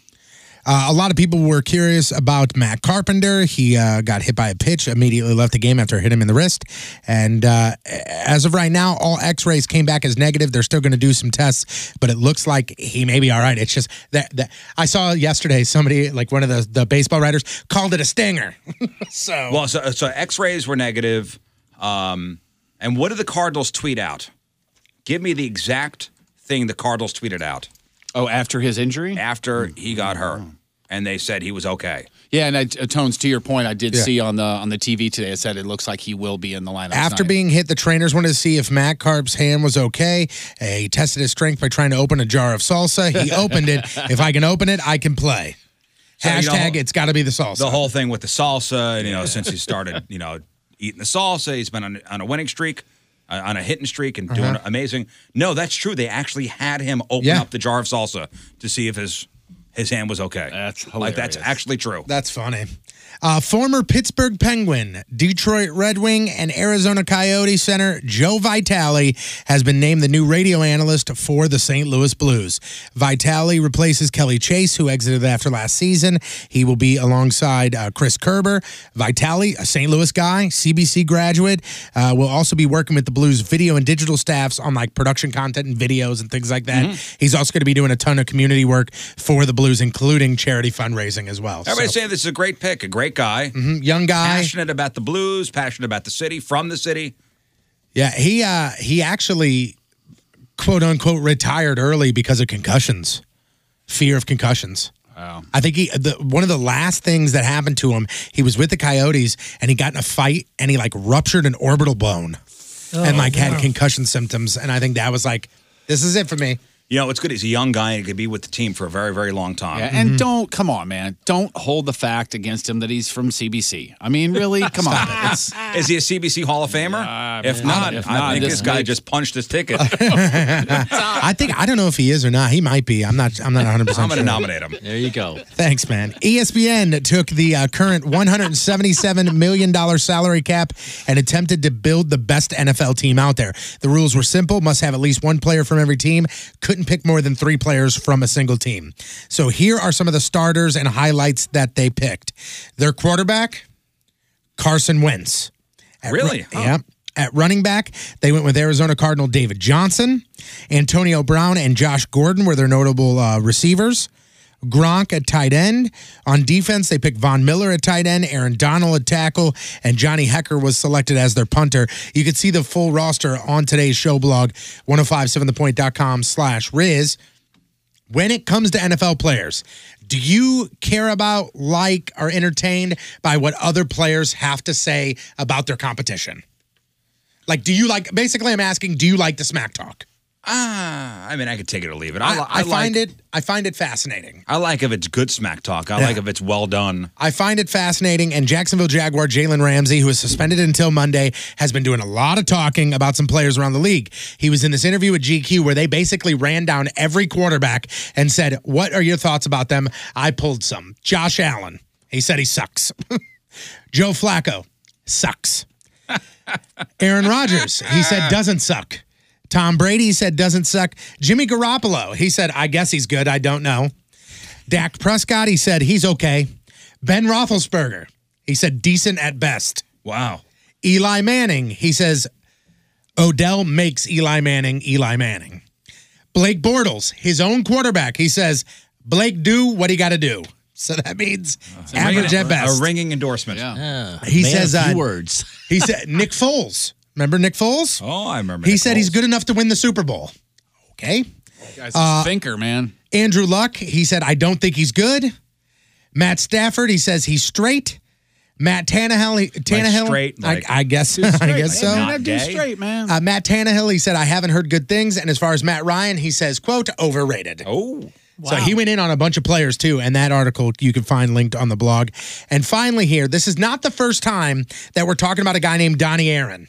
Uh, a lot of people were curious about Matt Carpenter. He uh, got hit by a pitch, immediately left the game after it hit him in the wrist. And uh, as of right now, all x rays came back as negative. They're still going to do some tests, but it looks like he may be all right. It's just that, that I saw yesterday somebody, like one of the, the baseball writers, called it a stinger. so
well, so, so X-rays were negative. Um, and what did the Cardinals tweet out? Give me the exact thing the Cardinals tweeted out
Oh, after his injury? Mm.
after he got hurt, and they said he was okay.
Yeah, and I, uh, tones to your point. I did
Yeah.
see on the on the TV today. It said it looks like he will be in the lineup
After
tonight.
being hit, the trainers wanted to see if Matt Carp's hand was okay. Uh, he tested his strength by trying to open a jar of salsa.
[laughs]
He opened it. If I can open it, I can play.
So, you know,
Hashtag, it's got to be the salsa.
The whole thing with the salsa, and you know, since he started, [laughs] you know, eating the salsa, he's been on, on a winning streak, uh, on a hitting streak, and doing
Uh-huh.
amazing. No, that's true. They actually had him open
Yeah.
up the jar of salsa to see if his his hand was okay. That's like that's actually true.
That's funny. Uh, former Pittsburgh Penguin, Detroit Red Wing, and Arizona Coyote center Joe Vitale has been named the new radio analyst for the St. Louis Blues. Vitale replaces Kelly Chase, who exited after last season. He will be alongside uh, Chris Kerber. Vitale, a St. Louis guy, CBC graduate, uh, will also be working with the Blues video and digital staffs on like production content and videos and things like that. He's also going to be doing a ton of community work for the Blues, including charity fundraising as well.
Everybody's saying this is a great pick, a great guy,
Mhm, young guy.
passionate about the blues, passionate about the city, from the city.
Yeah, he uh, he actually quote unquote retired early because of concussions, fear of concussions.
Oh.
Wow. I think he the one of the last things that happened to him, he was with the Coyotes and he got in a fight and he like ruptured an orbital bone
Oh,
Oh,
and like had concussion symptoms and I think that was like this is it for
[laughs]
me.
You know, it's good. He's a young guy and he could be with the team for a very, very long time.
Yeah,
Mm-hmm.
and don't come on, man. Don't hold the fact against him that he's from CBC. I mean,
[laughs]
really, come on. It's-
Is he a CBC Hall of Famer? if
man.
not,
If
I
not,
think
this
this guy
makes-
just punched his
[laughs]
[laughs]
ticket.
I think I don't know if he is or not. He might be. I'm not I'm not 100%
I'm going to
sure.
nominate him. There you go.
Thanks, man. E ESPN took the uh, current $177 million salary cap and attempted to build the best NFL team out there. The rules were simple must have at least one player from every team, couldn't couldn't pick more than three players from a single team. So here are some of the starters and highlights that they picked. Their quarterback, Carson Wentz. At
Really?
ru- Yeah. At running back, they went with Arizona Cardinal David Johnson, Antonio Brown, and Josh Gordon were their notable uh, receivers. Gronk at tight end. On defense, they picked Von Miller at tight end, Aaron Donald at tackle, and Johnny Hecker was selected as their punter. You can see the full roster on today's show blog, 1057thepoint.com slash Riz. When it comes to NFL players, do you care about, like, or entertained by what other players have to say about their competition? Like, do you like, basically, I'm asking, do you like the smack talk?
Ah, I mean, I could take it or leave it.
I,
I, li-
I find
like,
it, I find it fascinating.
I like if it's good smack talk. I
Yeah.
like if it's well done.
I find it fascinating. And Jacksonville Jaguar Jalen Ramsey, who is suspended until Monday, has been doing a lot of talking about some players around the league. He was in this interview with GQ where they basically ran down every quarterback and said, What are your thoughts about them? I pulled some. Josh Allen, he said he sucks. [laughs] Joe Flacco, sucks. Aaron Rodgers, he said doesn't suck. Tom Brady said doesn't suck. Jimmy Garoppolo, he said, I guess he's good. I don't know. Dak Prescott, he said he's okay. Ben Roethlisberger, he said decent at best.
Wow.
Eli Manning, he says Odell makes Eli Manning Eli Manning. Blake Bortles, his own quarterback, he says Blake do what he got to do. So that means
It's a
average
ringing-
at best.
A ringing endorsement.
He says uh,
words.
he said Nick Foles. Remember Nick Foles?
Oh, I remember.
He
Nick
said he's
Foles.
good enough to win the Super Bowl. Okay.
Guy's
Uh,
a thinker, man.
Andrew Luck, he said, I don't think he's good. Matt Stafford, he says he's straight. Matt Tannehill, he, [laughs] Tannehill,
straight,
I-
like-
I, guess, [laughs]
Dude's
I
straight,
guess
man.
so.
Not That dude's gay. straight, man.
Uh, Matt Tannehill, he said, I haven't heard good things. And as far as Matt Ryan, he says, quote, overrated.
Oh.
So he went in on a bunch of players too, and that article you can find linked on the blog. And finally, here, this is not the first time that we're talking about a guy named Donnie Aaron.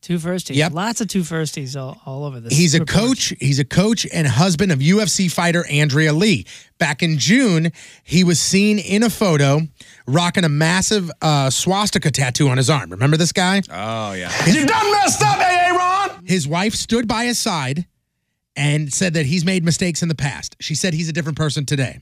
Two firsties.
Yep.
Lots of two firsties all, all over this.
He's a
report.
coach. He's a coach and husband of UFC fighter Andrea Lee. Back in June, he was seen in a photo rocking a massive uh, swastika tattoo on his arm. Remember this guy?
Oh yeah.
You done messed up, Aaron. His wife stood by his side and said that he's made mistakes in the past. She said he's a different person today.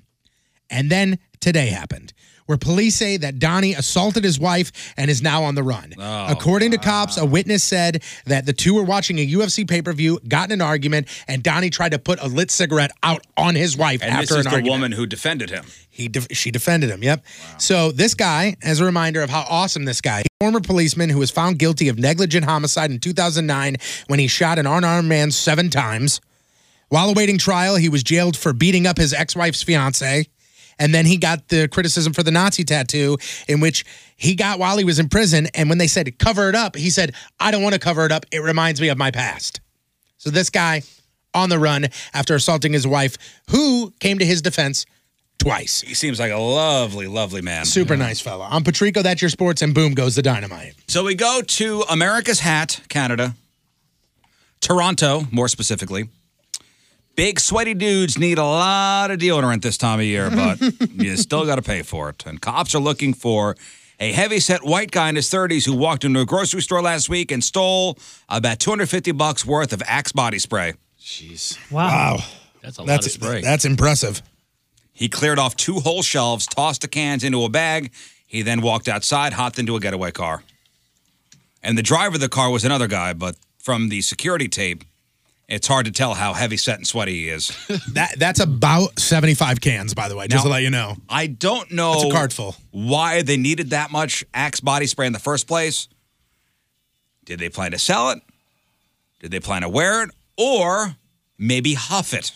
And then today happened, where police say that Donnie assaulted his wife and is now on the run.
Oh.
Oh,
According to cops, a witness said that the two were watching a UFC pay per view, got in an argument, and Donnie tried to put a lit cigarette out on his wife
And
after
this
an
is the
argument
woman who defended him.
he def- she defended him. Yep. So this guy, as a reminder of how awesome this guy, former policeman who was found guilty of negligent homicide in 2009 when he shot an unarmed man seven times. While awaiting trial, he was jailed for beating up his ex-wife's fiance. And then he got the criticism for the Nazi tattoo, in which he got while he was in prison. And when they said cover it up, he said, I don't want to cover it up. It reminds me of my past. So this guy on the run after assaulting his wife, who came to his defense twice.
He seems like a lovely, lovely man.
Super nice fella. I'm Patrico, that's your sports, and boom goes the dynamite.
So we go to America's Hat, Canada, Toronto, more specifically. Big sweaty dudes need a lot of deodorant this time
[laughs]
of year, but you still got to pay for it. And cops are looking for a heavyset white guy in his 30s who walked into a grocery store last week and stole about 250 bucks worth of Axe body spray. Jeez.
Wow.
That's
That's impressive.
he cleared off two whole shelves, tossed the cans into a bag. He then walked outside, hopped into a getaway car. And the driver of the car was another guy, but from the security tape, it's hard to tell how heavy set and sweaty he is.
That that's about 75 cans, by the way, just
Now-
to let you know.
I don't know
That's a card full.
why they needed that much Axe body spray in the first place. Did they plan to sell it? Did they plan to wear it? Or maybe huff it?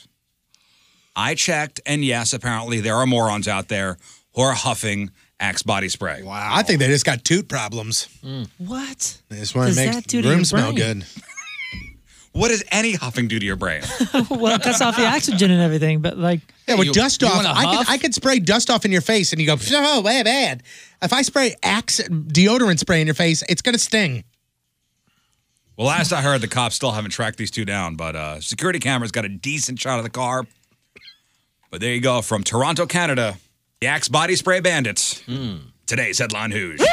I checked, and yes, apparently there are morons out there who are huffing Axe body spray. Wow.
I think they just got toot problems.
What?
They just want
Does
to make
that
the
do to
room
your
smell
brain?
good.
[laughs] What does any huffing do to your brain?
[laughs] well, it cuts off the oxygen and everything, but like.
Yeah, with dust off, I could, I could spray dust off in your face and you go, oh, way bad. If I spray Axe deodorant spray in your face, it's going to sting.
Well, last I heard, the cops still haven't tracked these two down, but uh, security cameras got a decent shot of the car. But there you go, from Toronto, Canada, the Axe Body Spray Bandits. Today's headline Who's?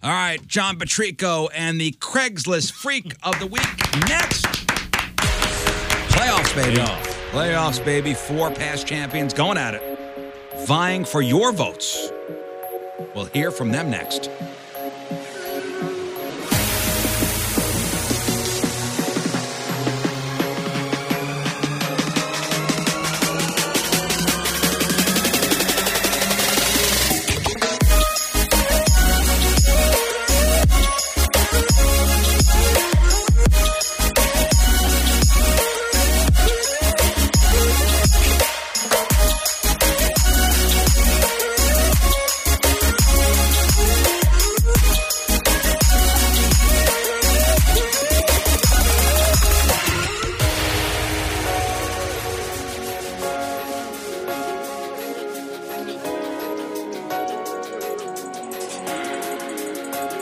All right, John Patrico and the Craigslist Freak of the Week next. Playoffs, baby. Playoffs, baby. Four past champions going at it, vying for your votes. We'll hear from them next.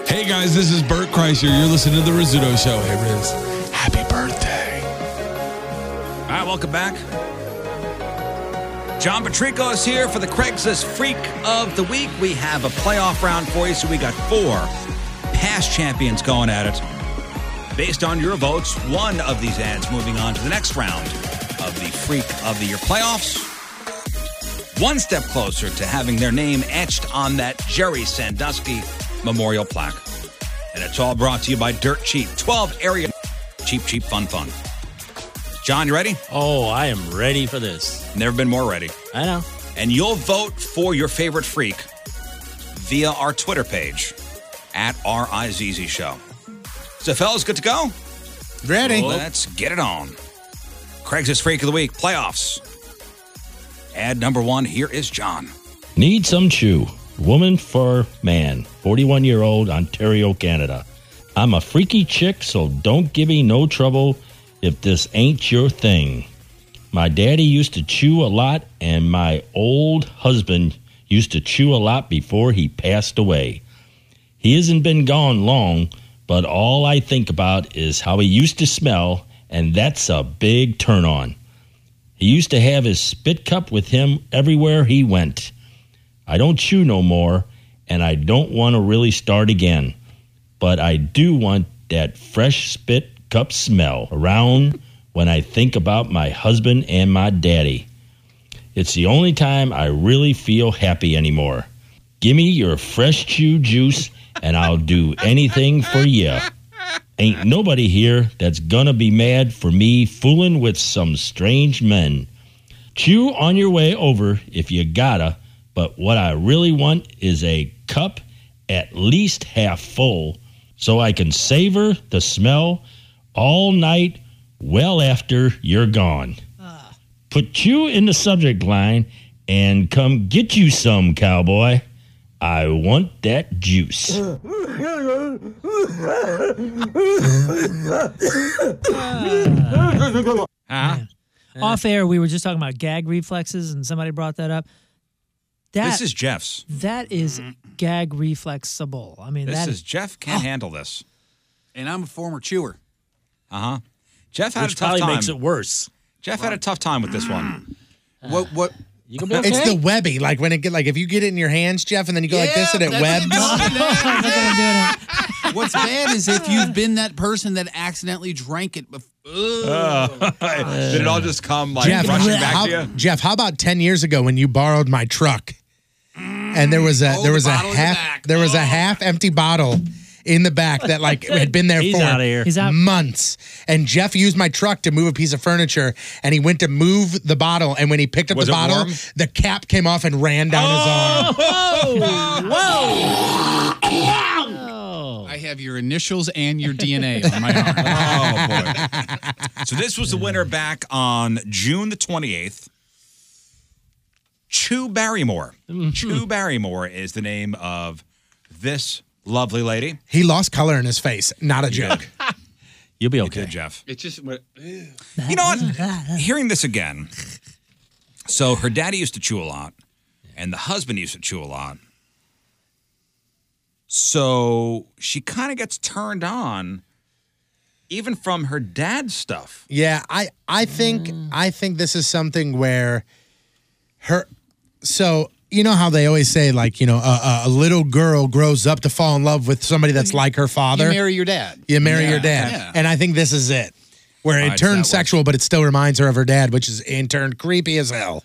Hey guys, this is Bert Kreischer. You're listening to the Rizzuto Show. Hey Riz, happy birthday!
All right, welcome back. John Patrico is here for the Craigslist Freak of the Week. We have a playoff round for you, so we got four past champions going at it. Based on your votes, one of these ads moving on to the next round of the Freak of the Year playoffs. One step closer to having their name etched on that Jerry Sandusky memorial plaque. And it's all brought to you by Dirt Cheap, 12 area cheap, cheap, fun, fun. John, you ready?
Oh, I am ready for this.
Never been more ready.
I know.
And you'll vote for your favorite freak via our Twitter page at RIZZ Show. So, fellas, good to go?
Ready.
Let's get it on. Craigslist Freak of the Week, playoffs. Ad number one, here is John.
Need some chew. Woman for man, 41 year old, Ontario, Canada. I'm a freaky chick, so don't give me no trouble if this ain't your thing. My daddy used to chew a lot, and my old husband used to chew a lot before he passed away. He hasn't been gone long, but all I think about is how he used to smell, and that's a big turn on. He used to have his spit cup with him everywhere he went. I don't chew no more, and I don't want to really start again. But I do want that fresh spit cup smell around when I think about my husband and my daddy. It's the only time I really feel happy anymore. Give me your fresh chew juice, and I'll do anything for ya. Ain't nobody here that's gonna be mad for me fooling with some strange men. Chew on your way over if you gotta but what I really want is a cup at least half full so I can savor the smell all night well after you're gone. Put you in the subject line and come get you some, cowboy. I want that juice.
[laughs]
[laughs] Off air, we were just talking about gag reflexes, and somebody brought that up. That-
this is Jeff's.
That is gag reflexible. I mean,
This
that
is Jeff can't handle this.
And I'm a former chewer.
Uh huh. Jeff had
Which
a tough
probably
time.
makes it
worse.
Jeff had a tough time with
[clears throat]
this one.
what? What?
You
can be okay.
It's the webby, like when it get like if you get it in your hands, Jeff, and then you go like this and it webs.
Ah.
[laughs] What's bad is if you've been that person that accidentally drank it before.
[laughs] Did it all just come like
Jeff,
rushing back
how,
to you?
Jeff, how about ten years ago when you borrowed my truck, and there was a
Mm,
there was a half there
Oh.
was a half empty bottle in the back that like
[laughs]
had been there
He's
for
outta here. He's out.
months, and Jeff used my truck to move a piece of furniture, and he went to move the bottle, and when he picked up
Was
the
it
bottle,
warm? Oh!
the cap came off and ran down his arm.
Oh,
Oh.
I have your initials and your DNA on my arm.
[laughs]
[laughs] Oh,
Oh, So this was the winner back on June the 28th. Chew Barrymore. Chew Barrymore is the name of this lovely lady.
He lost color in his face. Not a joke.
You'll be
okay, Jeff.
It's just what.
You know what? Hearing this again. So her daddy used to chew a lot, and the husband used to chew a lot. So she kind of gets turned on, even from her dad's stuff.
Yeah, I I think
Mm.
I think this is something where her so you know how they always say like you know a, a- a little girl grows up to fall in love with somebody that's like her father.
You marry your dad.
You marry your
Yeah,
dad,
yeah.
and I think this is it. where it turns sexual, but it still reminds her of her dad, which is in turn creepy as hell.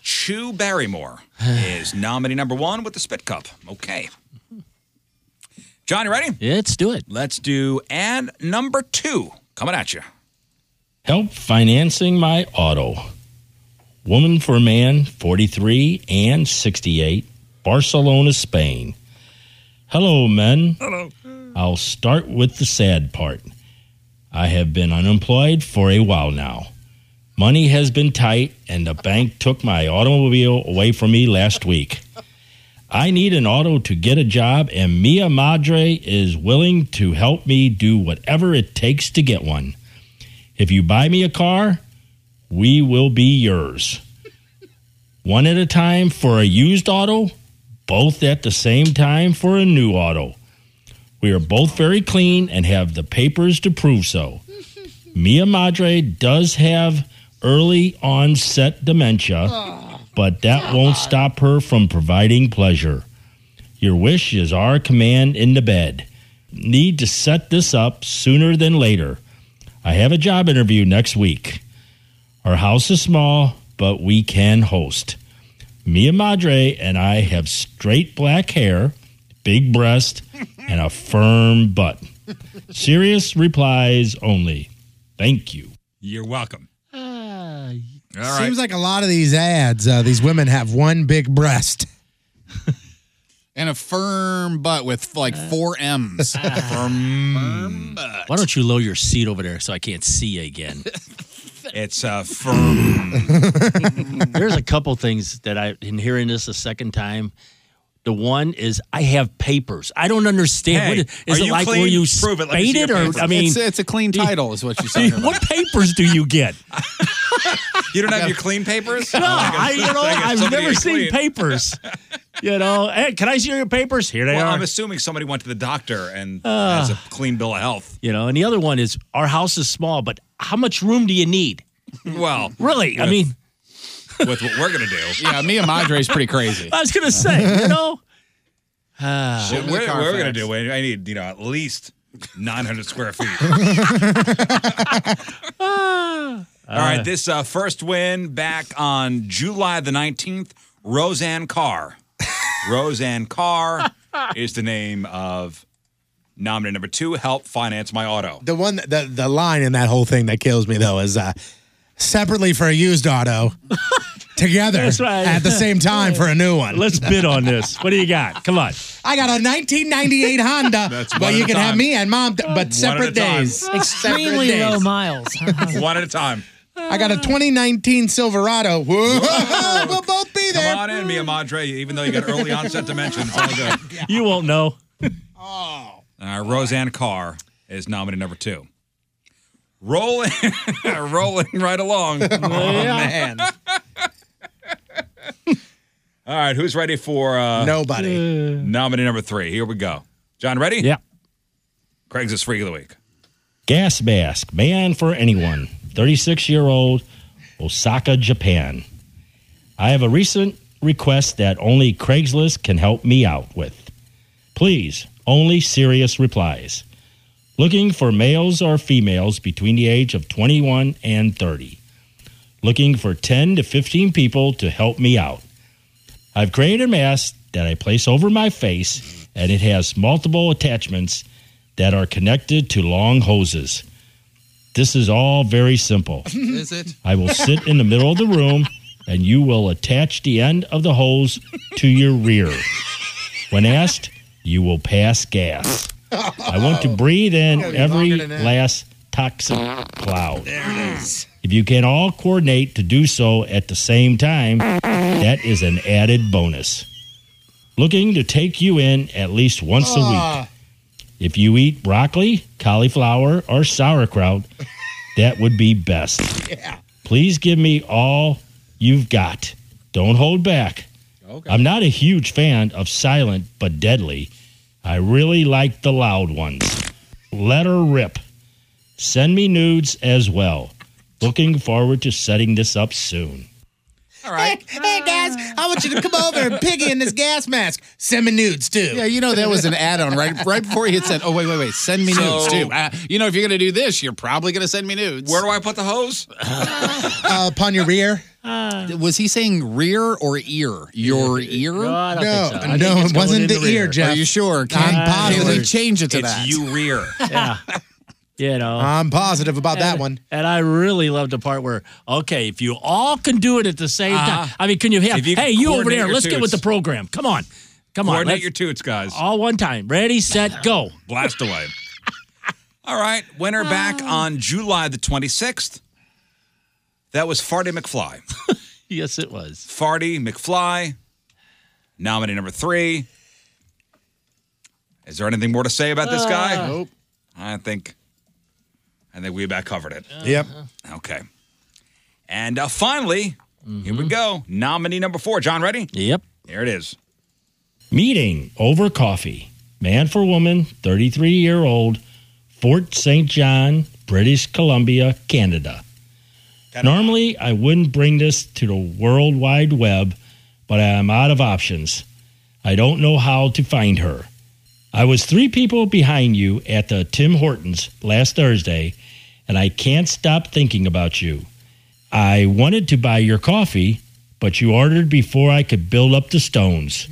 [sighs]
Chew Barrymore is nominee number one with the Spit Cup. Okay. John, you ready?
Let's do it.
Let's do ad number two coming at you.
Help financing my auto. Woman for man, 43 and 68, Barcelona, Spain. Hello, men.
Hello.
I'll start with the sad part. I have been unemployed for a while now. Money has been tight, and the bank took my automobile away from me last week. I need an auto to get a job, and Mia Madre is willing to help me do whatever it takes to get one. If you buy me a car, we will be yours. One at a time for a used auto, both at the same time for a new auto. We are both very clean and have the papers to prove so. Mia Madre does have early onset dementia, but that won't stop her from providing pleasure. Your wish is our command in the bed. Need to set this up sooner than later. I have a job interview next week. Our house is small, but we can host. Mia Madre and I have straight black hair, big breast, and a firm butt. Serious replies only. Thank you.
You're welcome.
Seems like a lot of these ads, uh, these women have one big breast.
And a firm butt with like four
[laughs]
M's.
Firm butt. Why don't you lower your seat over there so I can't see you again?
[laughs] it's a firm.
[laughs] There's a couple things that I, in hearing this a second time, the one is I have papers. I don't understand.
Hey,
what is, is
are
it
you
like?
clean?
Were you
Prove it. Let me see
spaded
your
or
papers.
I mean,
It's-
it's a clean title, is
[laughs]
what you're saying.
what papers do you get?
[laughs] You don't have your clean papers?
No,
Oh, I guess-
I, you know,
[laughs] I guess
I've
somebody
never
is
seen
clean. [laughs]
papers. You know, hey, can I see your papers? Here they
Well,
are.
I'm assuming somebody went to the doctor and
Ah.
has a clean bill of health.
you know, and the other one is our house is small, but how much room do you need?
Well,
Really? I
with-
mean,
with what we're gonna do.
Yeah, Mia Madre's pretty crazy.
[laughs]
[sighs]
I was gonna say, you know,
So
Show me the
we're, we're
Carfax.
gonna do. I need you know at least 900 square feet. All right, this uh, first win back on July the 19th. Roseanne Carr. Roseanne Carr is the name of nominee number two. Help finance my auto.
The one, the the line in that whole thing that kills me though is uh, separately for a used auto, together
That's right.
at the same time for a new one.
let's bid on this. What do you got? Come on.
I got a 1998 Honda,
[laughs] That's
but
one
you
at a
can have
time.
me and mom, th-
One
but
at a
separate
time.
days.
Extremely
Separate
low
days. [laughs]
miles.
One at a time.
I got a 2019 Silverado. Whoa. we'll both be there.
Come on in, Mia Madre. Even though you got early onset dementia, it's all good.
[laughs] You won't know.
Oh.
Uh, Roseanne Carr is nominee number two. Rolling, [laughs] rolling right
[laughs]
along. Oh man! All right, who's ready for
[laughs]
uh,
Nobody.
nominee number three? Here we go. John, ready?
Yeah.
Craig's is freak of the week.
Gas mask, man for anyone. 36 year old, Osaka, Japan. I have a recent request that only Craigslist can help me out with. Please, only serious replies. Looking for males or females between the age of 21 and 30. Looking for 10 to 15 people to help me out. I've created a mask that I place over my face and it has multiple attachments that are connected to long hoses. This is all very simple.
[laughs] Is it?
I will sit in the middle of the room and you will attach the end of the hose to your rear. When asked, you will pass gas. I want to breathe in
Gotta be
every
longer than that.
last toxic cloud. If you can all coordinate to do so at the same time, that is an added bonus. Looking to take you in at least once
Ah.
a week. If you eat broccoli, cauliflower, or sauerkraut, that would be best. Please give me all you've got. Don't hold back. I'm not a huge fan of silent but deadly. I really like the loud ones. Let her rip. [laughs] Send me nudes as well. Looking forward to setting this up soon.
All right. Hey, hey, guys, I want you to come over and piggy in this gas mask. Send me nudes too.
Yeah, you know that was an add-on right right before he had said, "Oh wait, wait, wait, send me
So-
nudes too." Uh, you know, if you're gonna do this, you're probably gonna send me nudes. Where
do I put the hose?
uh, upon your rear.
Uh, was he saying rear or ear? Your ear? No,
I don't No, think so. I no, think it's it wasn't going in the the ear, rear. Jeff.
Are you sure? Can,
I'm
can we
positive.
change it to
It's
that?
you
rear.
Yeah.
You know,
I'm positive about that
And-
one.
And I really love the part where, okay, if you all can do it at the same
Uh-huh.
time, I mean, can you have,
If you
hey, you over
coordinate
there,
your
let's get with the
toots.
program. Come on. Come on.
Coordinate
let's-
your toots, guys.
All one time. Ready, set, go.
Blast away. All right, winner
Oh.
back on July the 26th. That was Farty McFly.
[laughs] yes, it was.
Farty McFly, nominee number three. Is there anything more to say about this guy?
Uh. Nope.
I think, I think we about covered it.
Uh-huh.
Yep.
Okay. And uh, finally, here we go. Nominee number four. John, ready?
Mm-hmm. Yep.
Here it is.
Meeting over coffee. Man for woman, 33 year old, Fort St. John, British Columbia, Canada. Normally, I wouldn't bring this to the World Wide Web, but I am out of options. I don't know how to find her. I was three people behind you at the Tim Hortons last Thursday, and I can't stop thinking about you. I wanted to buy your coffee, but you ordered before I could build up the stones.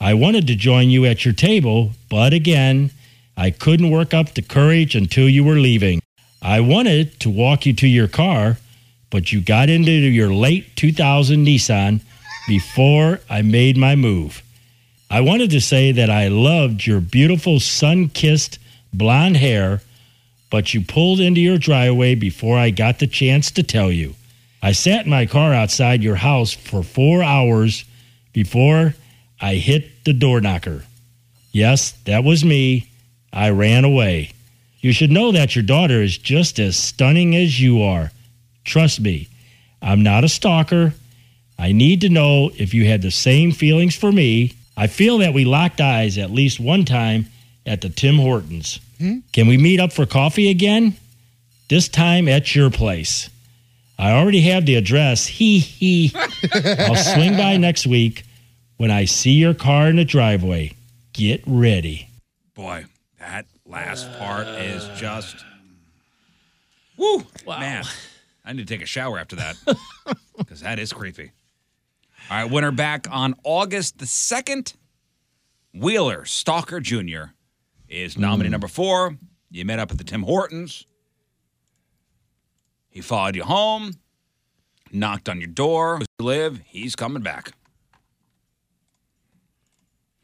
I wanted to join you at your table, but again, I couldn't work up the courage until you were leaving. I wanted to walk you to your car, but you got into your late 2000 Nissan before I made my move. I wanted to say that I loved your beautiful sun kissed blonde hair, but you pulled into your driveway before I got the chance to tell you. I sat in my car outside your house for four hours before I hit the door knocker. Yes, that was me. I ran away. You should know that your daughter is just as stunning as you are. Trust me, I'm not a stalker. I need to know if you had the same feelings for me. I feel that we locked eyes at least one time at the Tim Hortons.
Hmm?
Can we meet up for coffee again? This time at your place. I already have the address. Hee hee. I'll swing by next week when I see your car in the driveway. Get ready.
Boy, that last part is just. Woo! Man, I need to take a shower after that because that is creepy. All right, winner back on August the 2nd. Wheeler Stalker Jr. is nominee number four. You met up at the Tim Hortons. He followed you home, knocked on your door. You live, he's coming back.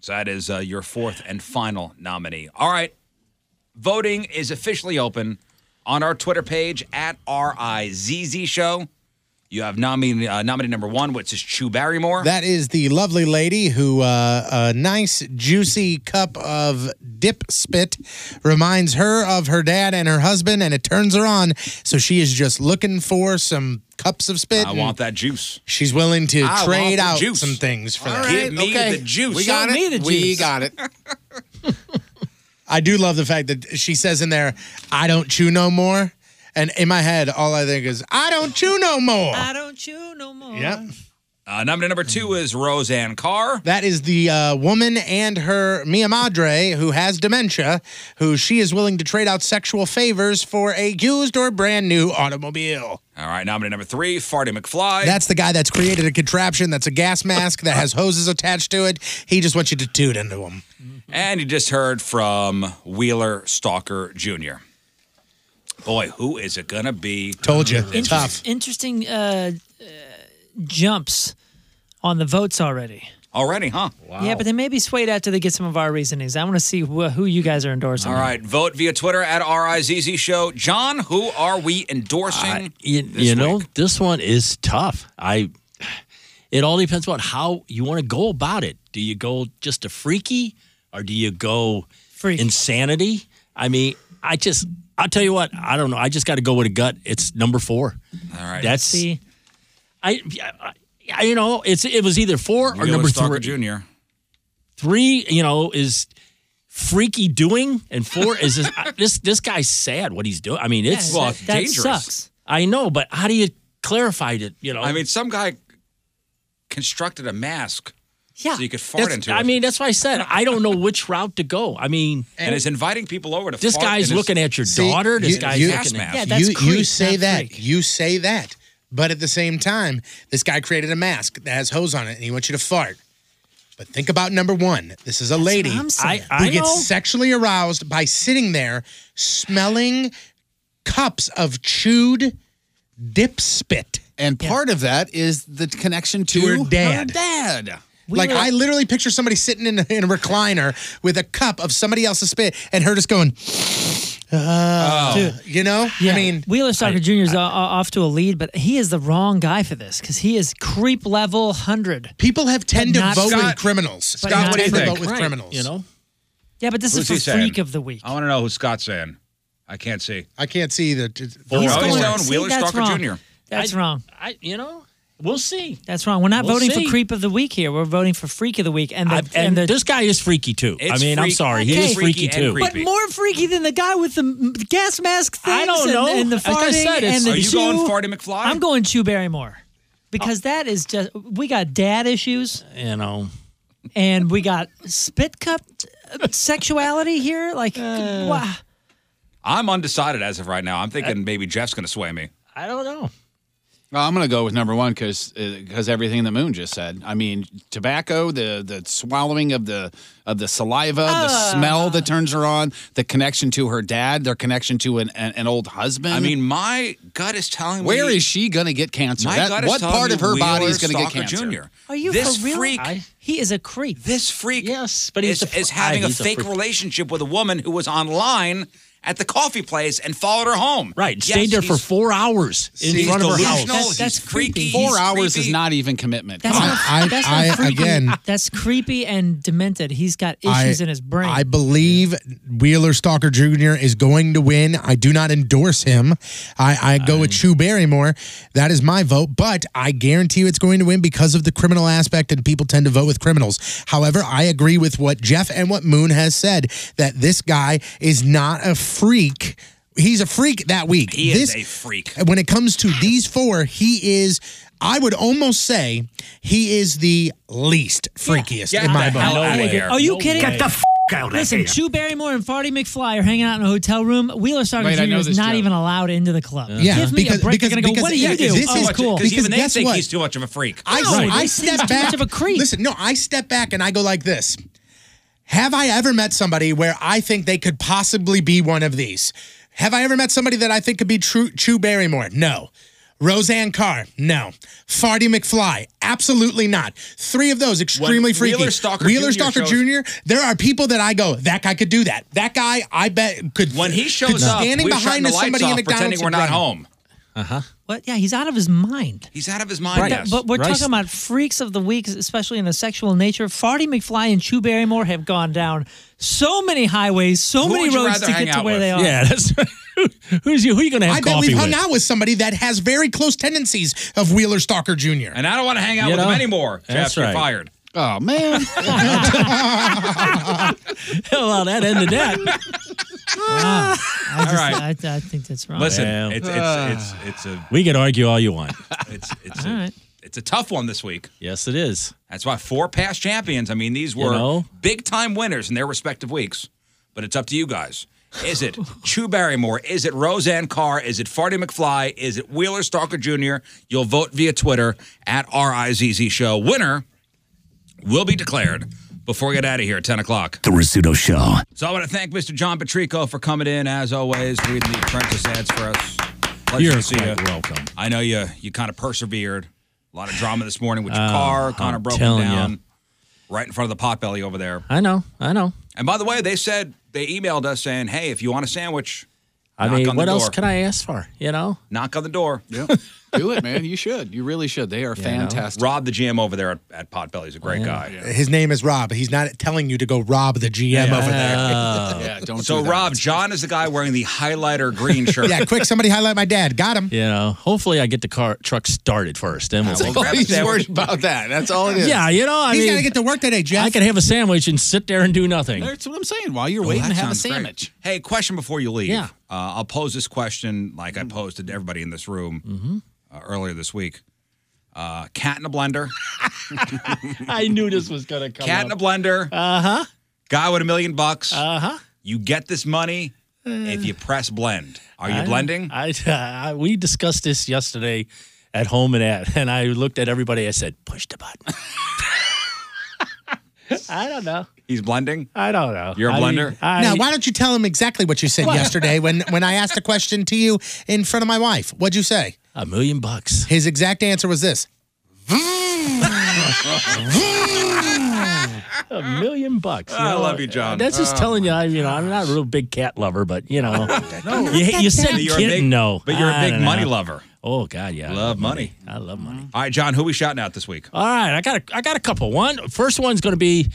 So that is uh, your fourth and final nominee. All right. Voting is officially open on our Twitter page at RIZZ Show. You have nominee, uh, nominee number one, which is Chew Barrymore.
That is the lovely lady who uh, a nice juicy cup of dip spit reminds her of her dad and her husband, and it turns her on. So she is just looking for some cups of spit.
I
and
want that juice.
She's willing to
I want
trade
the
out
juice.
some things for
All
that.
right, Give me okay. the juice.
We got it.
Show me the
We
juice.
got it. [laughs] I do love the fact that she says in there, "I don't chew no more," and in my head, all I think is, "I don't chew no more."
I don't chew no more.
Yep.
Uh, nominee number two is Roseanne Carr.
That is the uh, woman and her Mia Madre who has dementia, who she is willing to trade out sexual favors for a used or brand new automobile.
All right, nominee number three, Farty McFly.
That's the guy that's created a contraption that's a gas mask that has hoses attached to it. He just wants you to toot into him.
And you just heard from Wheeler Stalker Jr. Boy, who is it going to be?
Told you.
It's
Tough.
Interesting uh, uh, jumps on the votes already.
Already, huh?
Yeah, but they may be swayed after they get some of our reasonings. I want to see wh- who you guys are endorsing.
All right, vote via Twitter at RIZZ Show. John, who are we endorsing?
You, you know, this one is tough. I. It all depends on how you want to go about it. Do you go just a freaky, or do you go insanity? I mean, I just. I'll tell you what. I don't know. I just got to go with a gut. It's number four.
All right.
That's.
See?
I, I- I- You know, it's it was either four
You
or
go
number
with Stalker
three.
Jr.
Three, you know, is freaky doing, and four is this, [laughs] this. This guy's sad. What he's doing. I mean, it's
Yeah, Well, that- that dangerous. sucks.
I know, but how do you clarify it? You know,
I mean, some guy constructed a mask
Yeah.
so you could fart
That's-
into
I
it.
mean, that's why I said I don't know which route to go. I mean,
and, it's inviting people over to
This
fart
guy's
in his-
looking at your daughter. This guy's looking at
you, you say that. You say that. But at the same time, this guy created a mask that has hose on it and he wants you to fart. But think about number one. This is a lady
I'm saying. I- I
who
know.
gets sexually aroused by sitting there smelling cups of chewed dip spit.
And part of that is the connection to,
her dad.
Her dad.
like I literally picture somebody sitting in a, in a recliner with a cup of somebody else's spit and her just going, "Ah,
Oh.
"Ugh," you know?
Yeah.
I mean,
Wheeler Stalker Jr. is o- o- off to a lead, but he is the wrong guy for this because he is creep level 100.
People have tend to vote with criminals. Scott,
But not
what do you
for-
think? Vote with Right, criminals. you
know?
Yeah, but this
Who's
is
he
for freak
saying?
of the week.
I want to know who Scott's saying. I can't see.
I can't see either.
Oh, he's
going-
down
see,
Wheeler
that's
Stalker
wrong.
Jr.
That's wrong.
I, you know, we'll see.
That's wrong. We're not
We'll
voting
see.
for creep of the week here. We're voting for freak of the week. And, the, and,
and
the,
this guy is freaky too. I
It's
mean, I'm
freak-
sorry, he
okay.
is freaky,
Freaky and
too.
But more freaky than the guy with the m- gas mask things
I don't
and-
know.
And, the
Like
farting
I said, it's-
and the
Are you
chew.
going
Farty McFly?
I'm going Chew Barrymore because that is just we got dad issues
you know,
and we got spit cup uh, sexuality here. Like,
Uh,
wow.
I'm undecided as of right now. I'm thinking maybe Jeff's going to sway me.
I don't know.
Well, I'm going to go with number one because everything the moon just said. I mean, tobacco, the the swallowing of the of the saliva, the
Ah.
smell that turns her on, the connection to her dad, their connection to an an, an old husband.
I mean, my gut is telling me.
where is she going to get cancer?
My
That-
gut is
what
telling
part
me
of her body
Wheeler
is going to get
Stalker
cancer?
Jr..
Are you
This
for real?
freak-
he is a creep.
This freak.
Yes,
But
but
is,
he's a,
is having a
he's
fake
freak.
relationship with a woman who was online at the coffee place and followed her home.
Right, stayed there for four hours in
he's
front of her house.
delusional, That's- he's that's freaky, creepy.
Four
he's
hours
creepy.
is not even commitment.
That's
Come on.
not, that's not freaky. That's creepy and demented. He's got issues
I-
in his brain.
I believe Wheeler Stalker Jr. is going to win. I do not endorse him. I, I go with Chew Barrymore. That is my vote, but I guarantee you it's going to win because of the criminal aspect, and people tend to vote with criminals. However, I agree with what Jeff and what Moon has said that this guy is not a freak. He's a freak that week.
He is
This-
a freak.
when it comes to these four, he is. I would almost say he is the least freakiest
Get
in my
the
book.
hell No outta way. here.
Are you kidding?
Get
me?
the f- out of
Listen,
here.
Chew Barrymore and Farty McFly are hanging out in a hotel room. Wheeler Stalker
Wait, I
Jr.
know
is
this
not
joke.
even allowed into the club.
Yeah,
Give me
because-
a break. They're
because-
gonna go. What do you
because-
do?
yeah, this
oh,
is
cool.
Because even they
guess
think
what?
he's too much of a freak.
I, I step back. of a creep. Listen, no, I step back and I go like this. Have I ever met somebody where I think they could possibly be one of these? Have I ever met somebody that I think could be True Chew Barrymore? No. Roseanne Carr, no. Farty McFly, absolutely not. Three of those extremely
When
freaky.
Wheeler Stalker
Wheeler
Jr.
Stalker
shows-
Jr. There are people that I go, that guy could do that. That guy, I bet could.
When he
could
shows up,
standing
we're shutting
behind
the
as somebody
lights off,
in McDonald's
pretending we're
would
not
run.
home.
Uh huh.
What? Yeah, he's out of his mind.
He's out of his
But,
mind.
that- but we're talking about freaks of the week, especially in the sexual nature. Farty McFly and Chew Barrymore have gone down so many highways, so
Who would
many
you
roads
rather
to
hang
get to
out
where
with?
they are.
Yeah,
that's who's you? [laughs] Who are you going to
I bet we've hung out with somebody that has very close tendencies of Wheeler Stalker Jr.
And I don't want to hang out
You
with
know?
him anymore.
That's
Jeff, you're
right.
fired.
Oh man.
[laughs]
well, that ended that.
Wow. I
All
just-
right.
I, I think that's wrong.
Listen,
Well.
it's, it's, it's, it's a
We can argue all you want.
[laughs] it's it's
All
a,
right.
it's a tough one this week.
Yes, it is.
That's why four past champions. I mean, these
You
were
know?
big time winners in their respective weeks. But it's up to you guys. Is [laughs] it Chew Barrymore? Is it Roseanne Carr? Is it Farty McFly? Is it Wheeler Stalker Jr.? You'll vote via Twitter at RIZZ Show. Winner will be declared before we get out of here at 10 o'clock.
The Rizzuto Show.
So I want to thank Mr. John Patrico for coming in, as always, reading the apprentice ads for us. Pleasure
You're
to see
quite
you.
welcome.
I know you you kind of persevered. A lot of drama this morning with your
Oh,
car.
I'm
Kind of broken
telling ya.
down right in front of the potbelly over there.
I know. I know.
And by the way, they said they emailed us saying, "Hey, if you want a sandwich,
I
knock
mean,
on
what
the
else
door.
can I ask for? You know.
Knock on the door. [laughs]
Yeah. Do it, man. You should. You really should. They are fantastic.
Rob the GM over there at, at Potbelly is a great
[laughs]
guy.
His name is Rob. He's not telling you to go rob the GM over there.
yeah, don't so, Rob, John is the guy wearing the highlighter
[laughs]
green
[laughs]
shirt.
yeah, quick, somebody highlight my dad. Got him.
You know. Hopefully, I get the car truck started first. Then we'll.
That's all he's worried
[laughs] about that. That's all it is.
Yeah, you know. I
He's
mean,
gotta get to work today, Jeff.
I can have a sandwich and sit there and do nothing.
That's what I'm saying. While you're
Oh,
waiting,
that
have a
sounds great.
sandwich.
Hey, question before you leave.
Yeah.
Uh,
Mm-hmm.
I'll pose this question like I posed to everybody in this room uh, earlier this week. uh, Cat in a Blender.
[laughs] I knew this was going to come
Cat in a
up. Uh-huh.
Blender. Uh huh. Guy with a million bucks. Uh
huh.
You get this money [laughs] if
[laughs]
you press blend. Are you
I-
blending?
I, I- we discussed this yesterday at home and at, and I looked at everybody. I said, "Push the button."
[laughs]
I don't know.
He's blending.
I don't know.
You're a
I-
blender.
now, why don't you tell him exactly what you said
What?
yesterday
[laughs]
when, when I asked a question to you in front of my wife? What'd you say?
A million bucks.
His exact answer was this.
a million bucks.
I love you, John.
That's just
Oh,
telling you, I, you know, I'm not a real big cat lover, but you know,
[laughs] No.
you, you said
But you're a
kitten,
big-
though.
but you're a
I
big
don't
money
know.
lover.
Oh God, yeah, I
Love money.
I love money.
All right, John, who we shouting out this week?
All right, I got a, I got a couple. One, first one's going to be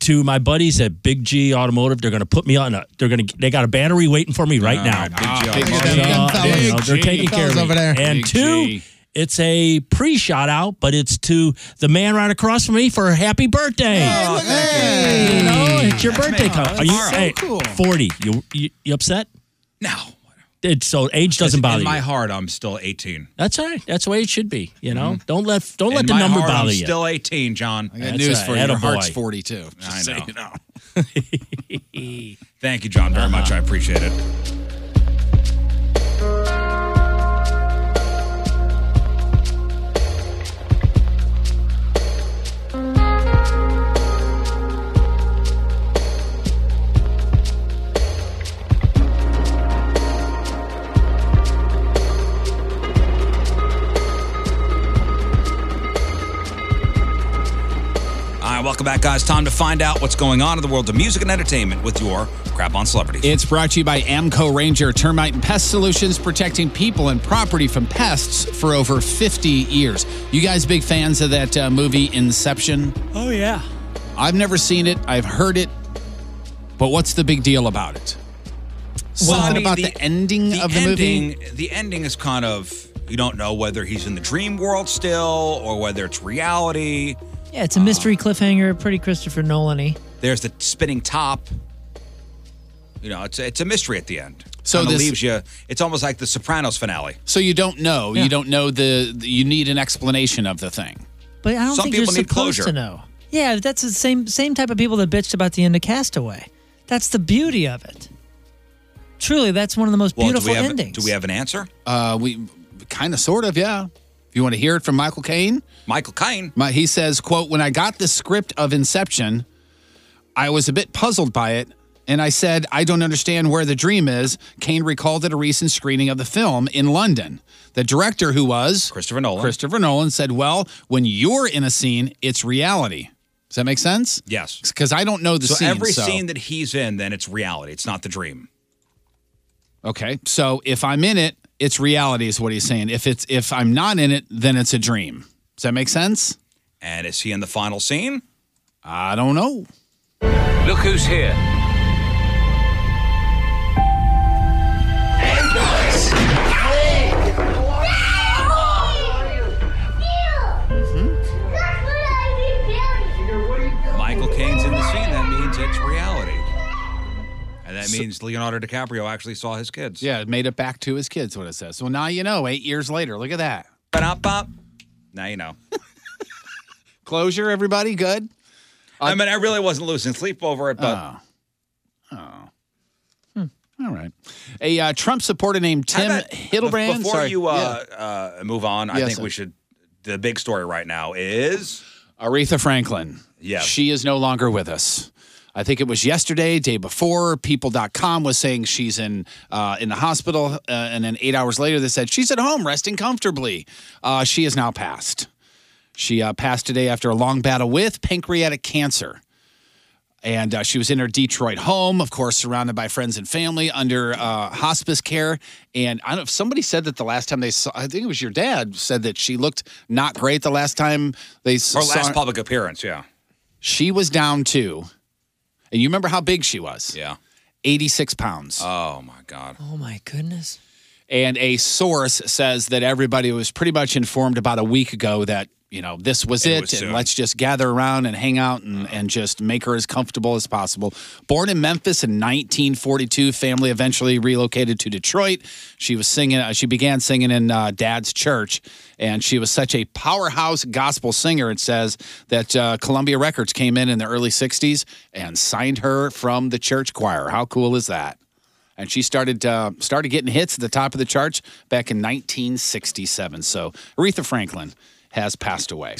to my buddies at Big G Automotive. They're going to put me on a. They're going to. They got a battery waiting for me right
All
now.
right, Ah, Big Joe.
So, you know, they're taking care of me. And
Big
two,
G.
it's a pre-shot out, but it's to the man right across from me for a happy birthday. Oh, You know, it's your birthday coming. Are you
so
hey, forty? You, you you upset?
No.
It's, so age doesn't bother
In my
you.
heart, I'm still 18.
That's all right. That's the way it should be. You know,
Mhm.
don't let don't
In
let the
my
number
heart,
bother
I'm
you.
still 18, John.
I got That's news right, for you. Your attaboy. heart's
42. I
so
know.
[laughs]
[laughs] Thank you, John, very much.
Uh-huh.
I appreciate it. All right, welcome back, guys. Time to find out what's going on in the world of music and entertainment with your crap on celebrities.
It's brought to you by Amco Ranger Termite and Pest Solutions, protecting people and property from pests for over 50 years. You guys, big fans of that uh, movie Inception?
Oh yeah.
I've never seen it, I've heard it, but what's the big deal about it? Something
I mean,
about the, ending of the
ending,
movie?
The ending is kind of you don't know whether he's in the dream world still or whether it's reality.
Yeah, it's a mystery cliffhanger, pretty Christopher Nolan-y.
There's the spinning top. You know, it's it's a mystery at the end.
So
Kinda
this-
leaves you. It's almost like the Sopranos finale.
So you don't know. You don't know the, the- you need an explanation of the thing.
But I don't
Some
think you're
people need
supposed
closure.
to know. Yeah, that's the same same type of people that bitched about the end of Castaway. That's the beauty of it. Truly, that's one of the most
do we
beautiful
have,
endings.
Do we have an answer?
Uh, we kind of, sort of, yeah. If you want to hear it from Michael Caine,
Michael Caine,
my, he says, "quote When I got the script of Inception, I was a bit puzzled by it, and I said I don't understand where the dream is." Caine recalled at a recent screening of the film in London. The director, who was
Christopher Nolan,
Christopher Nolan said, "Well, when you're in a scene, it's reality." Does that make sense?
Yes.
Because I don't know Oh, the
so
scene.
every
so.
scene that he's in, then it's reality. It's not the dream.
Okay. So if I'm in it, it's reality is what he's saying. If it's if I'm not in it, then it's a dream. Does that make sense?
And is he in the final scene?
I don't know.
Look who's here.
Michael Caine's in the scene.
Oh,
That means it's reality. And that means Leonardo DiCaprio actually saw his kids.
Yeah, it made it back to his kids, what it says. So now you know, eight years later. Look at that.
Ba-da-ba. Now you know.
[laughs] Closure, everybody. Good.
I mean, I really wasn't losing sleep over it, but
Oh. All right. A uh, Trump supporter named Tim Hiddlebrand.
Before
sorry.
you uh, uh, move on, I
Yes,
think
sir.
we should. The big story right now is
Yeah. Aretha Franklin.
Yes.
She is no longer with us. I think it was yesterday, day before, people.com was saying she's in uh, in the hospital. Uh, and then eight hours later, they said she's at home resting comfortably. Uh, she is now passed. She uh, passed today after a long battle with pancreatic cancer. And uh, she was in her Detroit home, of course, surrounded by friends and family under uh, hospice care. And I don't know if somebody said that the last time they saw, I think it was your dad, said that she looked not great the last time they
her
saw
last public appearance. Yeah.
she was down to, and you remember how big she was?
Yeah.
86 pounds.
Oh, my God.
oh my goodness.
And a source says that everybody was pretty much informed about a week ago that, you know, this was it,
It was
and
soon. Uh-huh.
let's just gather around and hang out and, and just make her as comfortable as possible. Born in Memphis in 1942, family eventually relocated to Detroit. She was singing, uh, she began singing in uh, dad's church, and she was such a powerhouse gospel singer. It says that uh, Columbia Records came in in the early 60s and signed her from the church choir. How cool is that? and she started uh, started getting hits at the top of the charts back in 1967. So Aretha Franklin has passed away.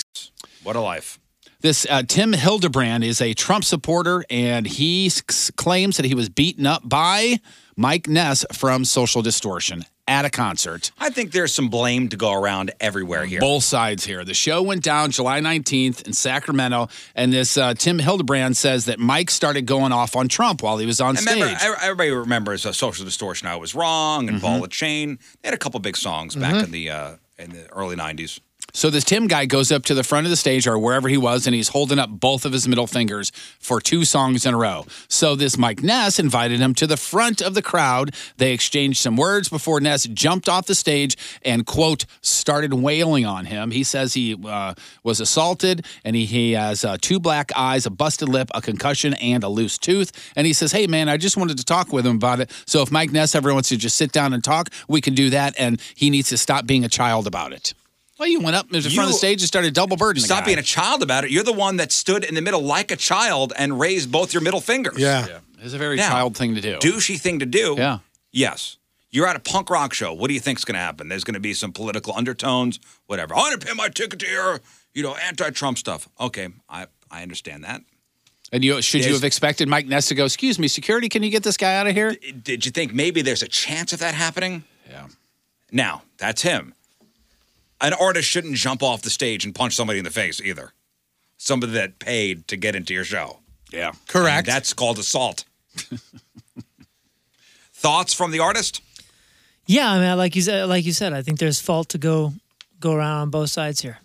What a life.
This uh, Tim Hildebrand is a Trump supporter, and he s- claims that he was beaten up by Mike Ness from Social Distortion at a concert.
I think there's some blame to go around everywhere here.
Both sides here. The show went down July 19th in Sacramento, and this uh, Tim Hildebrand says that Mike started going off on Trump while he was on
I
stage. Mm-hmm.
remember, ev- everybody remembers uh, "Social Distortion." I was wrong, and "Ball of Chain." They had a couple big songs back
Mhm.
in the uh, in the early '90s.
So this Tim guy goes up to the front of the stage or wherever he was, and he's holding up both of his middle fingers for two songs in a row. So this Mike Ness invited him to the front of the crowd. They exchanged some words before Ness jumped off the stage and quote started wailing on him. He says he uh, was assaulted and he, he has uh, two black eyes, a busted lip, a concussion, and a loose tooth. And he says, "Hey man, I just wanted to talk with him about it. So if Mike Ness ever wants to just sit down and talk, we can do that. And he needs to stop being a child about it." Well, you went up in front of the stage and started double burden.
Stop being a child about it. You're the one that stood in the middle like a child and raised both your middle fingers.
Yeah. It's a very
Now,
child thing to do.
Douchey thing to do.
Yeah.
Yes. You're at a punk rock show. What do you think's going to happen? There's going to be some political undertones, whatever. I'm going to pay my ticket to your, you know, anti-Trump stuff. Okay, I I understand that.
And you should you
Yes.
have expected Mike Ness to go, excuse me, security, can you get this guy out of here?
Did you think maybe there's a chance of that happening?
Yeah.
Now, that's him. An artist shouldn't jump off the stage and punch somebody in the face either. Somebody that paid to get into your show. Yeah. Correct. that's called assault. [laughs] Thoughts from the artist?
Yeah, I mean, like you said, like you said, I think there's fault to go go around on both sides here.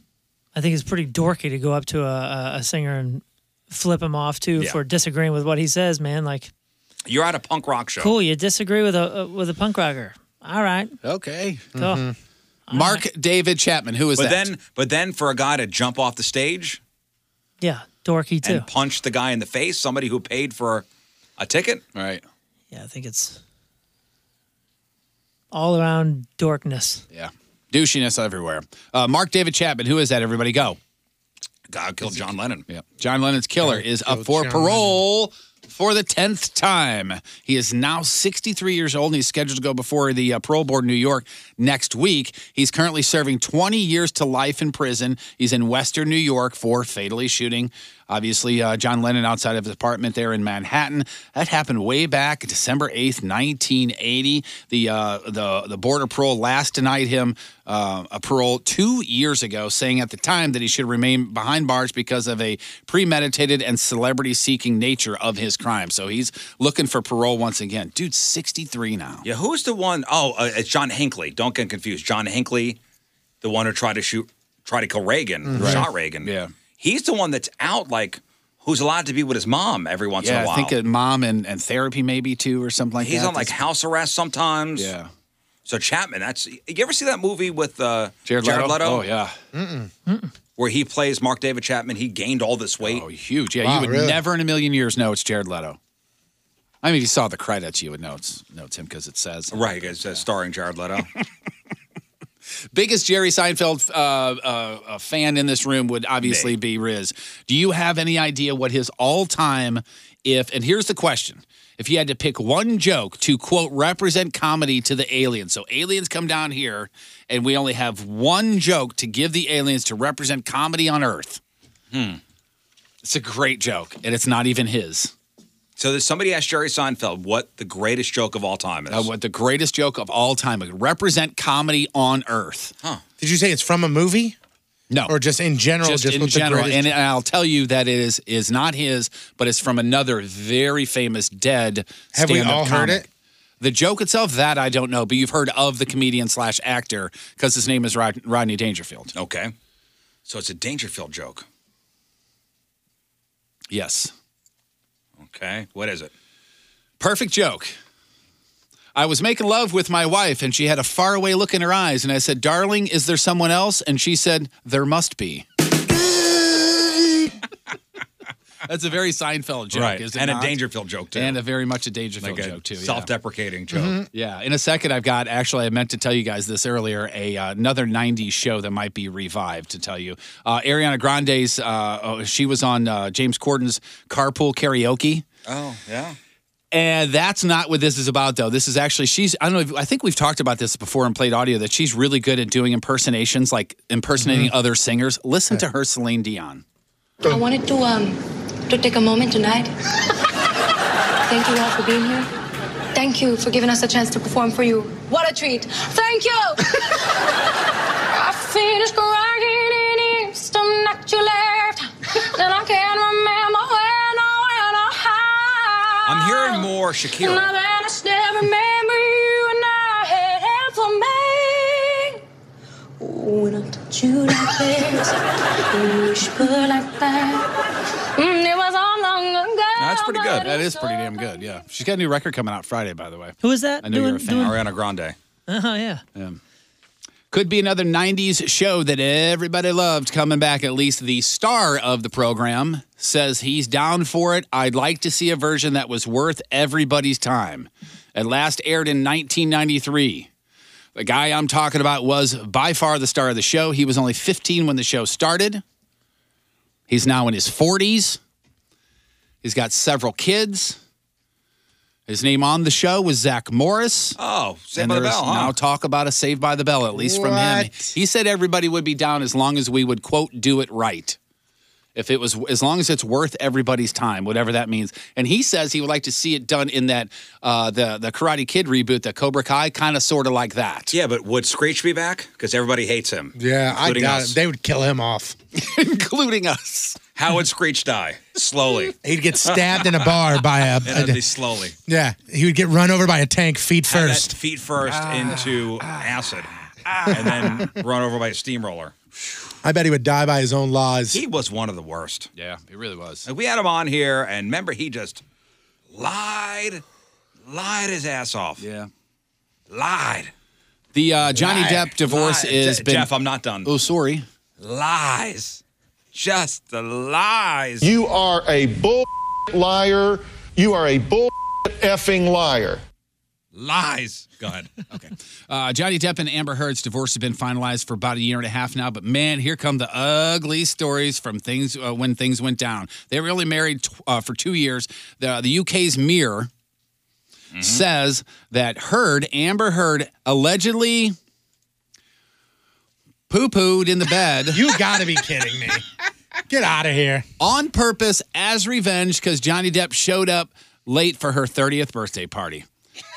I think it's pretty dorky to go up to a, a, a singer and flip him off too
Yeah.
for disagreeing with what he says, man. Like,
You're at a punk rock show.
cool, you disagree with a, a with a punk rocker. All right,
okay,
Mm-hmm.
Mm-hmm.
cool.
Mark David Chapman, who is
but
that?
then but then for a guy to jump off the stage
Yeah, dorky too.
and punch the guy in the face, somebody who paid for a ticket.
Right.
yeah, I think it's all around dorkness.
Yeah. Douchiness everywhere. Uh, Mark David Chapman, who is that? Everybody go.
God killed John Lennon.
Yeah. John Lennon's killer is up for
John
parole for the 10th time. He is now 63 years old and he's scheduled to go before the uh, parole board in New York next week. He's currently serving 20 years to life in prison. He's in Western New York for fatally shooting, obviously, uh, John Lennon outside of his apartment there in Manhattan. That happened way back December 8th, 1980. The, uh, the, the Board of Parole last denied him uh, a parole two years ago, saying at the time that he should remain behind bars because of a premeditated and celebrity seeking nature of his crime. So he's looking for parole once again. Dude's 63 now.
Yeah, who's the one oh uh, it's John Hinckley. Don't get confused. John Hinckley, the one who tried to shoot, tried to kill Reagan,
Mhm.
shot
Right.
Reagan. Yeah, he's the one that's out, like who's allowed to be with his mom every once in
yeah,
a while.
I think a mom and, and therapy maybe too or something like
he's
that.
on like
That's-
house arrest sometimes.
Yeah.
So Chapman, that's you ever see that movie with uh,
Jared Leto? Oh, yeah.
Mm-mm. where he plays Mark David Chapman? He gained all this weight. Oh,
huge. Yeah, you would never in a million years know it's Jared Leto. I mean, if you saw the credits, you would know it's, know it's him because it says.
Right, it says starring Jared Leto. [laughs]
Biggest Jerry Seinfeld uh, uh, uh, fan in this room would obviously be Riz. Do you have any idea what his all time, if, and here's the question if you had to pick one joke to quote represent comedy to the aliens, so aliens come down here and we only have one joke to give the aliens to represent comedy on Earth.
Hmm.
It's a great joke, and it's not even his.
So there's somebody asked Jerry Seinfeld what the greatest joke of all time is.
Uh, what the greatest joke of all time would represent comedy on Earth.
Uh,
Huh.
Did you say it's from a movie?
No.
Or just in general? Just,
just in
what the
general,
greatest-
and I'll tell you that it is is not his, but it's from another very famous dead.
Have we
stand-up
all heard
comic.
it?
The joke itself, that I don't know, but you've heard of the comedian slash actor because his name is Rod- Rodney Dangerfield.
Okay, so it's a Dangerfield joke.
Yes.
Okay, what is it?
Perfect joke. I was making love with my wife, and she had a faraway look in her eyes, and I said, "Darling, is there someone else?" And she said, "There must be." That's a very Seinfeld joke,
Right.
is it
And a
not?
Dangerfield joke, too.
and a very much a Dangerfield
Like a
joke too. yeah. Mm-hmm.
self-deprecating joke.
Yeah. In a second, I've got actually I meant to tell you guys this earlier. A uh, another '90s show that might be revived to tell you. Uh, Ariana Grande's uh, oh, she was on uh, James Corden's Carpool Karaoke.
Oh, yeah.
And that's not what this is about, though. This is actually she's. I don't know. If, I think we've talked about this before and played audio that she's really good at doing impersonations, like impersonating other singers. Listen to her, Celine Dion.
I wanted to um to take a moment tonight. Thank you all for being here. Thank you for giving us a chance to perform for you. What a treat! Thank you. [laughs] I finished crying in Easton that you left, and I can't remember when or when or how.
I'm hearing more
And
Shakira.
I bet I still remember you and I had hell for me. When I touch you like this, when you whisper like that, mm, it was all long ago.
that's pretty good. That is pretty damn good. Yeah. She's got a new record coming out Friday, by the way.
Who is that
I know you're a
doing-
fan.
doing-
Ariana Grande.
Oh yeah.
Yeah. Could be another 90s show that everybody loved coming back. At least the star of the program says he's down for it. I'd like to see a version that was worth everybody's time. It last aired in 1993. The guy I'm talking about was by far the star of the show. He was only 15 when the show started. He's now in his 40s. He's got several kids. His name on the show was Zach Morris.
Oh, Saved
and
by the
there's
Bell, huh?
now talk about a Saved by the Bell, at least from him. He said everybody would be down as long as we would quote do it right. If it was as long as it's worth everybody's time, whatever that means. And he says he would like to see it done in that uh, the the Karate Kid reboot, the Cobra Kai, kind of sort of like that.
Yeah, but would Screech be back? Because everybody hates him.
Yeah, I
including
doubt
us.
it.
They would kill him
[laughs]
off.
including us.
How would Screech die? Slowly.
[laughs] He'd get stabbed in a bar by a-
[laughs] It'd be slowly.
Yeah, he would get run over by a tank feet
Have that
first. Ah.
feet first into acid, and then run over by a steamroller.
I bet he would die by his own laws.
He was one of the worst.
Yeah, it really was.
we had him on here, and remember, he just lied, lied his ass off.
Yeah,
lied.
The uh, Johnny
Lied.
Depp divorce
Lied.
is
Je-
been.
Jeff, I'm not done.
Oh, sorry.
Lies, just the lies.
You are a bull liar. You are a bull effing liar.
Lies.
[laughs]
Go ahead. Okay.
Uh, Johnny Depp and Amber Heard's divorce has been finalized for about a year and a half now, but man, here come the ugly stories from things uh, when things went down. They were only married tw- uh, for two years. The, the UK's Mirror
Mm-hmm.
says that Heard, Amber Heard, allegedly poo pooed in the bed.
you gotta be kidding me. Get out of here.
On purpose as revenge because Johnny Depp showed up late for her 30th birthday party.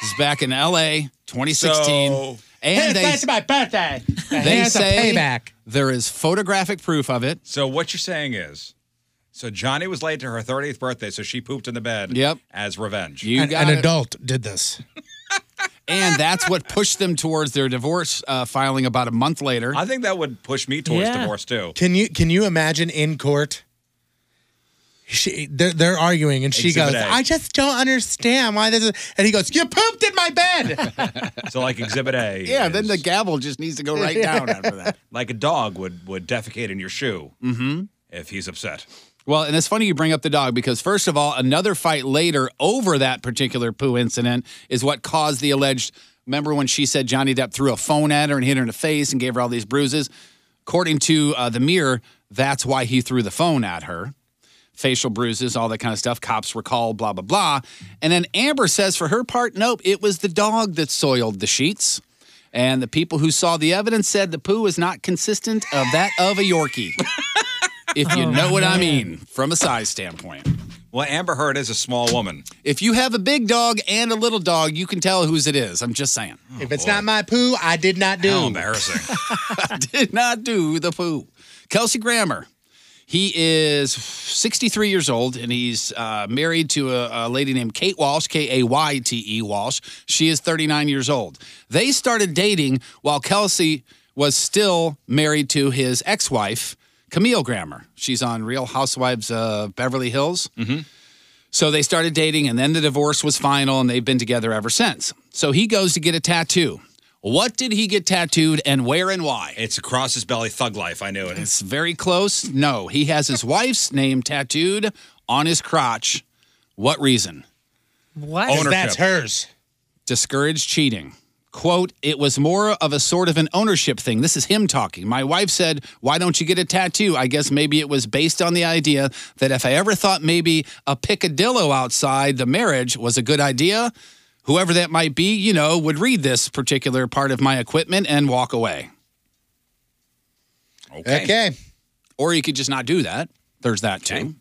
This is back in LA 2016.
So-
and they,
my birthday.
they say there is photographic proof of it.
So what you're saying is, so Johnny was late to her 30th birthday, so she pooped in the bed. Yep. As revenge.
You got
an
it.
adult did this.
and that's what pushed them towards their divorce uh, filing about a month later.
I think that would push me
towards Yeah. divorce, too. Can you can you imagine in court? She they're, they're arguing and she
Exhibit
goes,
A.
"I just don't understand why this is and he goes, You pooped in my bed.
[laughs] So like Exhibit A.
Yeah, then
the gavel just needs to go
[laughs] right down after
that.
[laughs] Like a dog would would defecate in your shoe
Mhm.
if he's upset.
Well, and it's funny you bring up the dog because, first of all, another fight later over that particular poo incident is what caused the alleged. Remember when she said Johnny Depp threw a phone at her and hit her in the face and gave her all these bruises? According to uh, The Mirror, that's why he threw the phone at her. Facial bruises, all that kind of stuff. Cops were called, blah, blah, blah. And then Amber says for her part, nope, it was the dog that soiled the sheets. And the people who saw the evidence said the poo is not consistent of that of a Yorkie. if you
Oh,
know what I
man.
mean from a size standpoint.
Well, Amber Heard is a small woman.
If you have a big dog and a little dog, you can tell whose it is. I'm just saying.
if it's not my poo, I did not do.
How
Oh, embarrassing.
[laughs] I did not do the poo. Kelsey Grammer. He is 63 years old and he's uh, married to a, a lady named Kate Walsh, K A Y T E Walsh. She is 39 years old. They started dating while Kelsey was still married to his ex wife, Camille Grammer. She's on Real Housewives of Beverly Hills. Mm-hmm. So they started dating, and then the divorce was final, and they've been together ever since. So he goes to get a tattoo. What did he get tattooed, and where and why?
It's across his belly, thug life. I knew it.
It's very close. No, he has his wife's name tattooed on his crotch. What reason?
What?
That's hers.
Discourage cheating. Quote, it was more of a sort of an ownership thing. This is him talking. My wife said, Why don't you get a tattoo? I guess maybe it was based on the idea that if I ever thought maybe a picadillo outside the marriage was a good idea, whoever that might be, you know, would read this particular part of my equipment and walk away.
Okay.
Or you could just not do that. There's that too.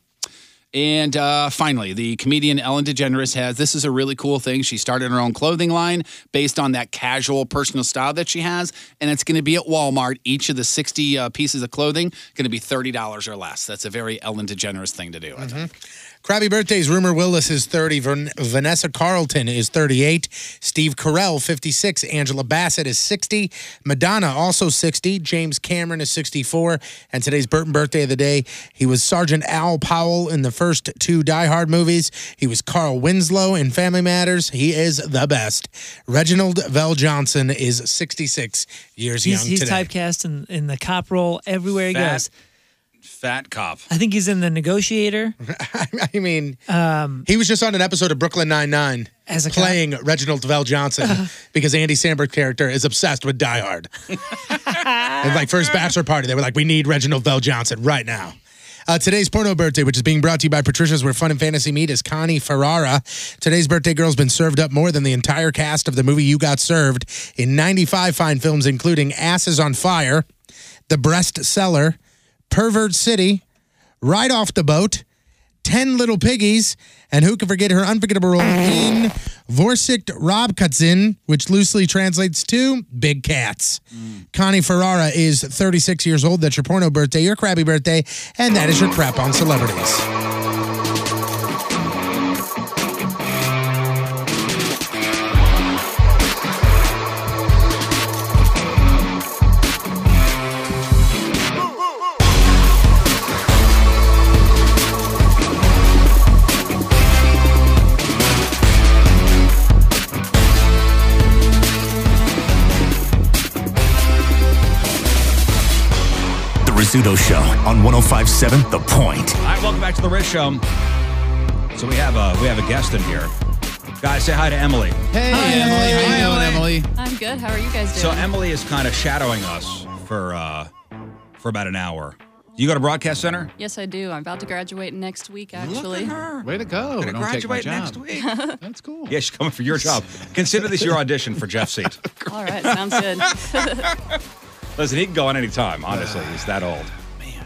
And uh, finally, the comedian Ellen DeGeneres has this is a really cool thing. She started her own clothing line based on that casual personal style that she has. And it's going to be at Walmart. Each of the 60 uh, pieces of clothing going to be $30 or less. That's a very Ellen DeGeneres thing to do. I think.
Crabby birthdays. Rumor Willis is 30. Van- Vanessa Carlton is 38. Steve Carell, 56. Angela Bassett is 60. Madonna, also 60. James Cameron is 64. And today's Burton birthday of the day. He was Sergeant Al Powell in the first two Die Hard movies. He was Carl Winslow in Family Matters. He is the best. Reginald Vell Johnson is 66 years
He's,
young
he's
today.
typecast in, in the cop role everywhere he
Fat
goes.
Fat cop.
I think he's in the negotiator.
[laughs]
Um,
I mean, he was just on an episode of Brooklyn Nine Nine
As a Uh-huh. cop?
playing Reginald Vell Johnson because Andy Samberg's character is obsessed with Die
[laughs]
Hard. and like for his bachelor party, they were like, "We need Reginald Vell Johnson right now." Uh, today's porno birthday, which is being brought to you by Patricia's, where fun and fantasy meet, is Connie Ferrara. Today's birthday girl's been served up more than the entire cast of the movie You Got Served in 95 fine films, including Asses on Fire, The Breast Cellar, Pervert City, Right Off the Boat, 10 Little Piggies, and who can forget her unforgettable role in Vorsicht Robkatzin, which loosely translates to Big Cats.
Mm.
Connie Ferrara is 36 years old. That's your porno birthday, your crabby birthday, and that is your crap on celebrities.
[laughs]
The Rizzuto Show on 1057 The Point.
All right, welcome back to the Rich Show. So we have a we have a guest in here. Guys, say hi to Emily.
Hey, Emily. How you doing, Emily?
I'm good. How are you guys
So
doing?
Emily is kind of shadowing us for uh for about an hour. You go to Broadcast Center?
yes, I do. I'm about to graduate next week, actually.
Way to go.
Gonna
Don't take my
graduate next
job.
week.
[laughs] That's
cool.
Yeah, she's coming for your job. Consider this your audition for Jeff's seat.
All right, sounds
[laughs]
good. [laughs]
Listen, he can go on any time, honestly. He's that old. Man.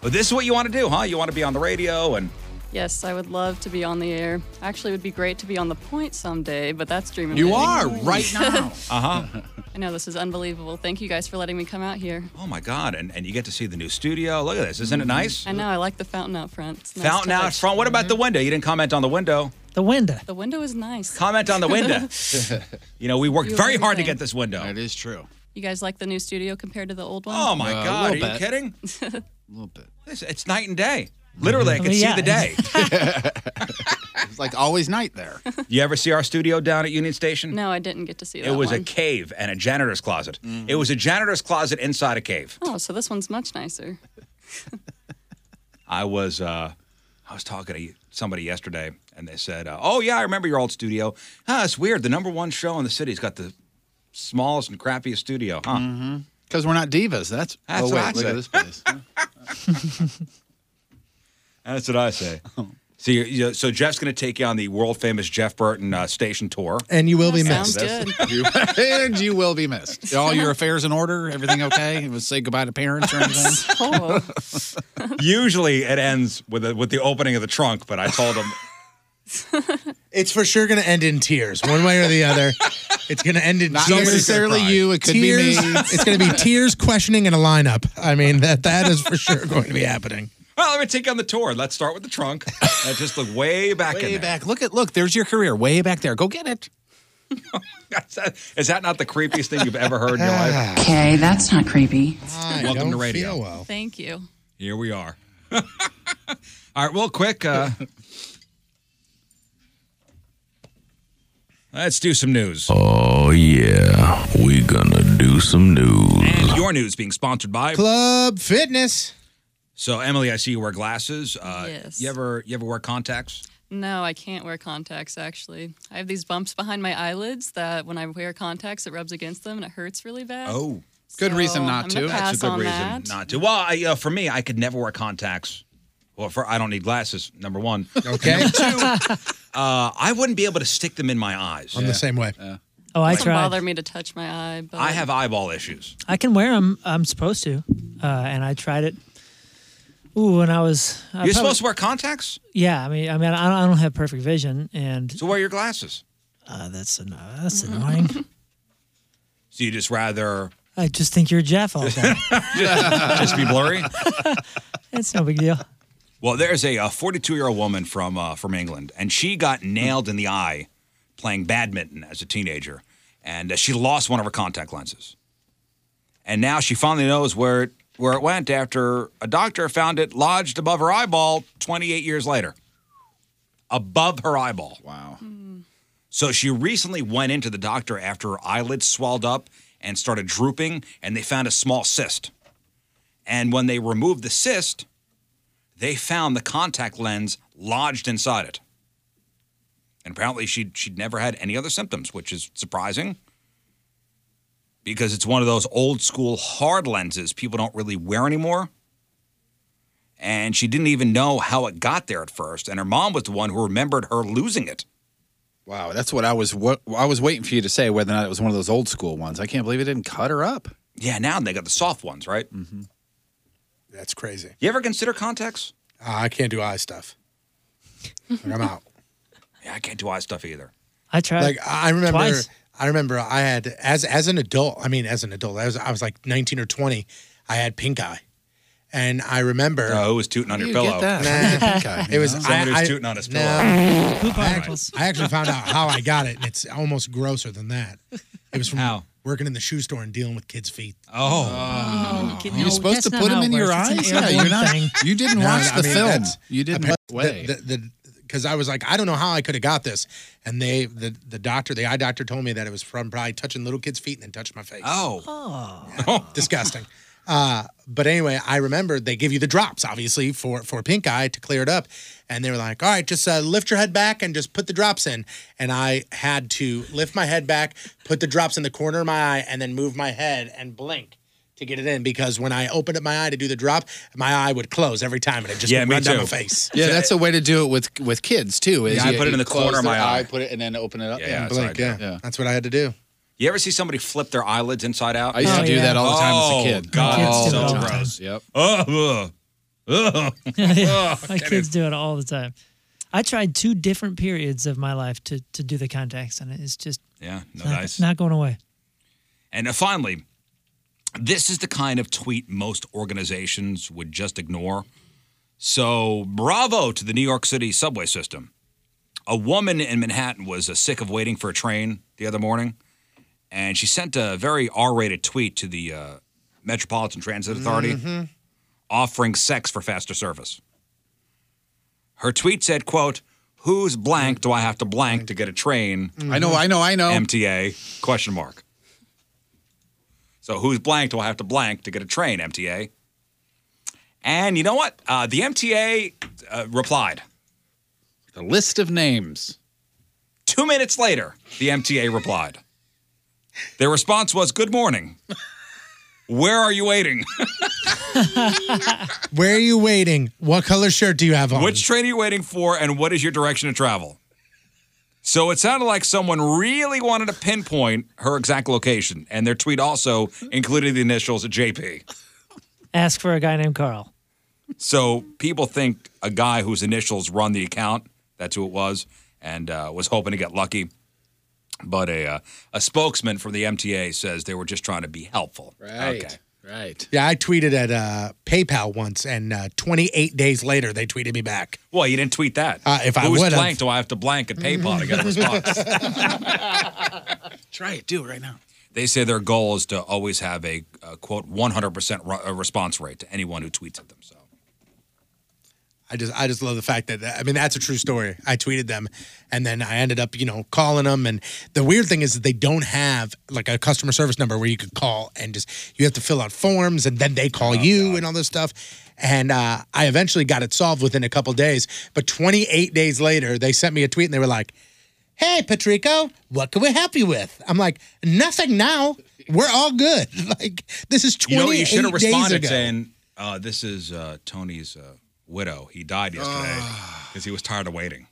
But this is what you want to do, huh? You want to be on the radio and
yes, I would love to be on the air. Actually, it would be great to be on the point someday, but that's dreaming.
You
big.
are [laughs]
[laughs]
right now. Uh-huh.
I know this is unbelievable. Thank you guys for letting me come out here.
Oh my god, and, and you get to see the new studio. Look at this. Isn't it nice?
I know. I like the fountain out front. It's a nice
Fountain out
Mm-hmm. touch.
front. What about the window? You didn't comment on the window.
The window.
The window is nice.
Comment on the window. you know, we worked
You
very
were
hard to
saying.
get this window. That
is true.
you guys like the new studio compared to the old one?
Oh my
Uh,
god, are you kidding?
kidding? [laughs]
It's, it's night and day. Literally, I
I
can
mean,
see
yeah.
the
[laughs]
day.
[laughs] It's like always night there.
you ever see our studio down at Union Station?
no, I didn't get to see that
It was
one.
a cave and a janitor's closet.
Mm-hmm.
It was a janitor's closet inside a cave.
oh, so this one's much nicer.
I was uh, I was talking to somebody yesterday, and they said, uh, "Oh yeah, I remember your old studio. Ah, it's weird. The number one show in the city's got the smallest and crappiest studio, huh?
Because Mm-hmm. we're not divas. That's.
That's
oh,
what
wait.
I
look
said.
at this place.
That's what I say. [laughs] so, you're, you so Jeff's going to take you on the world famous Jeff Burton uh, station tour,
And you will be missed.
You- Mm-hmm. [laughs] and you will be missed. [laughs] All your affairs in order? Everything okay? You wanna say goodbye to parents or anything?
Oh,
[laughs] Usually, it ends with a, with the opening of the trunk, but I
[laughs]
told him
It's for sure going to end in tears, one way or the other. It's going to end in
Not
tears.
necessarily you, it could be me.
tears. It's going to be tears, questioning, and a lineup. I mean, that that is for sure going to be happening.
Well, let me take you on the tour. Let's start with the trunk. Now just look way back in
Way
there.
back. Look at look. There's your career. Way back there. Go get
[laughs]
it.
Is that- Is that not the creepiest thing you've ever heard
[sighs]
in your
Ah.
life?
Okay, that's not creepy.
Welcome to radio.
Thank you.
Here we are. [laughs] All right, real quick. Uh, let's do some news.
Oh, yeah. We gonna do some news.
And your news being sponsored by
Club Fitness.
So Emily, I see you wear glasses. Uh,
Yes.
You ever you ever wear contacts?
No, I can't wear contacts actually. I have these bumps behind my eyelids that when I wear contacts, it rubs against them and it hurts really bad.
Oh,
Good So, reason not I'm gonna to. pass
That's a good
on
reason
that.
not to. Well, I, uh, for me, I could never wear contacts. Well, for I don't need glasses. Number one. Okay.
[laughs]
number two, uh, I wouldn't be able to stick them in my eyes.
I'm the same way.
Oh,
It
I
doesn't
tried.
bother me to touch my eye, but
I have eyeball issues.
I can wear them. I'm supposed to, uh, and I tried it. Ooh, when I was I
You're
Uh, probably-
supposed to wear contacts,
Yeah, I mean, I mean, I don't, I don't have perfect vision, and
so wear your glasses.
Uh, that's an, that's annoying.
[laughs] So you just rather [laughs]
I just think you're Jeff all day.
just be blurry.
it's no big deal.
Well, there's a 42 year old woman from uh, from England, and she got nailed in the eye playing badminton as a teenager, and uh, she lost one of her contact lenses. And now she finally knows where it where it went after a doctor found it lodged above her eyeball 28 years later. Above her eyeball. Wow. So she recently went into the doctor after her eyelids swelled up and started drooping, and they found a small cyst. And when they removed the cyst, they found the contact lens lodged inside it. And apparently she'd, she'd never had any other symptoms, which is surprising because it's one of those old school hard lenses people don't really wear anymore. And she didn't even know how it got there at first. And her mom was the one who remembered her losing it.
Wow, that's what I was. What I was waiting for you to say whether or not it was one of those old school ones. I can't believe it didn't cut her up.
Yeah, now they got the soft ones, right? Mm-hmm.
That's crazy.
You ever consider contacts?
Uh, I can't do eye stuff. Like, I'm out.
Yeah, I can't do eye stuff either.
I tried.
Like I remember,
Twice.
I remember I had as as an adult. I mean, as an adult, I was I was like 19 or 20. I had pink eye, and I remember.
Oh, it was tooting on
How
your
do you
pillow.
get
[laughs]
that? Nah. It was-
somebody
I-
was
I-
tooting on his
no.
pillow.
I, actually, I actually found out how I got it, and it's almost grosser than that. It was from working in the shoe store and dealing with kids' feet.
Oh.
Oh.
You're supposed to put them in your eyes. Yeah, you're not. You didn't
No,
watch
I
the
mean,
film.
that's-
You didn't.
I-
way.
The, the, because I was like, I don't know how I could have got this, and they, the, the doctor, the eye doctor, told me that it was from probably touching little kids' feet and then touched my face.
Oh,
[laughs] disgusting. Uh, but anyway, I remember they give you the drops, obviously, for for pink eye to clear it up, and they were like, "All right, just uh, lift your head back and just put the drops in." And I had to lift my head back, put the drops in the corner of my eye, and then move my head and blink to get it in because when I opened up my eye to do the drop, my eye would close every time, and it just would run down my face.
Yeah, that's a way to do it with with kids too. Is
Yeah, I
you-
put it
you
in the
close
corner of
their
my eye.
put it, and then open it up.
Yeah,
and
that's
blink.
what I do.
Yeah.
That's what I had to do.
You ever see somebody flip their eyelids inside out?
I used to Oh, do yeah. that all the time as a
Oh,
kid.
God,
My kids
it's
do it all
so
the time.
gross.
Yep.
Oh, ugh. [laughs] Ugh.
Yeah,
[laughs]
Ugh.
my kids do it all the time. I tried two different periods of my life to to do the contacts, and it's just
Yeah, no
not,
dice.
not going away.
And uh, finally, this is the kind of tweet most organizations would just ignore. So, bravo to the New York City subway system. A woman in Manhattan was uh, sick of waiting for a train the other morning, and she sent a very R rated tweet to the uh, Metropolitan Transit Authority
Mm-hmm.
Mhm.
offering sex for faster service. Her tweet said, quote, Whose blank do I have to blank to get a train?
I know, I know, I know.
MTA question mark. So whose blank do I have to blank to get a train? MTA. And you know what? Uh, the MTA uh, replied.
The list of names.
Two minutes later, the MTA replied. Their response was, "Good morning. Where are you waiting?
Where are you waiting? What color shirt do you have on?
Which train are you waiting for? And what is your direction of travel?" So it sounded like someone really wanted to pinpoint her exact location, and their tweet also included the initials JP.
Ask for a guy named Carl.
So people think a guy whose initials run the account, that's who it was, and uh, was hoping to get lucky. But a, uh, a spokesman from the MTA says they were just trying to be helpful. Right. Okay.
Right.
Yeah, I tweeted at uh, PayPal once, and uh, 28 days later, they tweeted me back.
Well, you didn't tweet that.
Uh, if I
Whose
would've-
blank do I have to blank at PayPal
[laughs]
to get a response?
Try it. Do it right now.
they say their goal is to always have a, uh quote 100% ru- uh, response rate to anyone who tweets at them. So
I just I just love the fact that I mean that's a true story. I tweeted them, and then I ended up you know calling them. And the weird thing is that they don't have like a customer service number where you could call and just you have to fill out forms and then they
Oh,
call you and all this stuff. And uh, I eventually got it solved within a couple days. But 28 days later, they sent me a tweet and they were like, "Hey, Patrico, what can we help you with?" I'm like, "Nothing now. We're all good. [laughs] Like this is 28
You know what? You should have
days
responded
ago."
saying, uh, "This is uh, Tony's uh, widow. He died yesterday because he was tired of waiting."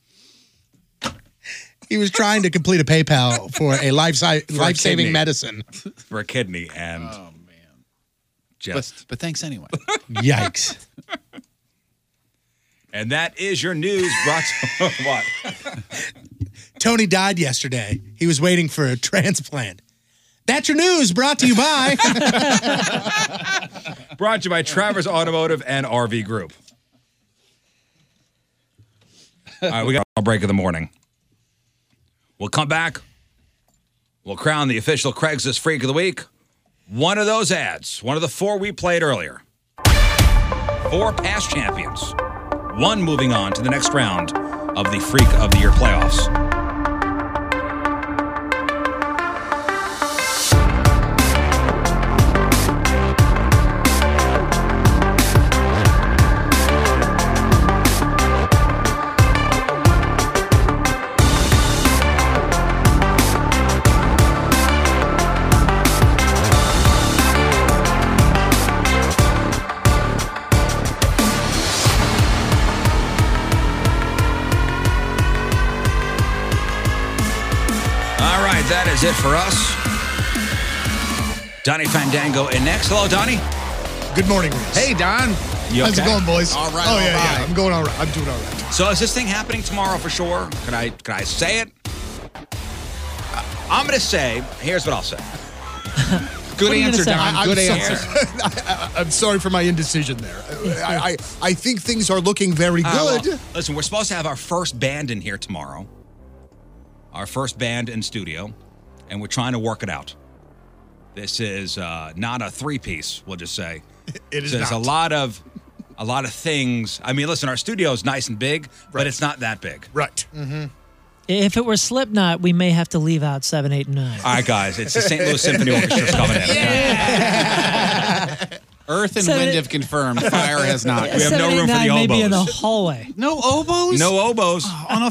He was trying to complete a PayPal for a life
For a
life
kidney.
saving medicine.
[laughs] for a kidney and oh man just
but, thanks anyway
Yikes!
and that is your news brought to what
Tony died yesterday. He was waiting for a transplant. That's your news brought to you
[laughs]
by.
brought to you by Travers Automotive and RV Group all right we got a break of the morning we'll come back we'll crown the official Craigslist freak of the week one of those ads one of the four we played earlier four past champions one moving on to the next round of the freak of the year playoffs All right, that is it for us. Donnie Fandango in next. Hello, Donnie.
Good morning, Reese.
Hey, Don. You
How's it
okay?
going, boys?
All right.
Oh
all
yeah,
right.
yeah. I'm going all right. I'm doing all right.
So is this thing happening tomorrow for sure? Can I can I say it? Uh, I'm gonna say. Here's what
[laughs]
I'll say. Good
What are you
answer,
gonna
Don.
say? I- I'm
Good
sorry.
answer.
[laughs] I, am sorry for my indecision there. I, I, I think things are looking very
Ah, well,
good.
listen, we're supposed to have our first band in here tomorrow. Our first band in studio, and we're trying to work it out. This is uh, not a three-piece. We'll just say
[laughs] It is
There's
not.
a lot of a lot of things. I mean, listen, our studio is nice and big, but it's not that big.
Right.
If it were Slipknot, we may have to leave out seven, eight, and nine.
All right, guys, it's the St. Louis Symphony Orchestra's coming in.
[laughs] earth and
Seven-
wind have confirmed fire [laughs] has not
Yeah, seven, eight, nine may be in the hallway.
No oboes?
No oboes.
on a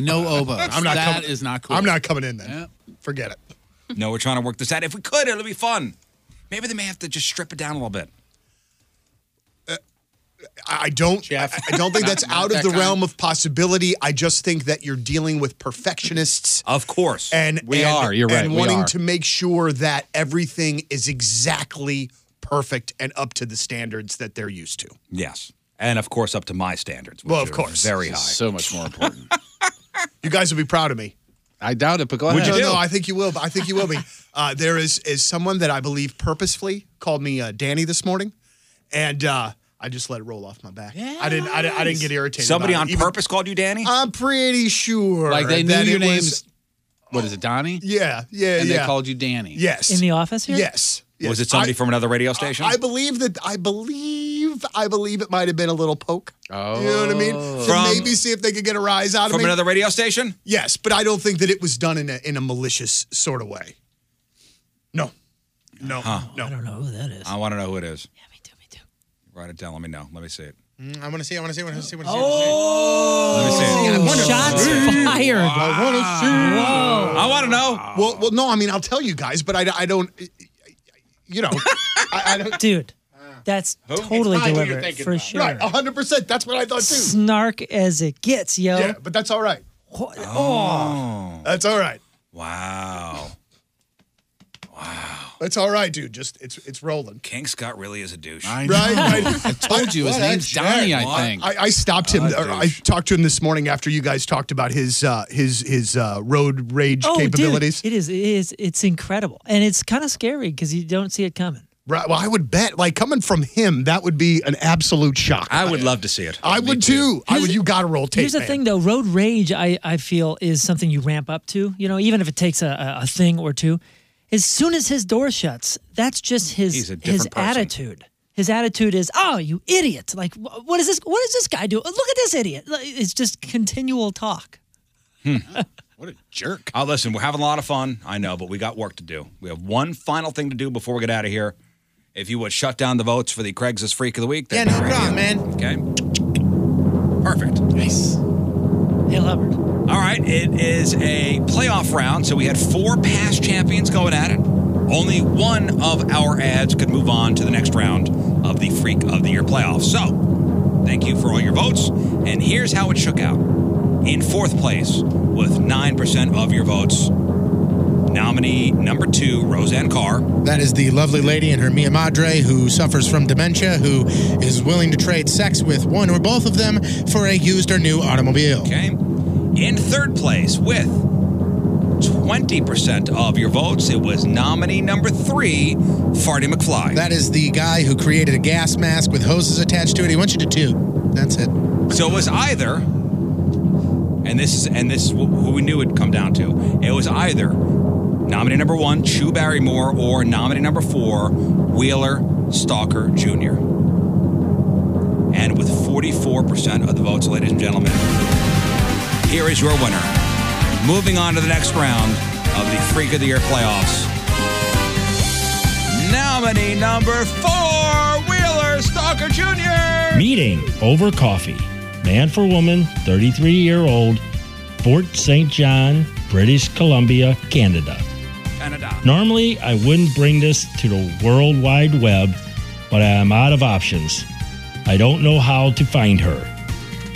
[laughs]
no oboes.
Oh, I'm not
That
coming-
is not cool.
I'm not coming in then. Forget it.
[laughs] No, we're trying to work this out. If we could, it'll be fun. Maybe they may have to just strip it down a little bit.
Uh, I I don't. I don't
[laughs]
think
Not-
that's
not
out of
that
the
kind.
realm of possibility. I just think that you're dealing with perfectionists,
of course,
and
We
and-
are. You're right.
and
We
wanting
are.
to make sure that everything is exactly perfect and up to the standards that they're used to.
Yes, and of course, up to my standards. which
Well, of
are
course.
very high.
This is
So much more important.
You guys will be proud of me.
I doubt it, but go
no,
ahead.
no, I think you will. But I think you
[laughs]
will be. Uh, there is is someone that I believe purposefully called me uh, Danny this morning, and uh, I just let it roll off my back. I didn't. I, didn't- I didn't get irritated.
Somebody
about
on
it, even-
purpose called you Danny.
I'm pretty sure.
Like they knew
that
your
it was-
name's. What is it, Donnie?
Yeah, yeah,
And they
yeah.
called you Danny.
Yes.
In the office here?
Yes.
Was it somebody
I-
from another radio station?
I believe that. I believe. I believe it might have been a little poke.
oh,
You know what I mean? To
From
maybe see if they could get a rise out of
from
me.
another radio station.
Yes, but I don't think that it was done in a in a malicious sort of way. No. [laughs] No. No. I
don't know who that is.
I want to know who it is. Yeah, me too. Me too. Write it down. Let me know. Let me see it.
Mm, I want to see. I want to see. I want to see. I want to see.
Let me see it.
I wanna
Shots
see.
fired.
I want to see.
I want to know.
Well, well, no. I mean, I'll tell you guys, but I, I don't. You know, I, I don't.
[laughs] Dude, that's totally
It's probably who you're
deliberate
thinking
for
about.
sure.
Right, 100. percent That's what I thought too.
Snark as it gets, yo.
Oh, Yeah, but that's all right.
Oh.
That's all right.
Wow.
That's all right, dude. Just it's it's rolling.
King Scott really is a douche.
Right, right. What a jerk. I, I stopped him.
Ah,
or I talked to him this morning after you guys talked about his uh, his his uh, road rage capabilities.
Dude, Oh, it is. It is. It's incredible, and it's kind of scary because you don't see it coming.
Right. Well, I would bet, like coming from him, that would be an absolute shock.
I would love to see it.
I would too. I would. You got to roll tape.
Here's the
man.
thing, though. Road rage, I, I feel, is something you ramp up to. You know, even if it takes a, a, a thing or two. As soon as his door shuts, that's just his
He's a different
his
person.
attitude. His attitude is, "Oh, you idiot! Like, wh- what is this? What is this guy do? Look at this idiot! Like, It's just continual talk."
What a jerk. Uh, listen, we're having a lot of fun. I know, but we got work to do. We have one final thing to do before we get out of here. If you would shut down the votes for the Craigslist Freak of the Week, that'd yeah, no problem, man. Okay. Perfect. Nice.
Hail Hubbard.
All right, it is a playoff round, so we had four past champions going at it. Only one of our ads could move on to the next round of the Freak of the Year playoffs. So, thank you for all your votes. And here's how it shook out. In fourth place, with 9% of your votes, nominee number two, Roseanne Carr.
That is the lovely lady and her Mia Madre who suffers from dementia, who is willing to trade sex with one or both of them for a used or new automobile.
Okay. In third place, with 20% of your votes, it was nominee number three, Farty McFly.
That is the guy who created a gas mask with hoses attached to it. He wants you to tube. That's it.
So it was either, and this is and this is wh- who we knew it'd come down to. It was either nominee number one, Chew Barrymore, or nominee number four, Wheeler Stalker Jr. And with 44% of the votes, ladies and gentlemen, here is your winner. Moving on to the next round of the Freak of the Year playoffs. Nominee number four, Wheeler Stalker Jr.
Meeting over coffee. Man for woman, 33 year old, Fort St. John, British Columbia, Canada.
Canada.
Normally, I wouldn't bring this to the World Wide Web, but I am out of options. I don't know how to find her.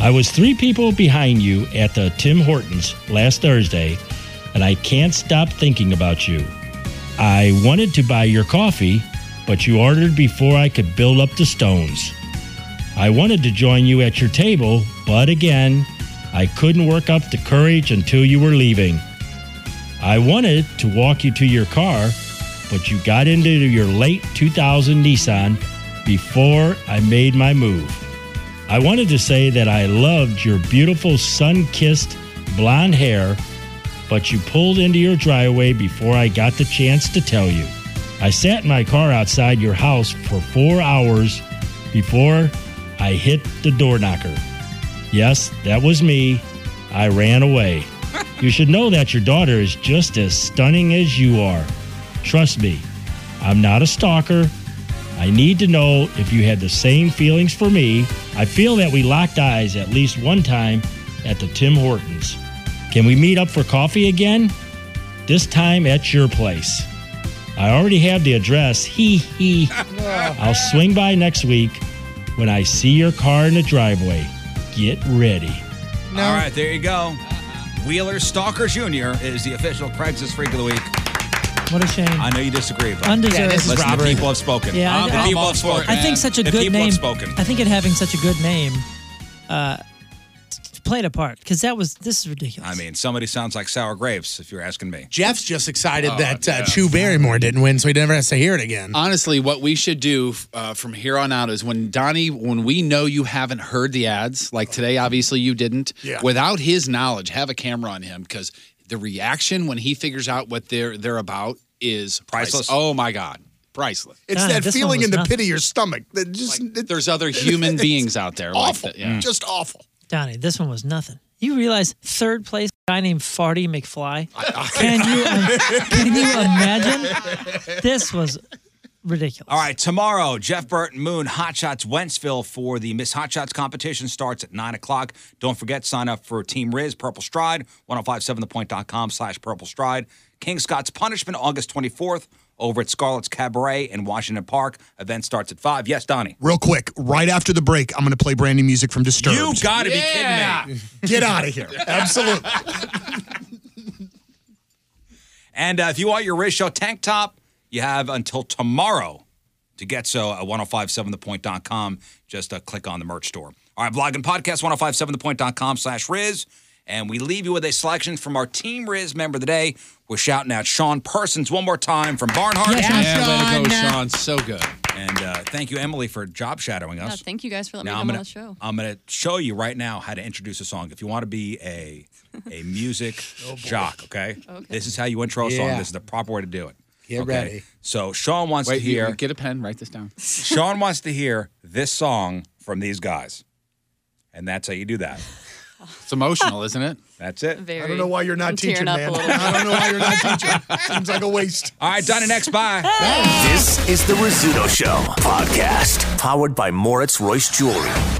I was three people behind you at the Tim Hortons last Thursday, and I can't stop thinking about you. I wanted to buy your coffee, but you ordered before I could build up the stones. I wanted to join you at your table, but again, I couldn't work up the courage until you were leaving. I wanted to walk you to your car, but you got into your late 2000 Nissan before I made my move. I wanted to say that I loved your beautiful sun kissed blonde hair, but you pulled into your driveway before I got the chance to tell you. I sat in my car outside your house for four hours before I hit the door knocker. Yes, that was me. I ran away. You should know that your daughter is just as stunning as you are. Trust me, I'm not a stalker. I need to know if you had the same feelings for me. I feel that we locked eyes at least one time at the Tim Hortons. Can we meet up for coffee again? This time at your place. I already have the address. Hee hee. I'll swing by next week when I see your car in the driveway. Get ready.
All right, there you go.
Uh-huh.
Wheeler Stalker Jr. is the official Craigslist Freak of the Week.
What a shame.
I know you disagree, but
Undeserved. Yeah, this is
Listen, the
robbery.
people have spoken. Uh,
Yeah, I-
the
I-
people have spoken.
I think such a
the
good
people
name.
Have spoken.
I think it having such a good name uh, t- played a part because that was this is ridiculous.
I mean, somebody sounds like sour grapes if you're asking me.
Jeff's just excited
Oh,
that
yeah.
uh, Chew Barrymore didn't win, so he never has to hear it again.
Honestly, what we should do uh, from here on out is when Donnie, when we know you haven't heard the ads, like today, obviously you didn't.
Yeah.
Without his knowledge, have a camera on him because the reaction when he figures out what they're they're about is
Priceless.
Oh my God, priceless!
It's that feeling in the pit of your stomach that just
There's
[laughs]
other human beings out there.
awful,
Like that, yeah.
just awful.
Donnie, this one was nothing. You realize third place guy named Farty McFly? can you can you imagine? This was ridiculous.
All right, tomorrow, Jeff Burton Moon, Hot Shots Wentzville for the Miss Hot Shots competition starts at 9 o'clock. Don't forget, sign up for Team Riz, Purple Stride, 1057thepoint.com slash Purple Stride. King Scott's Punishment, August 24th, over at Scarlett's Cabaret in Washington Park. Event starts at 5. Yes, Donnie.
Real quick, right after the break, I'm going to play brand new music from Disturbed.
You got to be kidding me.
Get out of here. Absolutely.
[laughs] And uh, if you want your Riz Show tank top, you have until tomorrow to get so at 1057thepoint.com. Just uh, click on the merch store. All right, blog and podcast, 1057thepoint.com slash Riz. And we leave you with a selection from our Team Riz member of the day. We're shouting out Sean Parsons one more time from Barnhart.
Yeah, Sean. Yeah, way to go, Sean. So good.
And uh, thank you, Emily, for job shadowing
Yeah,
us.
thank you guys for letting
Now
me
I'm
come
gonna,
on the show.
I'm gonna show you right now how to introduce a song. If you want to be [laughs] a a music jock, okay?
Okay.
Oh,
This is how you intro a
Yeah.
song. This is the proper way to do it.
Get
Okay.
ready.
So Sean wants
Wait,
to
you-
[laughs]
hear.
you get a pen. Write this down.
Sean wants to hear this song from these guys, and that's how you do that.
It's emotional, isn't it?
[laughs] That's it.
I don't know why you're not
I'm tearing
teaching,
up
man.
a little bit.
I don't know why you're not teaching. Seems like a waste.
All right, Donnie, next. Bye.
This is the Rizzuto Show podcast, powered by Moritz Royce Jewelry.